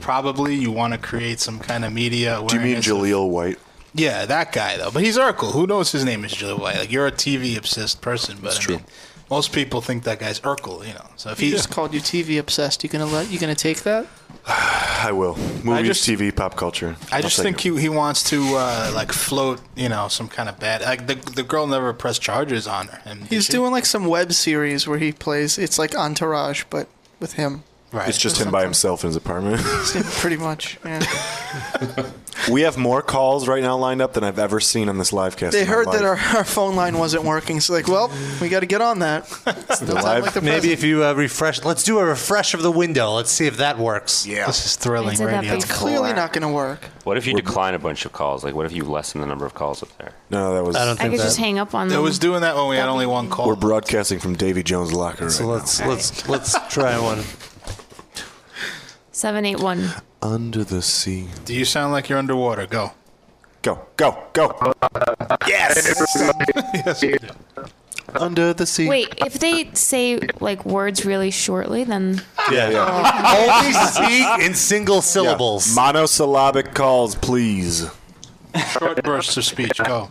probably you want to create some kind of media.
Do you mean
awareness.
Jaleel White?
Yeah, that guy though. But he's Urkel. Who knows his name is Jaleel White? Like you're a TV obsessed person, but I mean, most people think that guy's Urkel. You know. So if
If he
he's
just called you TV obsessed, you gonna let you gonna take that?
I will. Movies, TV, pop culture.
I
I'll
just
take
think he, he wants to uh, like float, you know, some kind of bad. Like the the girl never pressed charges on her. And
He's doing like some web series where he plays. It's like Entourage, but with him.
It's just him by himself in his apartment.
Pretty much. yeah.
we have more calls right now lined up than I've ever seen on this live cast.
They
in my
heard
life.
that our, our phone line wasn't working, so like, well, we got to get on that. Still sound like the
Maybe
president.
if you uh, refresh, let's do a refresh of the window. Let's see if that works.
Yeah, this is thrilling
It's clearly not going to work.
What if you decline a bunch of calls? Like, what if you lessen the number of calls up there?
No, that was.
I don't
I could just hang up on them.
doing that when we had only one call.
We're broadcasting from Davy Jones' locker.
So
right
let's
now.
let's let's try one.
Seven eight one.
Under the sea.
Do you sound like you're underwater? Go.
Go, go, go.
yes.
Under the sea.
Wait, if they say like words really shortly, then
Yeah,
Only speak in single syllables.
Monosyllabic calls, please.
Short bursts of speech. Go.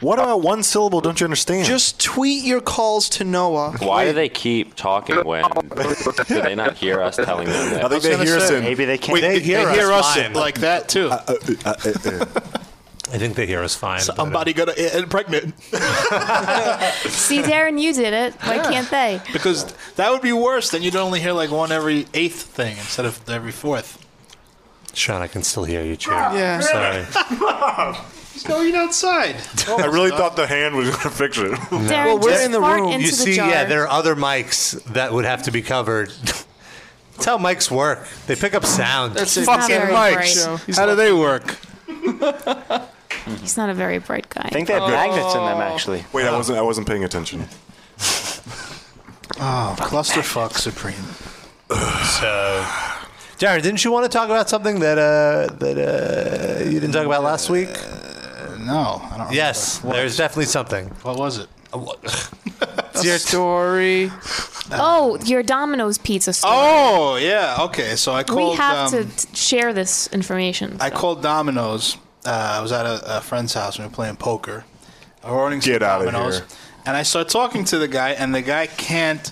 What about one syllable? Don't you understand?
Just tweet your calls to Noah.
Why do they keep talking when? do they not hear us telling them that?
I think they hear us in.
Wait, they, they hear us, in
fine.
like that too. uh,
I think they hear us fine. uh,
Somebody gonna get pregnant
see, Darren, you did it. Why can't they?
because that would be worse. Then you'd only hear like one every eighth thing instead of every fourth.
Sean, I can still hear you. Cheer.
Yeah.
Sorry.
He's going outside.
Oh,
I really thought the hand was going to fix it.
well, we're in the room.
You see, yeah, there are other mics that would have to be covered. That's how mics work. They pick up sound.
That's He's fucking not very mics. bright. How He's do not-
they work?
He's not a very bright guy. I
think they have magnets in them,
actually.
Wait, I wasn't. I wasn't paying attention.
Oh, clusterfuck supreme.
So, Darren, didn't you want to talk about something that uh, that uh, you didn't talk about last week?
Uh, no, I don't.
Yes, there's definitely something.
What was it?
It's your
story.
Oh, your Domino's pizza story.
Oh yeah, okay. So I called.
we
um,
have to t- share this information.
I called Domino's. Uh, I was at a, a friend's house and we were playing poker. I was ordering
Get
some
outta
Domino's,
here.
and I start talking to the guy, and the guy can't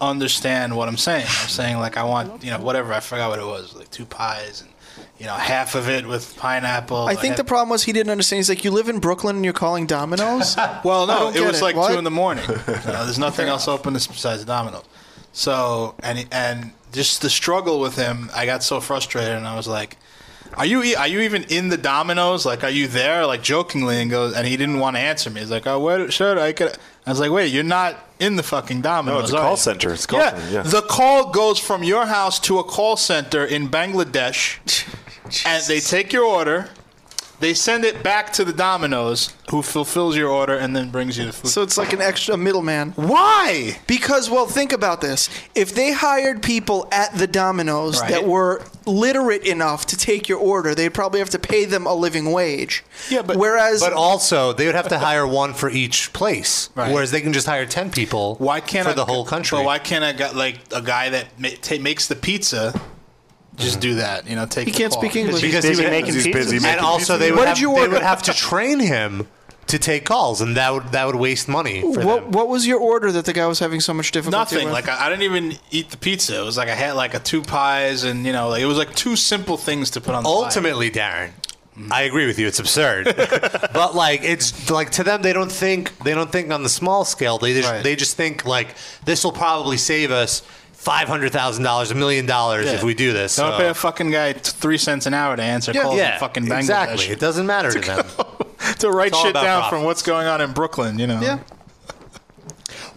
understand what I'm saying. I'm saying like I want you know whatever. I forgot what it was, like two pies and you know half of it with pineapple.
I think the problem was he didn't understand. He's like, you live in Brooklyn and you're calling Domino's.
Well,
I
no,
don't
it
get
was like
What?
two in the morning. You know, there's nothing else open besides Domino's. So and and just the struggle with him, I got so frustrated, and I was like, "Are you e- are you even in the Domino's? Like, are you there?" Like jokingly, and goes, and he didn't want to answer me. He's like, "Oh, where should I?" Could I was like, "Wait, you're not in the fucking Domino's."
No, it's a
are
call
you?"
center. It's a call
yeah,
center, yeah.
the call goes from your house to a call center in Bangladesh, and they take your order. They send it back to the Domino's, who fulfills your order and then brings you the food.
So it's like an extra middleman.
Why?
Because, well, think about this. If they hired people at the Domino's
Right.
that were literate enough to take your order, they'd probably have to pay them a living wage. Yeah, but whereas,
But also, they would have to hire one for each place, whereas they can just hire ten people. Why
can't
for
I-
the whole country?
But why can't I got like a guy that ma- ta makes the pizza?
Mm-hmm.
Just do that, you know. Take. the call.
because he would- and also they would, have, they would have to train him to take calls, and that would that would waste money. For them.
What What was your order that the guy was having so much difficulty
Nothing.
with?
Like I, I didn't even eat the pizza. It was like I had like a two pies, and you know, like it was like two simple things to put on. the
Ultimately, Darren, I agree with you. It's absurd, but like it's like to them they don't think they don't think on the small scale. They just they just think like this will probably save us five hundred thousand dollars, a million dollars if
Yeah.
we do this.
Don't
So-
pay a fucking guy t- three cents an hour to answer
Yeah,
calls
yeah,
in fucking Bangladesh.
exactly. It doesn't matter to them.
to write
It's all
shit
about
down
profit.
from what's going on in Brooklyn, you know. Yeah.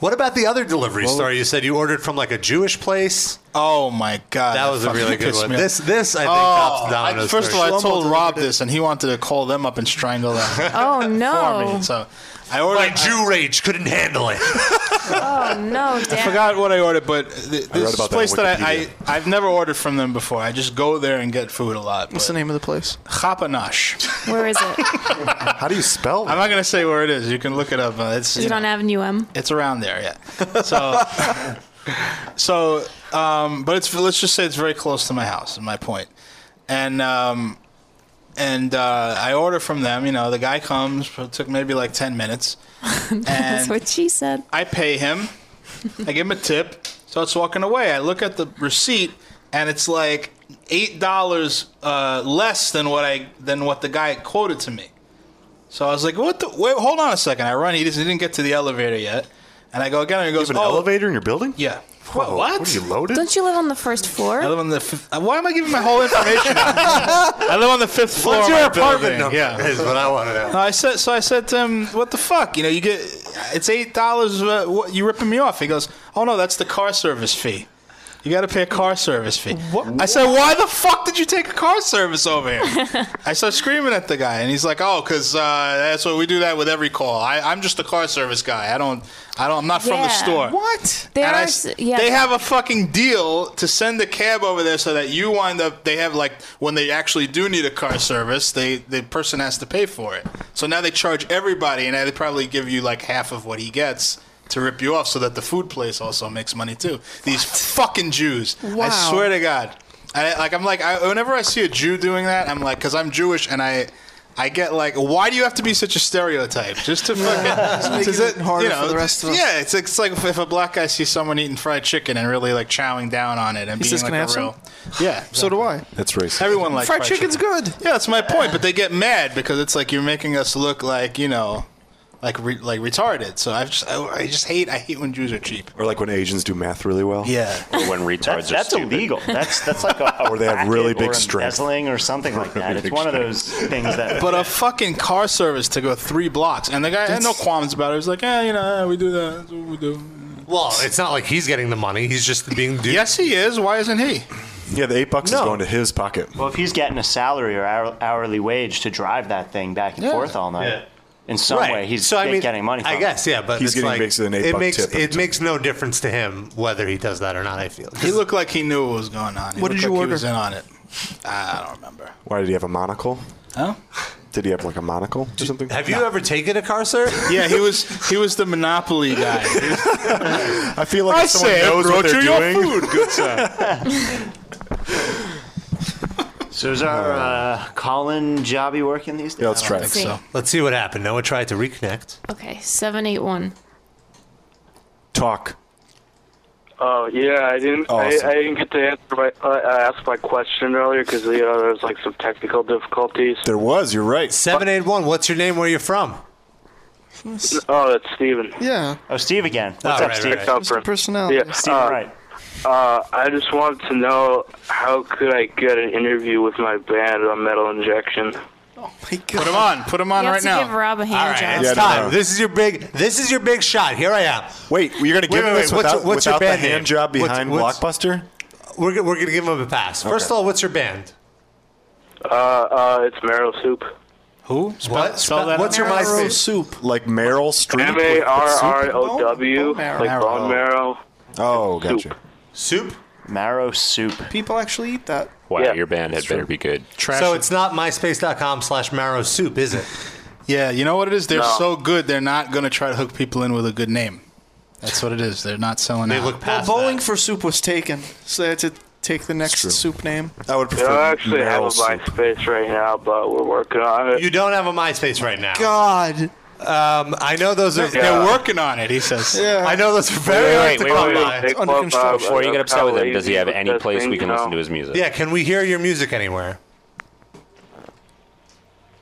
What about the other delivery store you said you ordered from like a Jewish place?
Oh my god,
that was a
fucking
really good
pissed
one.
me off.
This this I think
Oh,
tops
I-
Domino's.
First of all, I
first.
told Rob this, and he wanted to call them up and strangle them.
Oh, no.
For me. So I ordered.
My Jew rage couldn't handle it.
Oh no,
I
Dad.
forgot what I ordered, but th-
I read
this
about that
place
on
that, I,
Wikipedia.
I I've never ordered from them before. I just go there and get food a lot. What's the
name of the place?
Chapanash.
Where is it?
How
do you spell?
I'm not gonna say where it is. You can look it up. Uh, it's
Is
you
it
know,
on Avenue M?
it's around there. Yeah. So so um, but it's let's just say it's very close to my house. Is my point. And um, and uh, I order from them. You know, the guy comes. It took maybe like ten minutes.
That's what she said.
I pay him. I give him a tip. Starts walking away. I look at the receipt, and it's like eight dollars uh, less than what I than what the guy quoted to me. So I was like, "What? The, wait, hold on a second. I run. He doesn't, he didn't get to the elevator yet, and I go again. And he goes,
an
"Oh,
elevator in your building?
Yeah. What? Oh, What? What are you
loaded?
Don't you live on the first floor?
I live on the. Fifth, uh, why am I giving my whole information? I live on the fifth floor.
What's
of
your
my
apartment
building.
number?
Yeah,
Is what I want to know.
No, I said so. I said to him, "What the fuck? You know, you get it's eight dollars. Uh, what- you ripping me off?" He goes, "Oh no, that's the car service fee. You got to pay a car service fee." I said, "Why the fuck did you take a car service over here?" I start screaming at the guy, and he's like, "Oh, because uh, that's what we do that with every call. I, I'm just a car service guy. I don't, I don't. I'm not from the
Yeah.
store.
What? There
And I
are
s-
s- yeah.
They have a fucking deal to send a cab over there so that you wind up. They have like when they actually do need a car service, they the person has to pay for it. So now they charge everybody, and now they probably give you like half of what he gets to rip you off, so that the food place also makes money too. These fucking Jews! I
Wow.
swear to God, I, like I'm like I, whenever I see a Jew doing that, I'm like because I'm Jewish and I. I get like, why do you have to be such a stereotype? Just to fucking
Just making
to-
it harder for the rest of us.
Yeah, yeah, it's, it's like if- if a black guy sees someone eating fried chicken and really like chowing down on it and being
He's just
like
gonna
a real.
have
Yeah.
So do I.
That's racist.
Everyone likes
Fried
fried,
chicken's good.
Yeah, that's my point. But they get mad because it's like you're making us look like you know, like re, like retarded. So I've just I, I just hate I hate when Jews are cheap.
Or like when Asians do math really well.
Yeah.
Or when retards
That's-
are
that's
stupid.
illegal.
That's that's like
oh,
a
Or they have really
racket
big
or
strength.
embezzling or something like that. It's
big
one of those things that.
But a fucking car service to go three blocks and the guy had no qualms about it. He was like, yeah, you know, eh, we do that. That's what we do.
Well, it's not like he's getting the money. He's just being duped.
Yes, he is. Why isn't he?
Yeah, the eight bucks
No.
is going to his pocket.
Well, if he's getting a salary or hour, hourly wage to drive that thing back and
Yeah.
forth all night,
Yeah.
in some
Right.
way he's
So, I
get-
mean,
getting money. From
I
it.
guess, yeah, but it's like, it makes it makes no difference to him whether he does that or not. I feel
He looked like he knew what was going on. He
What did
looked
you
like
order?
He was in on it. I don't remember.
Why did he have a monocle?
Huh?
Did he have like a monocle or something?
Have you ever taken a car, sir?
Yeah, he was he was the Monopoly guy.
I feel like if someone knows what they're doing.
So is our uh, Colin Jobby working these days?
let's
try it. so.
Let's see what happened. Noah tried to reconnect.
Okay, seven eight one.
Talk.
Oh yeah, I didn't.
Awesome.
I, I didn't get to answer my uh, ask my question earlier because you know there was like some technical difficulties.
There was. You're right.
Seven eight one. What's your name? Where are you from?
Oh, that's Steven.
Yeah.
Oh, Steve again. What's
Oh,
up,
right,
Steve?
right, right.
Personality.
Yeah, uh, Uh, I just wanted to know how could I get an interview with my band on Metal Injection?
Put him on. Put him on
You have
right
to
now.
give Rob a hand
All right,
job.
it's time. This is your big. This is your big shot. Here I am.
Wait, you're gonna give him this without- without the hand job behind
Blockbuster? We're go- we're gonna give him a pass. First of all, what's your band?
Uh, uh, it's Meryl Soup.
Who?
what? Spell that what's your MySpace?
soup? Like Meryl Streep.
M
with-
A
with
R
soup?
R O W,
marrow.
like bone marrow.
Oh, gotcha.
Soup.
Marrow soup.
People actually eat that.
Wow, your band had better be good.
so it's not myspace.com slash marrow soup, is it?
Yeah, you know what it is? They're
No.
so good, they're not going to try to hook people in with a good name. That's what it is. They're not selling out.
well, bowling for soup was taken, so they had to take the next soup name.
I would
I don't actually have a MySpace right now, but we're working on it.
You don't have a MySpace right now.
God.
Um, I know those are.
They're working on it, he says.
I know those are very hard
Wait,
to
wait,
come
wait,
by.
wait, wait, Under well, construction. Bob,
Before you get upset with him, does he have any place we can listen to his music?
Yeah, can we hear your music anywhere?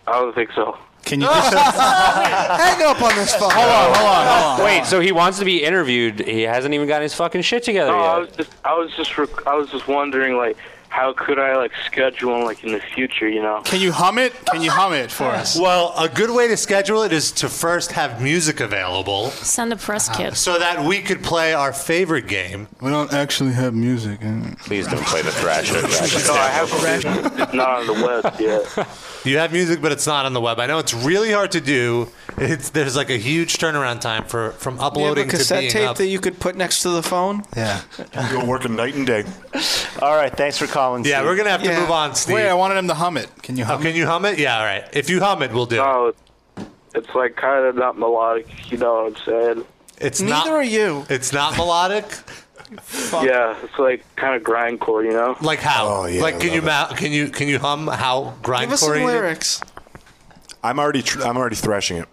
I don't think so.
Can
you just-
Hang up on this phone. Hold
on,
hold on,
Wait, so he wants to be interviewed. He hasn't even got his fucking shit
Oh,
together
No, I
yet.
was just, I was just, rec- I was just wondering, like, how could I like schedule like in the future, you know?
Can you hum it? Can you hum it for us?
Well, a good way to schedule it is to first have music available.
Send a press kit.
So that we could play our favorite game.
We don't actually have music. eh?
Please don't play the Thrasher.
No, I have it's not on the web yet.
You have music, but it's not on the web. I know it's really hard to do. It's there's like a huge turnaround time for from
Do you have a
uploading to
cassette
being
tape
up.
that you could put next to the phone?
Yeah.
You're working night and day.
All right, thanks for calling.
Yeah,
Steve.
we're gonna have to move on, Steve.
Wait, I wanted him to hum it. Can you
hum? Oh, can you hum it? Yeah, all right. If you hum it, we'll do.
No, it's like kind of not melodic, you know what I'm saying?
It's not. Neither
are you.
It's not melodic.
Yeah, it's like kind of grindcore, you know.
Like how?
Oh,
yeah,
like can
I
you
love
ma- can you can you hum how grindcore? it is?
I'm already tr- I'm already thrashing it.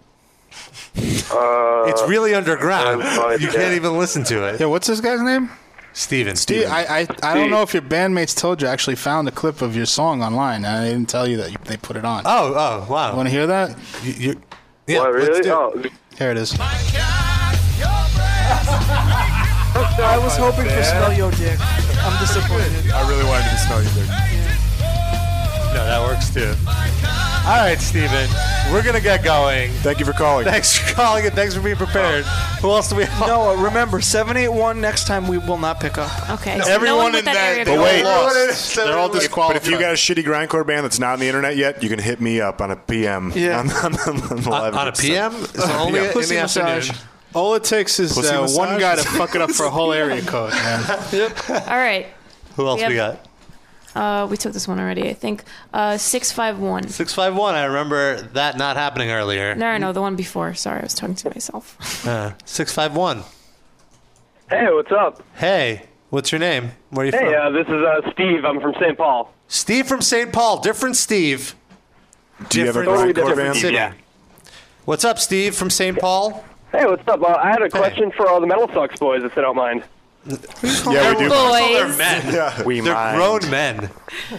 Uh,
It's really underground. You can't even listen to it.
Yeah, what's this guy's name?
Steven.
Steve, I, I, I don't know if your bandmates told you. I actually found a clip of your song online, and I didn't tell you that you, they put it on.
Oh, oh, wow.
Want to hear that?
You, you,
yeah,
what, really? oh,
Here it is.
I was hoping for
Yeah.
smell your dick. I'm disappointed.
I really wanted to smell you there.
No, that works too. All right, Steven. We're going to get going.
Thank you for calling.
Thanks for calling and thanks for being prepared. Who else do we have?
No, remember, 781 next time we will not pick up.
Okay.
But wait,
They're all disqualified.
But if you got a shitty grindcore band that's not on the internet yet, you can hit me up on a PM.
Yeah.
On, on- on- on
On a PM?
episode.
It's only in the Pussy massage. afternoon. All it takes is
Pussy
uh, one
massage?
guy to fuck it up for a whole area code, man.
All right.
Who else
Yep.
we got?
Uh, we took this one already, I think. Uh, 651.
651. I remember that not happening earlier.
No, no, no, the one before. Sorry, I was talking to myself.
Uh, 651.
Hey, what's up?
Hey, what's your name? Where are you
hey,
from?
uh, this is uh, Steve. I'm from St. Paul.
Steve from St. Paul. Different Steve.
Do you have a
Different-
grindcore
different
band?
city.
Yeah.
What's up, Steve from St. Paul?
Hey, what's up? Uh, I had a question for all the Metal Sucks boys, if they don't mind.
They're
we do.
They're
Boys.
men.
Yeah. We
They're
mind.
grown men.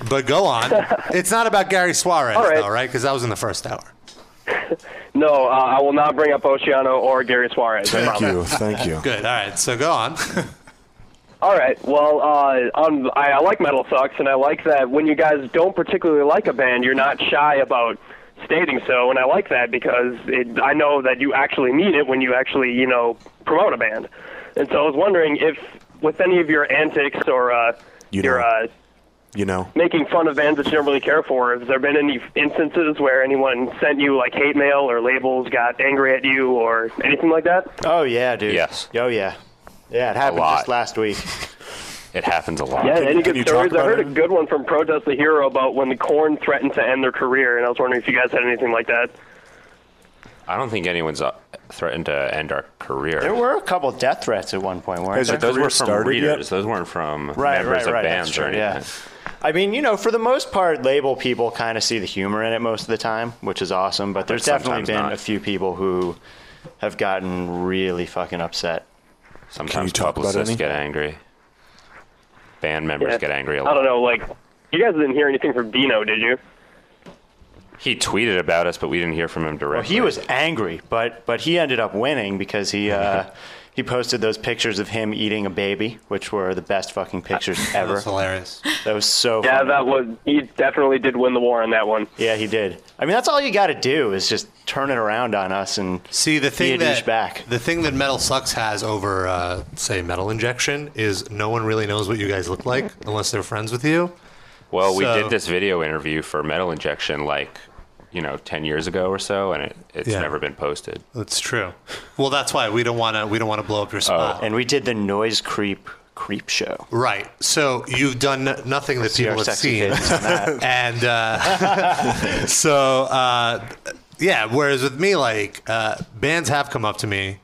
But go on. It's not about Gary Suarez,
All right.
though, right? Because that was in the first hour.
No, uh, I will not bring up Oceano or Gary Suarez. I
Thank
promise.
you. Thank you.
Good. All right. So go on.
All right. Well, uh, on, I, I like Metal Sucks, and I like that when you guys don't particularly like a band, you're not shy about stating so, and I like that because it, I know that you actually mean it when you actually, you know, promote a band. And so I was wondering if, with any of your antics or uh, your uh,
You know.
making fun of bands that you don't really care for, has there been any instances where anyone sent you like hate mail or labels, got angry at you, or anything like that?
Oh yeah, dude.
Yes.
Oh yeah. Yeah, it happened
lot.
just last week.
It happens a lot.
Yeah, any good stories? I heard a good one from Protest the Hero about when the Corn threatened to end their career, and I was wondering if you guys had anything like that.
I don't think anyone's uh, threatened to end our career.
There were a couple death threats at one point, weren't
But
there?
those were from readers. Those weren't from
Right,
members
right, right.
of bands
That's true,
or anything.
yeah. I mean, you know, for the most part, label people kind of see the humor in it most of the time, which is awesome. But there's definitely
sometimes
been
not.
a few people who have gotten really fucking upset.
Sometimes publicists get angry. Band members
Yeah.
get angry a
I
lot.
don't know, like, you guys didn't hear anything from Dino, did you?
He tweeted about us, but we didn't hear from him
Well,
directly.
he was angry, but but he ended up winning because he uh, he posted those pictures of him eating a baby, which were the best fucking pictures ever.
was
hilarious.
That was
Oh.
so.
Yeah,
funny.
that was. He definitely did win the war on that one.
Yeah, he did. I mean, that's all you got to do is just turn it around on us and
see the
be
thing
a
that
douchebag.
the thing that Metal Sucks has over, uh, say, Metal Injection is no one really knows what you guys look like unless they're friends with you.
Well, we
So-
did this video interview for Metal Injection like, you know, 10 years ago or so, and it, it's
Yeah.
never been posted.
That's true. Well, that's why we don't want to we don't want to blow up your spot.
Oh, And we did the noise creep creep show.
Right. So you've done n- nothing that
See our
people have
sexy
seen.
faces on that.
and uh, so, uh, yeah, whereas with me, like, uh, bands have come up to me,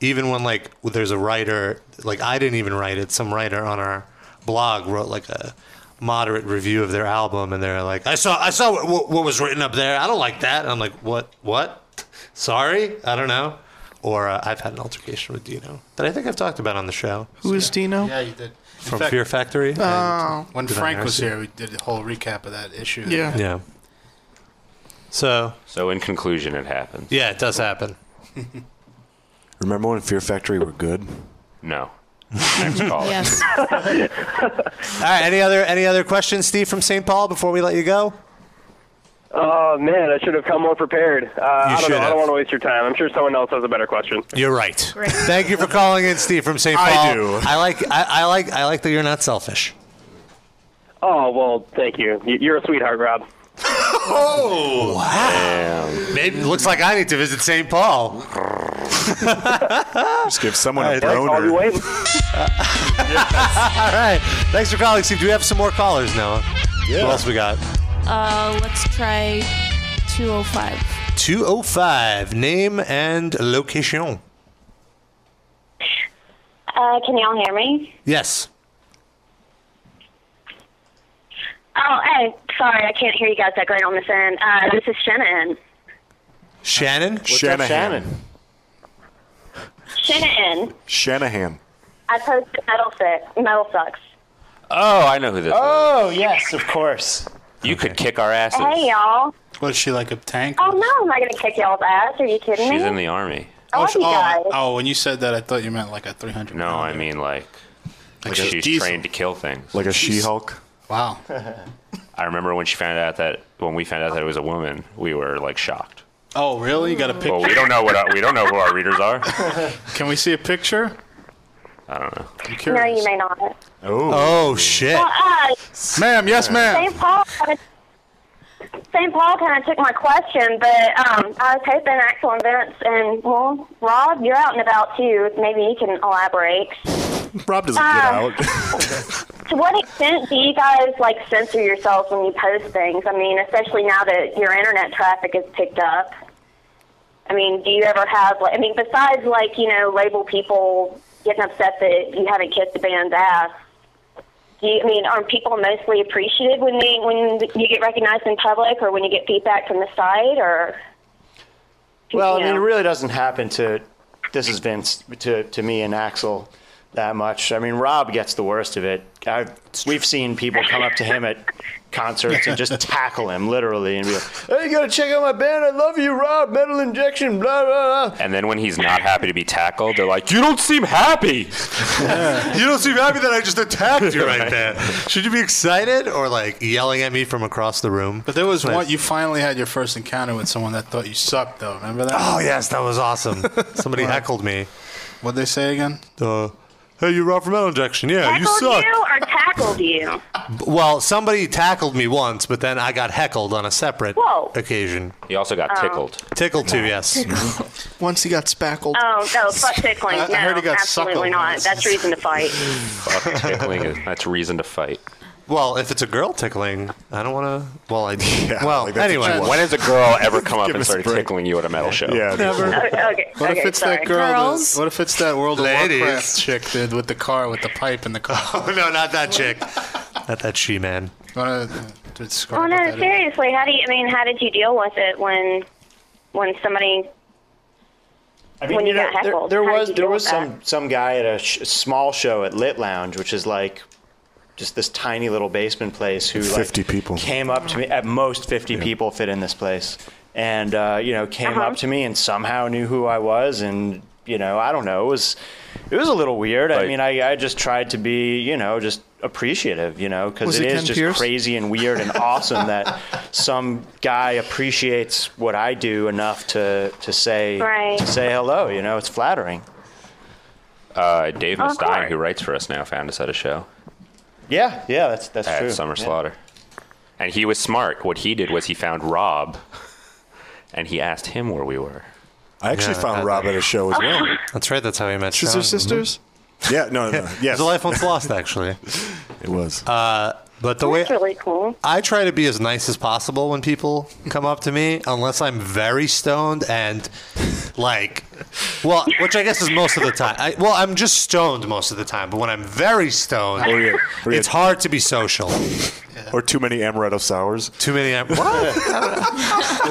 even when, like, there's a writer, like, I didn't even write it. Some writer on our blog wrote, like, a moderate review of their album, and they're like, I saw, I saw what, what was written up there. I don't like that. And I'm like, what? What? sorry, I don't know. Or uh, I've had an altercation with Dino that I think I've talked about on the show
Who is Dino?
Yeah, you did. In
from
fact,
Fear Factory. and
Oh.
When
Good on
Frank was
Heresy.
here, we did a whole recap of that issue.
Yeah.
Yeah. So
So in conclusion, it happened.
yeah, it does happen.
Remember when Fear Factory were good?
No.
Next
call.
Yes.
All right. Any other any other questions, Steve from St. Paul, before we let you go?
Oh man, I should have come more prepared. Uh, I don't
should
know. I
have.
don't want to waste your time. I'm sure someone else has a better question.
You're right. Thank you for calling in, Steve from St. Paul.
I
do. I like I, I like I like that you're not selfish.
Oh well, thank you. Y- You're a sweetheart, Rob.
Oh wow! Maybe looks like I need to visit St. Paul.
Just give someone
All
a
right,
boner.
thanks.
Uh,
All right. Thanks for calling, Steve. Do we have some more callers, Noah?
Yeah.
What else we got?
Uh, let's try 205.
205. Name and location.
Uh, can y'all hear me?
Yes.
Oh, hey, sorry, I can't hear you guys that great on this end. Uh, this is Shannon.
Shannon?
Shanahan.
Shannon,
Shanahan.
I posted metal sick. Metal sucks.
Oh, I know who this
Oh,
is. yes, of course. You could kick our asses.
Hey, y'all.
What is she like a tank?
Oh no, I'm not gonna kick y'all's ass. Are you kidding
She's
me?
in the army.
I love
she-
you guys.
oh, oh, when you said that, I thought you meant like a 300.
No, I mean like,
Like
she's
a diesel.
trained to kill things.
Like a She-Hulk.
Wow.
I remember when she found out that when we found out that it was a woman, we were like shocked.
Oh, really? You got a picture?
Well, we don't know what our, we don't know who our readers are.
Can we see a picture?
I don't know.
I'm
no,
curious.
you may not.
Oh. Oh shit.
Well, uh,
Ma'am, yes, ma'am.
St. Paul. St. Paul kind of took my question, but um, I was hoping Axel and Vince and well, Rob, you're out and about too. Maybe you can elaborate.
Rob doesn't
Uh,
get out.
To what extent do you guys like censor yourselves when you post things? I mean, especially now that your internet traffic has picked up. I mean, do you ever have like I mean, besides like, you know, label people getting upset that you haven't kissed a band's ass, do you I mean, are people mostly appreciative when they when you get recognized in public or when you get feedback from the site or
Well, I mean, it really doesn't happen to this is Vince to to me and Axel that much. I mean, Rob gets the worst of it. i we've seen people come up to him at concerts and just tackle him literally and be like, "Hey, you gotta check out my band. I love you, Rob. Metal Injection. Blah blah blah."
And then when he's not happy to be tackled, they're like, "You don't seem happy."
you don't seem happy that I just attacked you right there. Should you be excited or like yelling at me from across the room?
But there was
Nice.
one. You finally had your first encounter with someone that thought you sucked, though. Remember that?
Oh yes, that was awesome. Somebody heckled me.
What'd they say again?
Uh, hey, you Rob from Metal Injection. Yeah, you
tackled
suck.
you or tackled you?
B- Well, somebody tackled me once, but then I got heckled on a separate
Whoa.
occasion.
He also
got Oh. tickled.
Tickled too, yes.
Once he got spackled.
Oh no, fuck tickling.
I- I
no,
heard he got
absolutely
suckled
not.
once.
That's reason to fight.
Fuck tickling. is- That's reason to fight.
well, if it's a girl tickling, I don't want to. Well, I. well,
Like, that's
anyway,
a- when has a girl ever come up and started tickling you at a metal show?
Yeah. Never.
okay.
What if
okay,
it's
sorry.
that girl?
Girls?
That, what if it's that World
Ladies.
of Warcraft chick dude, with the car, with the pipe in the car?
Oh, no, not that chick. Not that she man.
uh,
Oh no, seriously. How do you? I mean, how did you deal with it when when somebody
I mean,
when you,
you know,
got
there,
heckled?
there
How did
was
you
there
deal
was
with that?
some some guy at a sh- small show at Lit Lounge, which is like just this tiny little basement place who like,
50 people.
came up to me at most 50 people fit in this place and uh, you know
Uh-huh.
came up to me and somehow knew who i was and you know i don't know it was it was a little weird i mean I, I just tried to be you know just appreciative you know because
Was
it
it
is
Ken
just
Pierce?
crazy and weird and awesome that some guy appreciates what i do enough to to say
Right.
to say hello you know it's flattering
Uh, Dave
Of
Mustaine, who writes for us now, found us at a show
yeah yeah that's that's
at
true
Summer
Yeah.
Slaughter, and he was smart. What he did was he found Rob, and he asked him where we were.
I actually
Yeah,
found
that-
Rob at a show as well.
That's right. That's how he met
Sister
Sean.
Sisters? Yeah, no, no, no.
It
Yes.
was a life once lost, actually.
It was.
Uh, but the way
That's really cool.
I try to be as nice as possible when people come up to me, unless I'm very stoned and like, well, which I guess is most of the time. I, well, I'm just stoned most of the time, but when I'm very stoned,
Or you- or you-
it's hard to be social.
Or too many amaretto sours.
Too many. Am- what?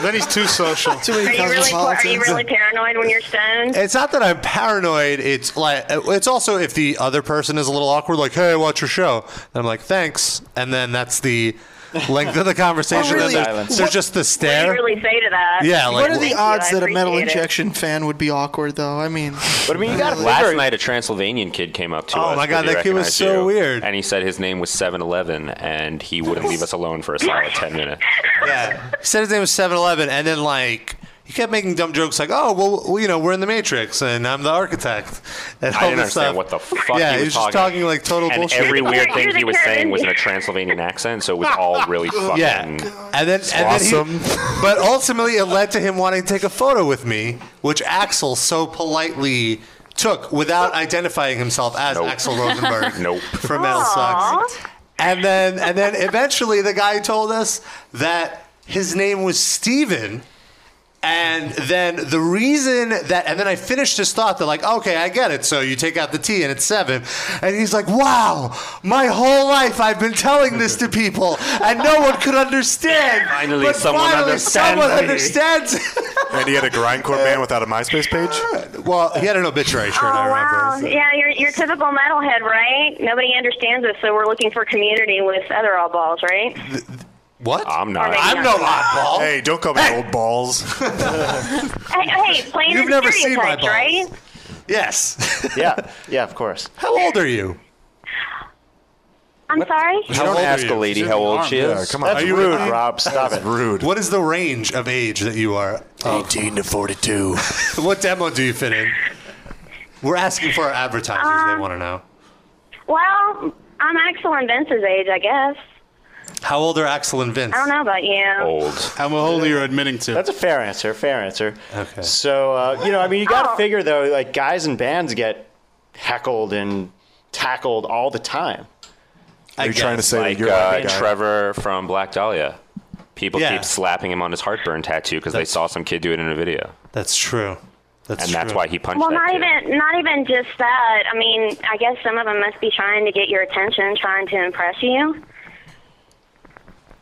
Then he's too social.
Too
Are you really are you really paranoid when you're stoned?
It's not that I'm paranoid. It's like it's also if the other person is a little awkward, like, "Hey, watch your show," and I'm like, "Thanks," and then that's the length of the conversation.
Well, really,
and there's, there's just the
What do you
stare.
really say to that?
Yeah, like-
what are
Thank
the
you,
odds
I
that a metal
appreciate it.
injection fan would be awkward, though? I mean, but
I mean, you got Last night, a Transylvanian kid came up to
Oh
us.
my God,
because he
that kid was
recognized
so
you,
weird.
And he said his name was 7-Eleven, and he wouldn't leave us alone for a solid ten minutes.
yeah, he said his name was 7-Eleven, and then like. He kept making dumb jokes like, "Oh, well, well, you know, we're in the Matrix, and I'm the architect." And
I
all
didn't
this
understand
stuff.
what the fuck
Yeah,
he was
just
talking.
talking like total
and
bullshit.
every weird thing he was saying was in a Transylvanian accent, so it was all really fucking.
yeah, and then and then he, but ultimately it led to him wanting to take a photo with me, which Axel so politely took without identifying himself as Axel Rosenberg
nope.
from Metal Sucks. And then and then eventually the guy told us that his name was Steven. And then the reason that, and then I finished his thought. They're like, okay, I get it. So you take out the T and it's seven. And he's like, wow, my whole life I've been telling this to people and no one could understand.
Finally,
But
someone
finally
understands
Someone
me."
understands.
And he had a grindcore band without a MySpace page.
Well, he had an obituary shirt. I
Oh, Wow. Yeah, you're, you're typical metalhead, right? Nobody understands us, so we're looking for community with other oddballs, right?
What?
I'm
Or maybe I'm not. no
oddball.
Hey, don't call me old balls.
hey, hey, plain
You've
and
never seen my
stereotypes,
balls.
right?
Yes.
yeah. Yeah. Of course.
How old are you?
I'm sorry.
How don't old ask are you? a lady She's how in the old army. she is. Yeah, come on. That's rude, Rob.
Stop it. Rude. What is the range of age that you are? 18 to 42. what demo do you fit in? We're asking for our advertisers. they want to know.
Well, I'm Axel and Vince's age, I guess.
How old are Axel and Vince?
I don't know about you.
How old are you admitting to? That's a fair answer. Fair answer. Okay. So uh, you know, I mean, you
Oh.
got to figure though, like guys and bands get heckled and tackled all the time.
Are you trying to say
like
that you're a
uh,
bad guy?
Trevor from Black Dahlia? People
Yeah.
keep slapping him on his heartburn tattoo because they saw some kid do it in a video,
That's true. That's
and that's
true.
why he punched
Well,
that
not
kid.
even not even just that. I mean, I guess some of them must be trying to get your attention, trying to impress you.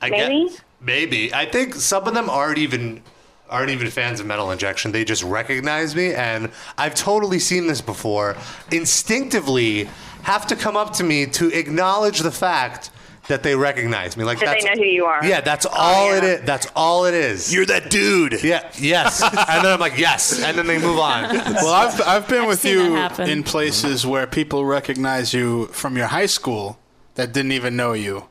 I
Maybe?
Guess, maybe. I think some of them aren't even aren't even fans of Metal Injection. They just recognize me, and I've totally seen this before. Instinctively, have to come up to me to acknowledge the fact that they recognize me. Like
That they
that's-
know who you are. Oh,
Yeah, that's all it is. That's all it is. You're that dude. Yeah. Yes. and then I'm like, yes. And then they move on.
well, I've, I've been with
seen that
you
happen.
in places where people recognize you from your high school that didn't even know you.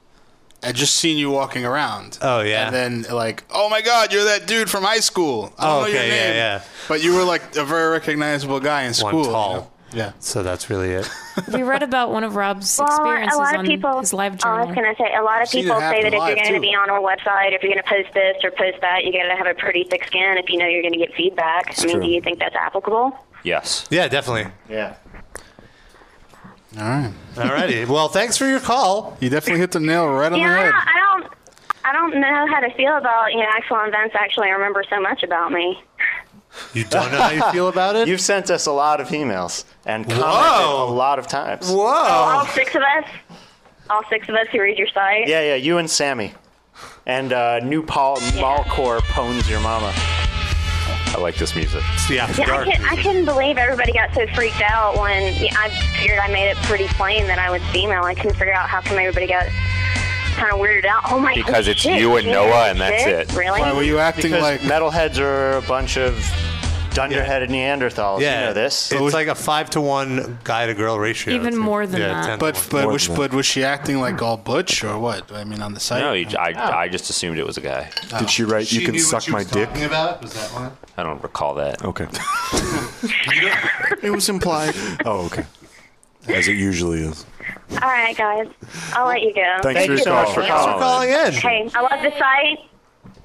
I just seen you walking around.
Oh yeah.
And then like, oh my God, you're that dude from high school. I don't
Oh,
know your
okay, yeah,
name,
yeah.
but you were like a very recognizable guy in school.
One
you
tall.
know? Yeah.
So that's really it.
We read about one of Rob's
Well,
experiences
a lot of
on
people.
his live
oh, I
journal.
was gonna say a lot of
I've seen
people say
it
that
happen
if you're
live,
going
too.
to be on our website, if you're going to post this or post that, you got to have a pretty thick skin. If you know you're going to get feedback, I mean,
true.
do you think that's applicable?
Yes.
Yeah, definitely.
Yeah.
All right.
Alrighty. Well, thanks for your call.
You definitely hit the nail right on
yeah,
the head.
I don't. I don't know how to feel about you know Axel and Vince actually remember so much about me.
You don't know how you feel about it?
You've sent us a lot of emails and commented a lot of times. Oh.
All six of us. All six of us who read your site.
Yeah, yeah, you and Sammy. And uh, new Paul Malcor pones your mama.
I like this music.
It's the after
Yeah, I, couldn't, I couldn't believe everybody got so freaked out when yeah, I figured I made it pretty plain that I was female. I couldn't figure out how come everybody got kind of weirded out. Oh my!
Because
holy
it's
shit,
you and
you're
Noah and that's
six?
it.
Really?
Because metalheads are a bunch of dunderheaded Neanderthals?
Yeah.
You know this.
It's like a five to one guy to girl ratio.
Even
It's-
more than
yeah,
that.
10 to
But
one.
but was, but was she acting like all butch or what? I mean, on the site.
No, you, I,
Oh.
I just assumed it was a guy.
Did
Oh.
she write? you can suck my dick.
about? Was that one?
I don't recall that.
Okay.
it was implied.
Oh, okay. As it usually is.
All right, guys, I'll let you go.
Thanks Thank for you your so much call. for Thanks for calling.
in.
Hey, I love the site.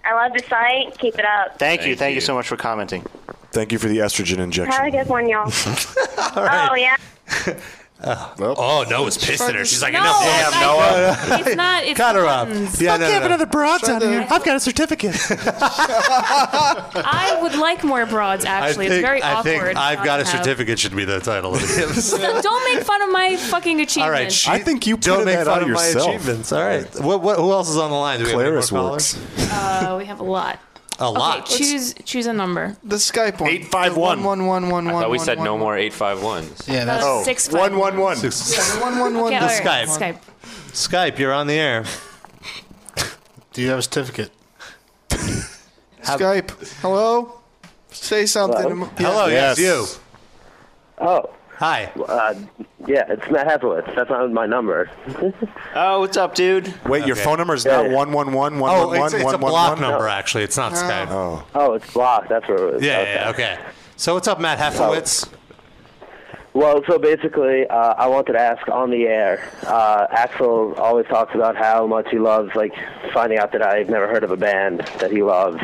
I love the site. Keep it up.
Thank, you. Thank you. so much for commenting.
Thank you for the estrogen injection.
Have a good one, y'all. Oh yeah.
oh, no, it's pissed at her. She's like,
No,
enough.
Damn, it's
Noah.
It's not. It's
Cut her up.
buttons.
Yeah, no, no, no.
broad down here.
I've got a certificate.
I would like more broads. Actually, it's very
I
awkward.
think I've
not
got a
to have-
certificate should be the title of it.
Don't make fun of my fucking achievements.
All right, she- don't make fun of my achievements. All right, what, what, who else is on the line? Do we have any more
Claris works.
callers?
Uh, we have a lot.
A
Okay, choose choose a number.
The Skype one.
Eight five
one. One one one
I
one.
thought we
one,
said
one.
no more 851s.
Yeah, that's-
Oh, six, five,
one, one, one.
Six.
Yeah, one, one, one.
Okay,
The
all right,
Skype. Skype, you're on the air.
Do you have a certificate?
Skype. Hello. Say something.
Hello?
Yeah.
Hello, yes, Yes. Oh.
Hi.
Uh, yeah, it's Matt Hethowitz. That's not my number. oh, what's up, dude?
Wait, your phone number is not one one one one
Oh,
one
it's-
one
it's a
one one
block
one.
number,
actually. It's not
Oh. Skype.
Oh.
Oh, it's blocked. That's where it was.
Yeah, yeah, okay. So what's up, Matt Hefowitz?
Well, so basically, uh, I wanted to ask on the air. Uh, Axel always talks about how much he loves, like finding out that I've never heard of a band that he loves.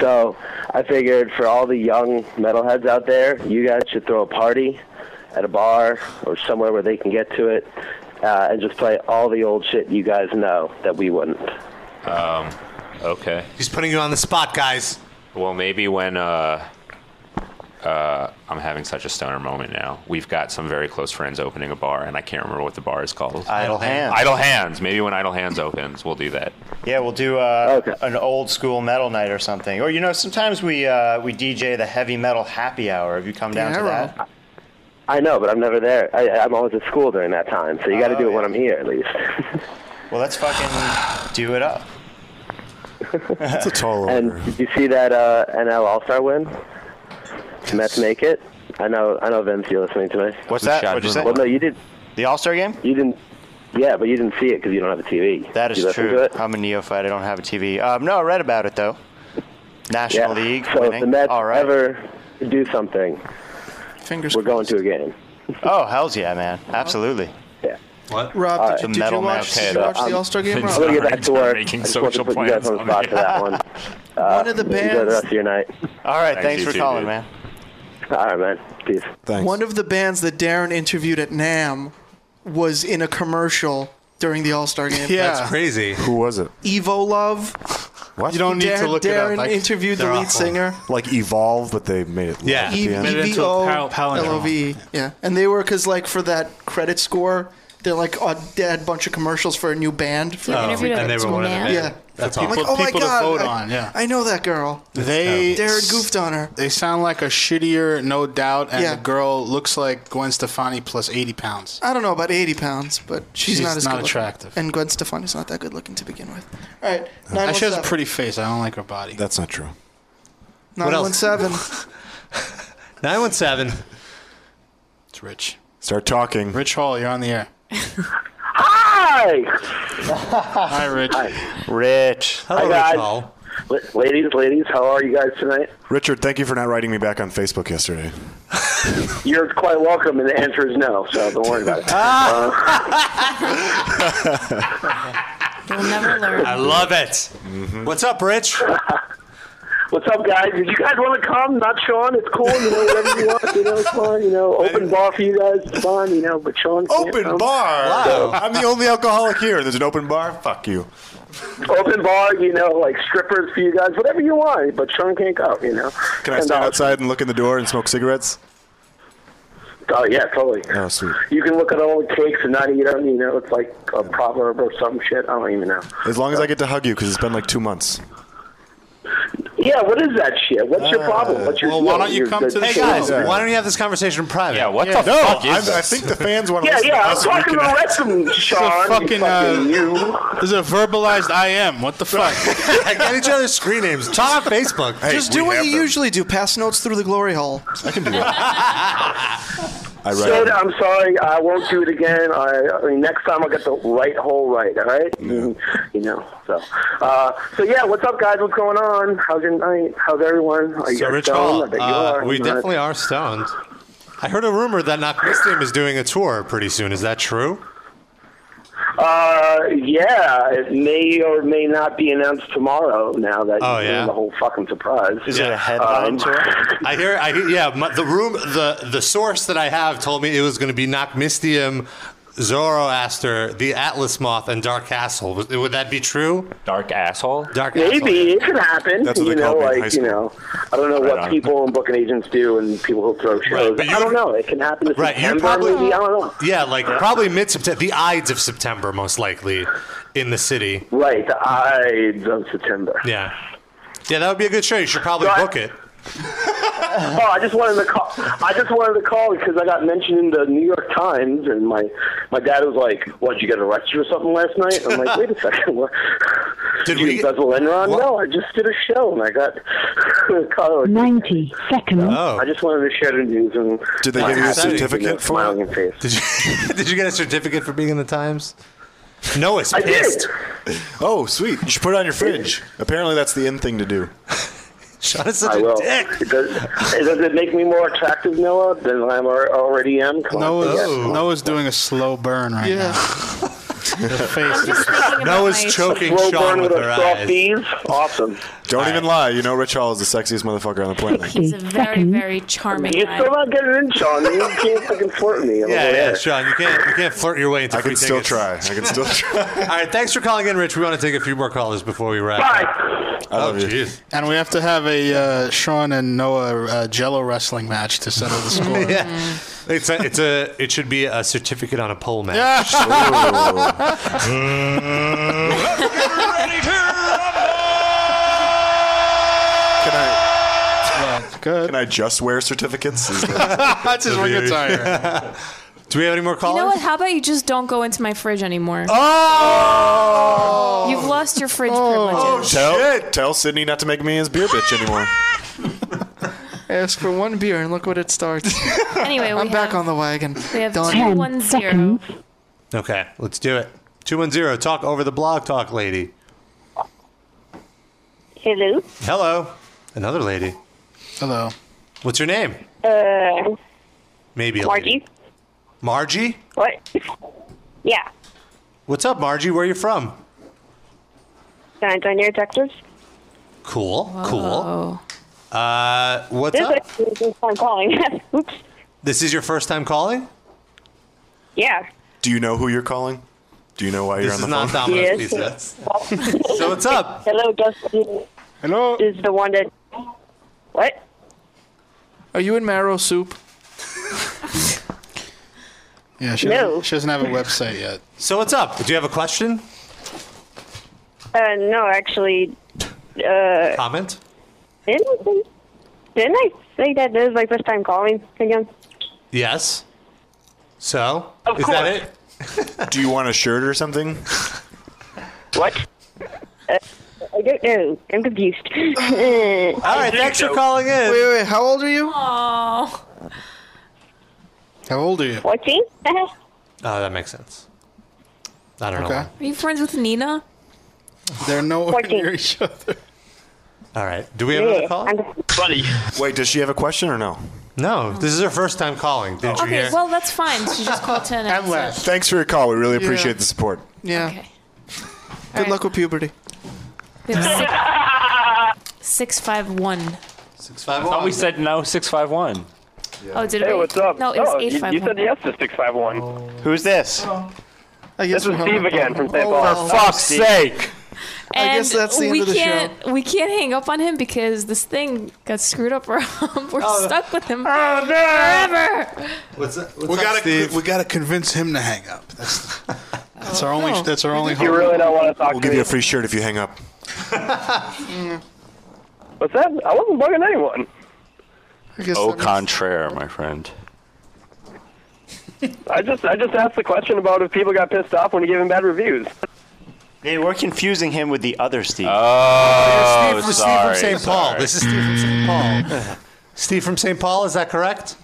So I figured for all the young metalheads out there, you guys should throw a party at a bar or somewhere where they can get to it, uh, and just play all the old shit you guys know that we wouldn't.
Um, okay.
He's putting you on the spot, guys.
Well, maybe when uh, uh, I'm having such a stoner moment now. We've got some very close friends opening a bar, and I can't remember what the bar is called.
Idle Hands.
Idle Hands. Maybe when Idle Hands opens, we'll do that.
Yeah, we'll do uh, an old school metal night or something. Or you know, sometimes we uh, we DJ the heavy metal happy hour. Have you come down to that?
I know, but I'm never there. I, I'm always at school during that time, so you got to do it when I'm here, at least.
Well, let's fucking do it up.
That's a tall order. And did you see that uh, NL All Star win? Mets make it. I know. I know, Vince. You're listening to me.
What's Who that? shot What'd you Bruno? say?
Well, no, you did.
The All Star game?
You didn't. Yeah, but you didn't see it because you don't have a TV.
That is
Did you listen to
true.
it?
I'm a neophyte. I don't have a TV. Um, no, I read about it though. National
Yeah.
League
So if
winning.
the Mets
All right.
ever do something,
Fingers
we're going to a game.
Oh hell's yeah, man! Absolutely.
Yeah.
What?
Rob,
All
did
right. The
you- did you
metal
watch-
match.
did you Okay, watch the um,
All-Star game,
I'm gonna get back to work. I just wanted to put you guys on the spot for that one. Uh,
One of the
you Enjoy the
bands-
rest of your night.
All right, Thanks, thanks you for too, calling, dude. man.
All right, man. Peace. Thanks.
One of the bands that Darren interviewed at Nam was in a commercial during the All Star game.
That's crazy.
Who was it?
Evo Love.
What?
You don't need to Darren- look it up. Darren I- interviewed the lead singer.
Like Evolve, but they made it.
Yeah. E- EVO LOV. Yeah, and they were because like for that credit score, they're like oh, they had a bunch of commercials for a new band. For
Yeah, Oh, interviewed
yeah.
and they were one of the bands.
Yeah,
That's
I'm
awesome.
Like, oh my
People to
god,
vote
I,
on, yeah.
I know that girl.
They
Darren goofed on her.
They sound like a shittier, no doubt, and
Yeah.
the girl looks like Gwen Stefani plus eighty pounds.
I don't know about 80 pounds, but she's,
She's
not as
not
good looking.
attractive.
And Gwen Stefani's not that good looking to begin with. All right,
Uh, She has a
917.
pretty face. I don't like her body.
That's not true.
What else?
917.
917.
It's Rich.
Start talking.
Rich Hall, you're on the air.
Hi.
Hi, Rich.
Rich.
Hi, guys. La- ladies, ladies, how are you guys tonight?
Richard, thank you for not writing me back on Facebook yesterday.
You're quite welcome, and the answer is no, so don't worry about it.
Ah,
Uh,
You'll never learn.
I love
Uh,
it. Mm-hmm. What's up, Rich?
what's up, guys? Did you guys want to come? Not Sean. It's cool. You know, whatever you want. You know, it's fine. You know, open bar for you guys. It's fine. You know, but Sean. can't
Open
come.
bar.
So,
I'm the only alcoholic here. There's an open bar. Fuck you.
open bar. You know, like strippers for you guys. Whatever you want, but Sean can't go. You know.
Can I
And,
stand
uh,
outside and look in the door and smoke cigarettes?
Oh yeah, totally.
Oh, sweet.
You can look at old cakes and not eat them. You know, it's like a proverb or some shit. I don't even know.
As long as I get to hug you, because it's been like two months.
Yeah, what is that shit? What's
Uh,
your problem? What's your
well, why don't you
your-
come to the
Hey,
your-
guys, uh, why don't you have this conversation in private? Yeah,
what the fuck is
I, I
this?
think the fans want to
Yeah,
listen
yeah,
to
I'm
us
talking to
reconnect.
Wrexham,
This is a fucking, uh, this is a verbalized I am. What the fuck?
Get each other's screen names. Talk on Facebook.
Just do what you usually do. Pass notes through the glory hole.
I can do that. I read
So, I'm sorry, I won't do it again. I, I mean, next time I'll get the right hole right. All right, And, you know. So, uh, so yeah, what's up, guys? What's going on? How's your night? How's everyone? Are you
So,
guys
Rich
stoned?
Hall,
I bet you
uh,
are.
we
You know,
definitely are stoned. I heard a rumor that Nachmistium is doing a tour pretty soon. Is that true?
Uh, yeah, it may or may not be announced tomorrow. Now that
Oh,
you're
yeah?
the whole fucking surprise. Um,
Is it a headline tour? I hear, I hear, yeah. My, the room, the the source that I have told me it was going to be Nachmistium, Zoroaster, the Atlas Moth, and Dark Asshole. Would, would that be true?
Dark asshole.
Dark
Maybe
asshole.
it could happen.
That's what
you
they
know,
called me in high
like you
school.
know, I don't know what
on.
people and booking agents do, and people who throw shows. I don't know. It can happen. This
Right, you
September,
probably
maybe. I don't know.
Yeah, like probably mid September, the Ides of September, most likely, in the city.
Right, the Ides of September.
Yeah. Yeah, that would be a good show. You should probably book it.
oh, I just wanted to call. I just wanted to call because I got mentioned in the New York Times, and my my dad was like, "What? You got arrested or something last night?" I'm like, "Wait a second, what? Did you embezzle Enron? No, I just did a show and I got caught."
Ninety seconds.
I just wanted to share the news and.
Did they give you a certificate for
smiling it? Face.
Did you Did you get a certificate for being in the Times? No, it's
I did.
pissed.
Oh, sweet. You should put it on your fridge. Apparently, that's the in thing to do.
Shot
is such
I
a
will.
dick.
It does, it, does it make me more attractive, Noah, than I am al- already am? Come on,
Noah's,
yes.
Noah's doing a slow burn right
Yeah.
now. The face is-
A slow burn with, a soft D. Awesome.
Don't even lie. You know, Rich Hall is the sexiest motherfucker on the planet.
He's a very, very charming
You're
guy.
still not getting in, Sean. You can't fucking flirt with me. I'm
Yeah,
over
yeah,
there.
Sean, you can't you can't flirt your way into
I
free
can still
tickets.
try. I can still try.
All right, thanks for calling in, Rich. We want to take a few more callers before we wrap. Bye. I love oh, jeez.
And we have to have a uh, Sean and Noah uh, Jello wrestling match to settle the score.
yeah. Mm. It's a, it's a it should be a certificate on a pole match.
Can I? Can I just wear certificates? Is that-
That's his ring attire.
Do we have any more
You
callers?
know what? How about you just don't go into my fridge anymore?
Oh!
You've lost your fridge privileges.
tell, Tell Sydney not to make me his beer bitch anymore.
Ask for one beer and look what it starts.
Oh,
Anyway, we
I'm back on the wagon.
We have
Done.
two one zero.
Okay, let's do it. 210 talk over the blog talk lady.
Hello.
Hello. Another lady.
Hello.
What's your name?
Uh,
Maybe a lady.
Margie.
Margie?
What? Yeah.
What's up, Margie? Where are you from?
San Antonio, Texas.
Cool. Cool. Uh, what's
this
up?
is the first time calling. Oops.
This is your first time calling?
Yeah.
Do you know who you're calling? Do you know why you're
This
on the
is not
phone?
Domino's Yes. Pizza. so what's up?
Hello, Dustin.
Hello.
Is the one that? What?
Are you in marrow soup?
Yeah, she,
No.
she doesn't have a website yet.
So what's up? Do you have a question?
Uh, no, actually. Uh,
Comment?
didn't I say, didn't I say that this is my first time calling again?
Yes. So?
Of
is that it?
Do you want a shirt or something?
What? Uh, I don't know. I'm confused. All
right, thanks for calling in.
Wait, wait, wait, how old are you?
Oh.
How old are you?
14? Are
Oh, that makes sense. I don't know.
Okay.
you friends with Nina?
They're nowhere
Fourteen.
near each other.
All right. Do we have another call?
Buddy. Wait, does she have a question or no?
No. This is her first time calling. Didn't you
Okay,
hear?
well that's fine. She just called ten. And left.
Thanks for your call. We really appreciate
Yeah.
the support.
Yeah. Good
Alright.
luck with puberty.
Six five one.
I
thought we said no. Six five one.
Oh, did
hey,
we?
what's up?
No, it was
Oh, you- You
851.
said yes to 651.
Who's this?
I guess
This is
we're
Steve
hung up
again
on
from
him.
St.
Oh,
Paul.
For fuck's Steve. sake.
And
I guess that's the end
we
of the
can't we can't hang up on him because this thing got screwed up. We're stuck with him forever.
What's that?
we gotta we gotta convince him to hang up. That's that's our only that's our only.
Oh, You really don't want to talk
We'll
to
give
me.
you a free shirt if you hang up.
What's that? I wasn't bugging anyone.
Au contraire, my friend.
I just I just asked the question about if people got pissed off when you gave him bad reviews.
They were confusing him with the other Steve.
Oh,
Oh,
Steve from- Steve from St. Paul. This is Steve from St. Paul. Steve from St. Paul, is that correct?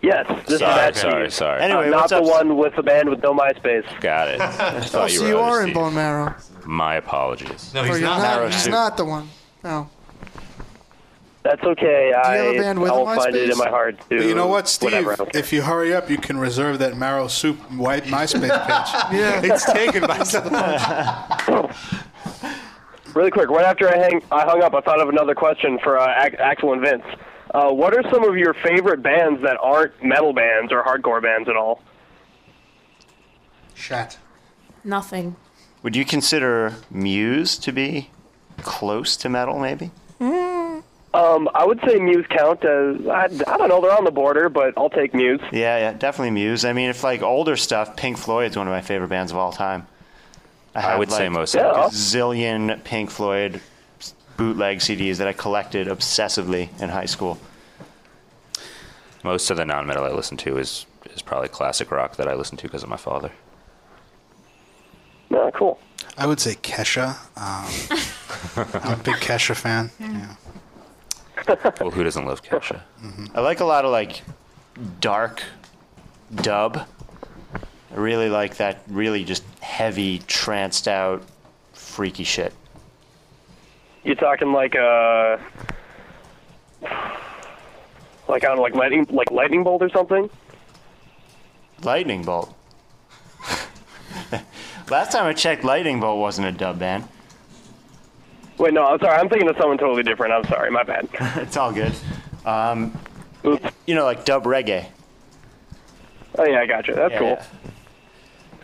Yes. This
Sorry,
is that
sorry,
Steve.
sorry.
I'm
Anyway,
not
what's
the
up,
one with the band with no MySpace.
Got it. I
Oh,
thought
so
were
you
other
are in
Steve.
bone marrow.
My apologies.
No,
Or you're
Narrow
He's
suit.
not the one. No.
That's okay.
have
I
a band with
I'll
a
find it
MySpace?
in my heart
But
too.
you know what, Steve?
Whatever.
If you hurry up, you can reserve that marrow soup white MySpace page.
Yeah.
it's taken by someone.
Really quick, right after I hang I hung up, I thought of another question for uh, Ac- Axel and Vince. Uh, what are some of your favorite bands that aren't metal bands or hardcore bands at all?
Shut.
Nothing.
Would you consider Muse to be close to metal, maybe?
Um, I would say Muse count as I, I don't know they're on the border, but I'll take Muse.
Yeah, yeah, definitely Muse. I mean, if like older stuff, Pink Floyd's one of my favorite bands of all time.
I would say most
a
of it.
zillion Pink Floyd s- bootleg CDs that I collected obsessively in high school.
Most of the non-metal I listen to is is probably classic rock that I listen to because of my father.
Yeah, cool. I would say Kesha. Um, I'm a big Kesha fan.
well, who doesn't love Kesha?
I like a lot of like dark dub. I really like that really just heavy, tranced out, freaky shit.
You're talking like uh, like on like lightning, like lightning bolt or something.
Lightning Bolt. Last time I checked, Lightning Bolt wasn't a dub band.
Wait, no, I'm sorry. I'm thinking of someone totally different. I'm sorry, my bad.
it's all good. Um, you know, like dub reggae.
Oh yeah, I gotcha. That's
Yeah,
cool.
yeah.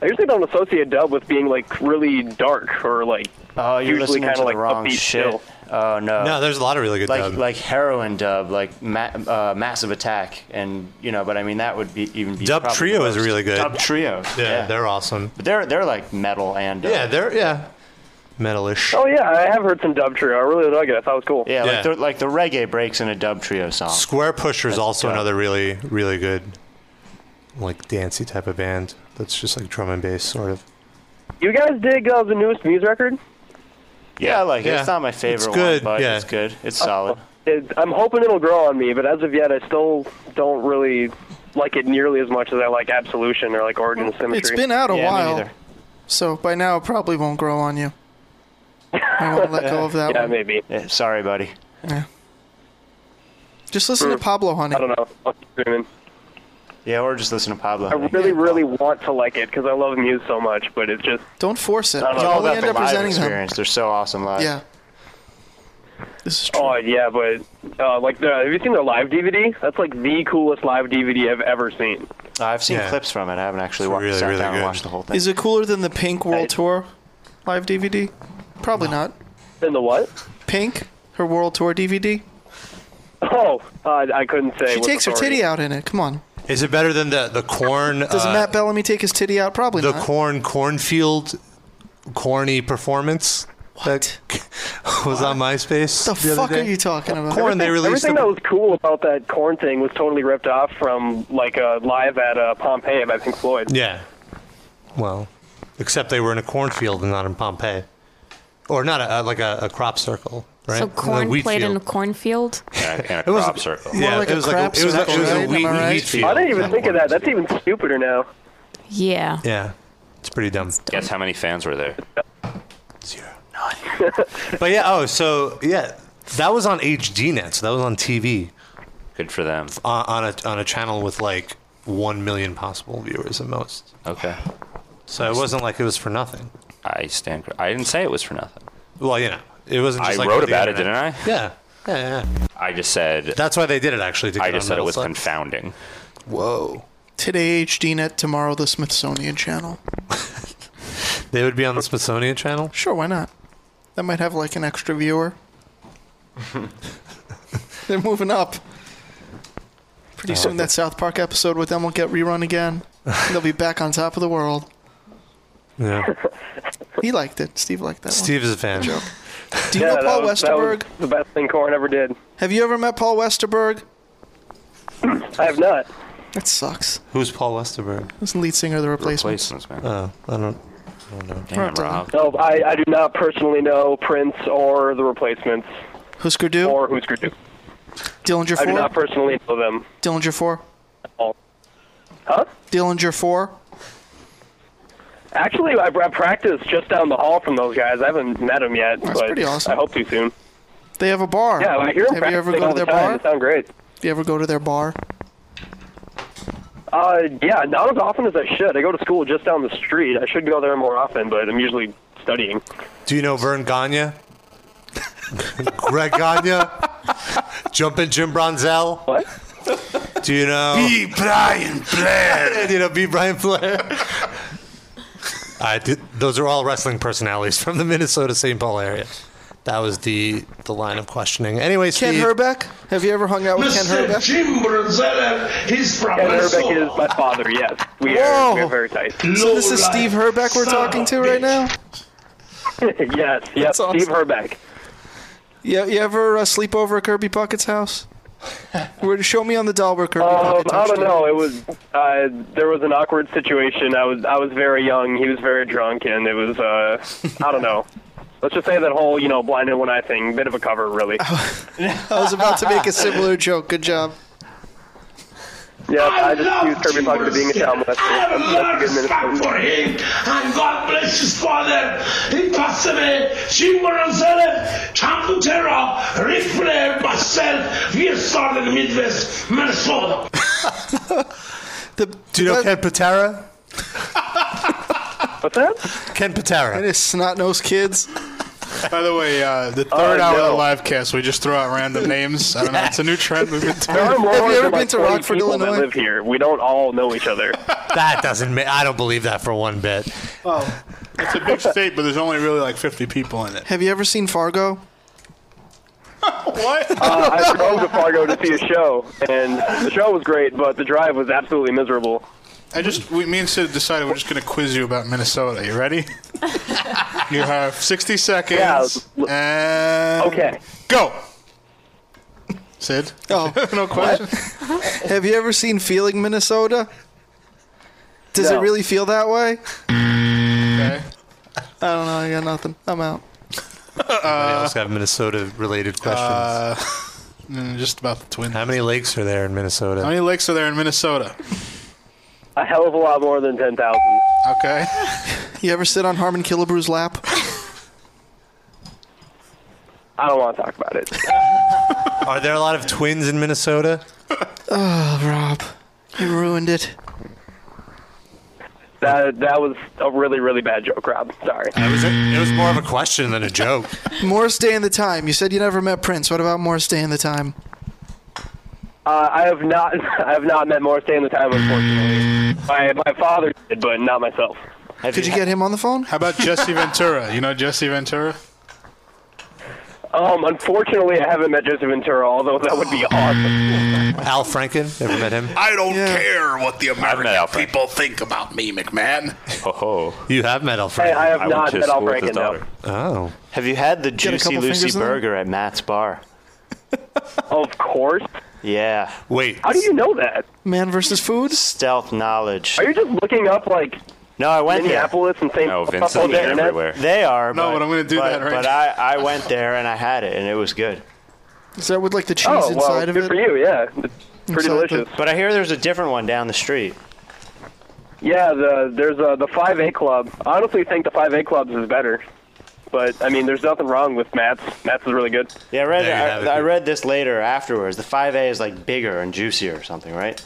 I usually don't associate dub with being like really dark or like
Oh, you're
usually
listening
kind
to
of
the
like
wrong
upbeat
shit.
chill.
Oh no.
No, there's a lot of really good
like,
dub.
Like heroin dub, like ma- uh, massive attack, and you know. But I mean, that would be even be
Dub
probably
Trio
the
is
worst.
really good.
Dub Trio.
Yeah, they're awesome.
But they're they're like metal and uh, dub.
Yeah, they're yeah, metalish.
Oh yeah, I have heard some dub trio. I really like it. I thought it was cool.
Yeah,
Yeah.
Like, the, like the reggae breaks in a dub trio song.
Square Pusher is
That's
also
dope.
another really really good, like dancey type of band that's just like drum and bass sort of.
You guys dig uh, the newest Muse record?
Yeah, I like it.
Yeah.
It's not my
It's
favorite
good,
one, but
yeah.
it's good. It's solid.
Uh, It, I'm hoping it'll grow on me, but as of yet, I still don't really like it nearly as much as I like Absolution or like Origin of Symmetry.
It's been out a while, so by now it probably won't grow on you. I won't let go of that
yeah,
one.
maybe.
Yeah, sorry, buddy.
Yeah. Just listen to Pablo, honey.
Hmm. I don't know. I'll keep dreaming.
Yeah, or just listen to Pablo.
I really, really want to like it because I love Muse so much, but it's just
Don't force it.
I don't know.
You
It's all
only
about
end
the
up
live
resenting them.
experience. They're so awesome live.
Yeah. This is
true. Oh yeah, but uh, like, the, have you seen their live DVD? That's like the coolest live DVD I've ever seen.
I've seen clips from it. I haven't actually watched, sat down and watched the whole thing.
Is it cooler than the Pink World Tour live DVD? Probably not.
Than the what?
Pink, her World Tour DVD.
Oh, uh, I couldn't say.
She
with
takes her
authority.
titty out in it. Come on.
Is it better than the the corn?
Does
uh,
Matt Bellamy take his titty out? Probably
the
not.
corn cornfield corny performance what? that was on MySpace?
the,
other
fuck are
day?
you talking about?
Corn, they
Everything-
released
Everything
a-
that was cool about that corn thing was totally ripped off from like a live at uh, Pompeii by Pink Floyd.
Yeah. Well, except they were in a cornfield and not in Pompeii, or not a, a- like a, a crop circle, right?
So
A
corn
wheat
played in
field.
a cornfield.
And a
It was-
crop circle.
yeah, it was like a, it was like, it was a wheat, wheat field.
I didn't even think of that. That's even stupider now.
Yeah.
Yeah, it's pretty dumb.
Guess how many fans were there?
But yeah, oh, so yeah, that was on HDNet, so that was on TV.
Good for them.
On, on a on a channel with like one million possible viewers at most.
Okay.
So it wasn't like it was for nothing.
I stand. cor- I didn't say it was for nothing.
Well, you know, it wasn't. Just
I
like
wrote
for the
about it,
internet.
didn't
Yeah, yeah, yeah.
I just said.
That's why they did it actually. To
I
get
just
on
said it
metal
was
sucks.
confounding.
Whoa.
Today HDNet, tomorrow the Smithsonian Channel.
They would be on the Smithsonian Channel.
Sure, why not? That might have like an extra viewer. They're moving up. Pretty
I
soon
like
that South Park episode with them will get rerun again. They'll be back on top of the world.
Yeah.
He liked it. Steve liked that
Steve is a fan.
Joke. one. Do you know
that
Paul
was- that was
Westerberg?
The best thing Corn ever did.
Have you ever met Paul Westerberg?
I have not.
That sucks.
Who's Paul Westerberg?
He's the lead singer of The Replacements.
man.
Oh, I don't. I don't know.
Damn, Rob.
No, I, I do not personally know Prince or the Replacements
Husker Du?
or Who's Group.
Dillinger
I do
4?
not personally know them.
Dillinger 4?
all. Huh?
Dillinger 4?
Actually, I, I practice just down the hall from those guys. I haven't met them yet, but
pretty awesome.
I hope to soon.
They have a bar.
Yeah, I hear them
Have you ever
practicing
go
all
to
the
their
time.
bar?
They sound great.
Do you ever go to their bar?
Uh, yeah, not as often as I should. I go to school just down the street. I should go there more often, but I'm usually studying.
Do you know Vern Gagne? Greg Gagne? Jumpin' Jim Bronzel? What? Do you know?
B. Brian Blair.
Do Oh. you know B. Brian Blair? I did, those are all wrestling personalities from the Minnesota St. Paul area. That was the the line of questioning. Anyway,
Ken
Steve,
Herbeck? Have you ever hung out with Ken Herbeck?
he's from Ken Herbeck is my father, yes. We are, we are very tight.
So this is Steve Herbeck we're talking to right now?
yes, yes,
That's awesome.
Steve Herbeck.
You, you ever uh, sleep over at Kirby Puckett's house? Where to show me on the doll where Kirby
Um,
Puckett
I
touched
don't
you.
know. It was uh, there was an awkward situation. I was I was very young. He was very drunk, and it was uh, I don't know. Let's just say that whole you know blinded one eye thing, bit of a cover, really.
I was about to make a similar joke. Good job.
Yeah, I just accused Kirby Puckett of being a child molester. I'm such a good
for him,
Minnesotan.
and God bless his father. He passed away. She was herself, Champutera, Rifle, myself. We are started Midwest, Minnesota.
Do you know Ken Patera?
What's that?
Ken Patera.
It is snot nosed kids.
By the way, uh, the third
Oh,
hour of the live cast, we just throw out random names. I don't know. It's a new trend we've been doing.
There are more than like 40 people That live here. We don't all know each other.
That doesn't. Ma- I don't believe that for one bit.
Oh, it's a big state, but there's only really like 50 people in it.
Have you ever seen Fargo?
what?
Uh, I drove to Fargo to see a show, and the show was great, but the drive was absolutely miserable.
I just, we, me and Sid decided we're just going to quiz you about Minnesota. You ready? you have 60 seconds. And
okay.
Go. Sid?
Oh,
no question.
Have you ever seen Feeling Minnesota? Does
No.
it really feel that way? Okay. I don't know. I got nothing. I'm out.
Anybody
Uh,
else have Minnesota-related questions?
mm, just about the twins.
How many lakes are there in Minnesota?
How many lakes are there in Minnesota?
A hell of a lot more than 10,000.
Okay.
You ever sit on Harmon Killebrew's lap?
I don't want to talk about it.
Are there a lot of twins in Minnesota?
Oh, Rob, you ruined it.
That that was a really really bad joke, Rob. Sorry.
It was more of a question than a joke.
Morris Day and the Time. You said you never met Prince. What about Morris Day and the Time?
Uh, I have not I have not met Morris Day in the time, unfortunately. My my father did, but not myself.
Could you get him on the phone?
How about Jesse Ventura? You know Jesse Ventura?
Um, unfortunately, I haven't met Jesse Ventura, although that would be awesome.
Al Franken, ever met him?
I don't care what the American people think about me, McMahon.
Oh, you have met Al Franken.
I have I went not to met Al school with his Franken, no. daughter.
Oh,
Have you had the
Get a
Juicy
couple fingers
Lucy
in there?
burger at Matt's bar?
of course.
Yeah.
Wait.
How do you know that?
Man versus food?
Stealth knowledge.
Are you just looking up like
No, I went
Minneapolis and St.
No,
Vincent's on the and internet? everywhere.
They are.
No,
but
but I'm gonna do
but-
that right
But
now.
I, I went there and I had it and it was good.
Is that with like the cheese
Oh, well,
inside of
good
it?
for
you, yeah.
Pretty Exactly. delicious.
But I hear there's a different one down the street.
Yeah, the there's uh, the 5A club. I honestly think the 5A clubs is better. But I mean, there's nothing wrong with Matt's. Matt's is really good.
Yeah, I read.
There you have it.
I, I read this later afterwards. The 5A is like bigger and juicier or something, right?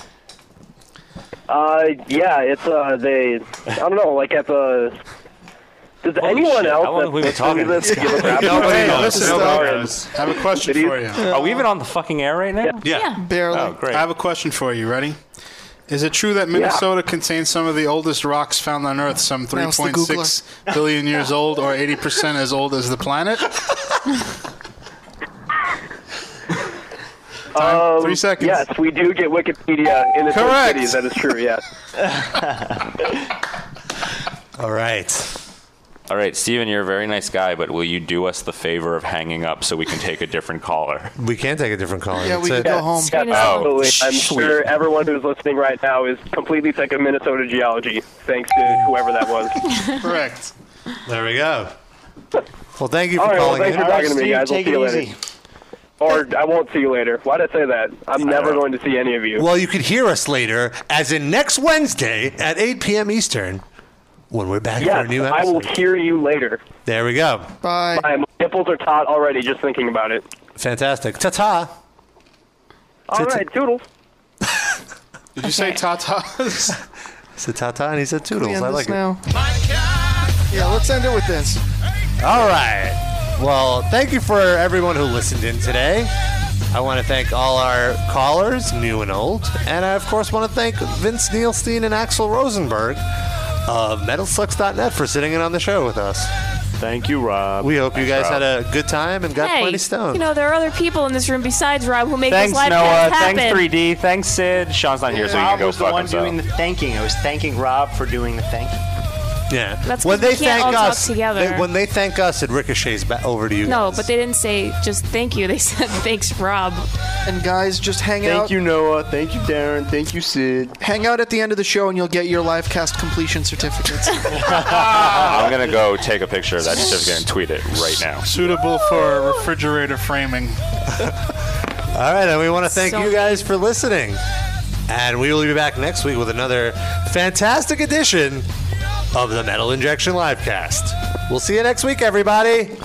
Uh, yeah, it's uh, they. I don't know, like at the. Does anyone else?
How long have we been
that's
talking
listening to
about this?
give a crap?
Nobody
about
knows.
this?
Nobody
Sorry.
knows.
I have a question for you.
Are we even on the fucking air right now?
Barely.
Oh, great.
I have a question for you. Ready? Is it true that Minnesota contains some of the oldest rocks found on Earth, some
Now it's the
3.6 billion years old, or 80% as old as the planet?
Um,
Three seconds.
Yes, we do get Wikipedia in the Twin
Correct.
cities. That is true. Yes.
all right.
All right, Steven, you're a very nice guy, but will you do us the favor of hanging up so we can take a different caller?
We can take a different caller. That's it.
Absolutely. I'm
Sweet.
sure everyone who's listening right now is completely sick of Minnesota geology, thanks to whoever that was.
Correct.
There we go. Well, thank you for
All right, well,
calling
thanks
in.
for talking to me, guys. I'll see you later. Or I won't see you later. Why'd I say that? I'm never going to see any of you.
Well, you could hear us later, as in next Wednesday at 8 p.m. Eastern, when we're back for a
Yes,
new
I
episode.
will hear you later.
There we go.
Bye.
My nipples are taut already just thinking about it.
Fantastic. Ta ta.
All
Toot-
right, toodles.
Did you say tatas?
It's a ta ta, and he said
Can we
toodles.
end
I
this
like it.
now? Yeah, let's end it with this.
All right. Well, thank you for everyone who listened in today. I want to thank all our callers, new and old. And I, of course, want to thank Vince Neilstein and Axel Rosenberg of MetalSucks.net for sitting in on the show with us.
Thank you, Rob.
We hope you guys had
Thanks,
a good time and got
hey,
plenty stoned.
you know there are other people in this room besides Rob who make
Thanks,
this live
Noah.
cast happen.
Thanks, 3D. Thanks, Sid. Sean's not here, so you
Rob
can go
was
fuck
the one
himself.
doing the thanking. I was thanking Rob for doing the thanking.
Yeah.
That's
when
'cause we
they
can't
thank
all talk
us.
together.
they- when they thank us, it ricochets back over to you.
No, but they didn't say just thank you. They said thanks, Rob.
And guys, just hang
Thank
out.
you,
Noah. Thank you, Darren. Thank you, Sid. Hang out at the end of the show, and you'll get your live cast completion certificates.
I'm gonna go take a picture of that certificate and tweet it right now.
Suitable for refrigerator framing.
All right, and we want to thank
So
you guys for listening. And we will be back next week with another fantastic edition of the Metal Injection Livecast. We'll see you next week, everybody.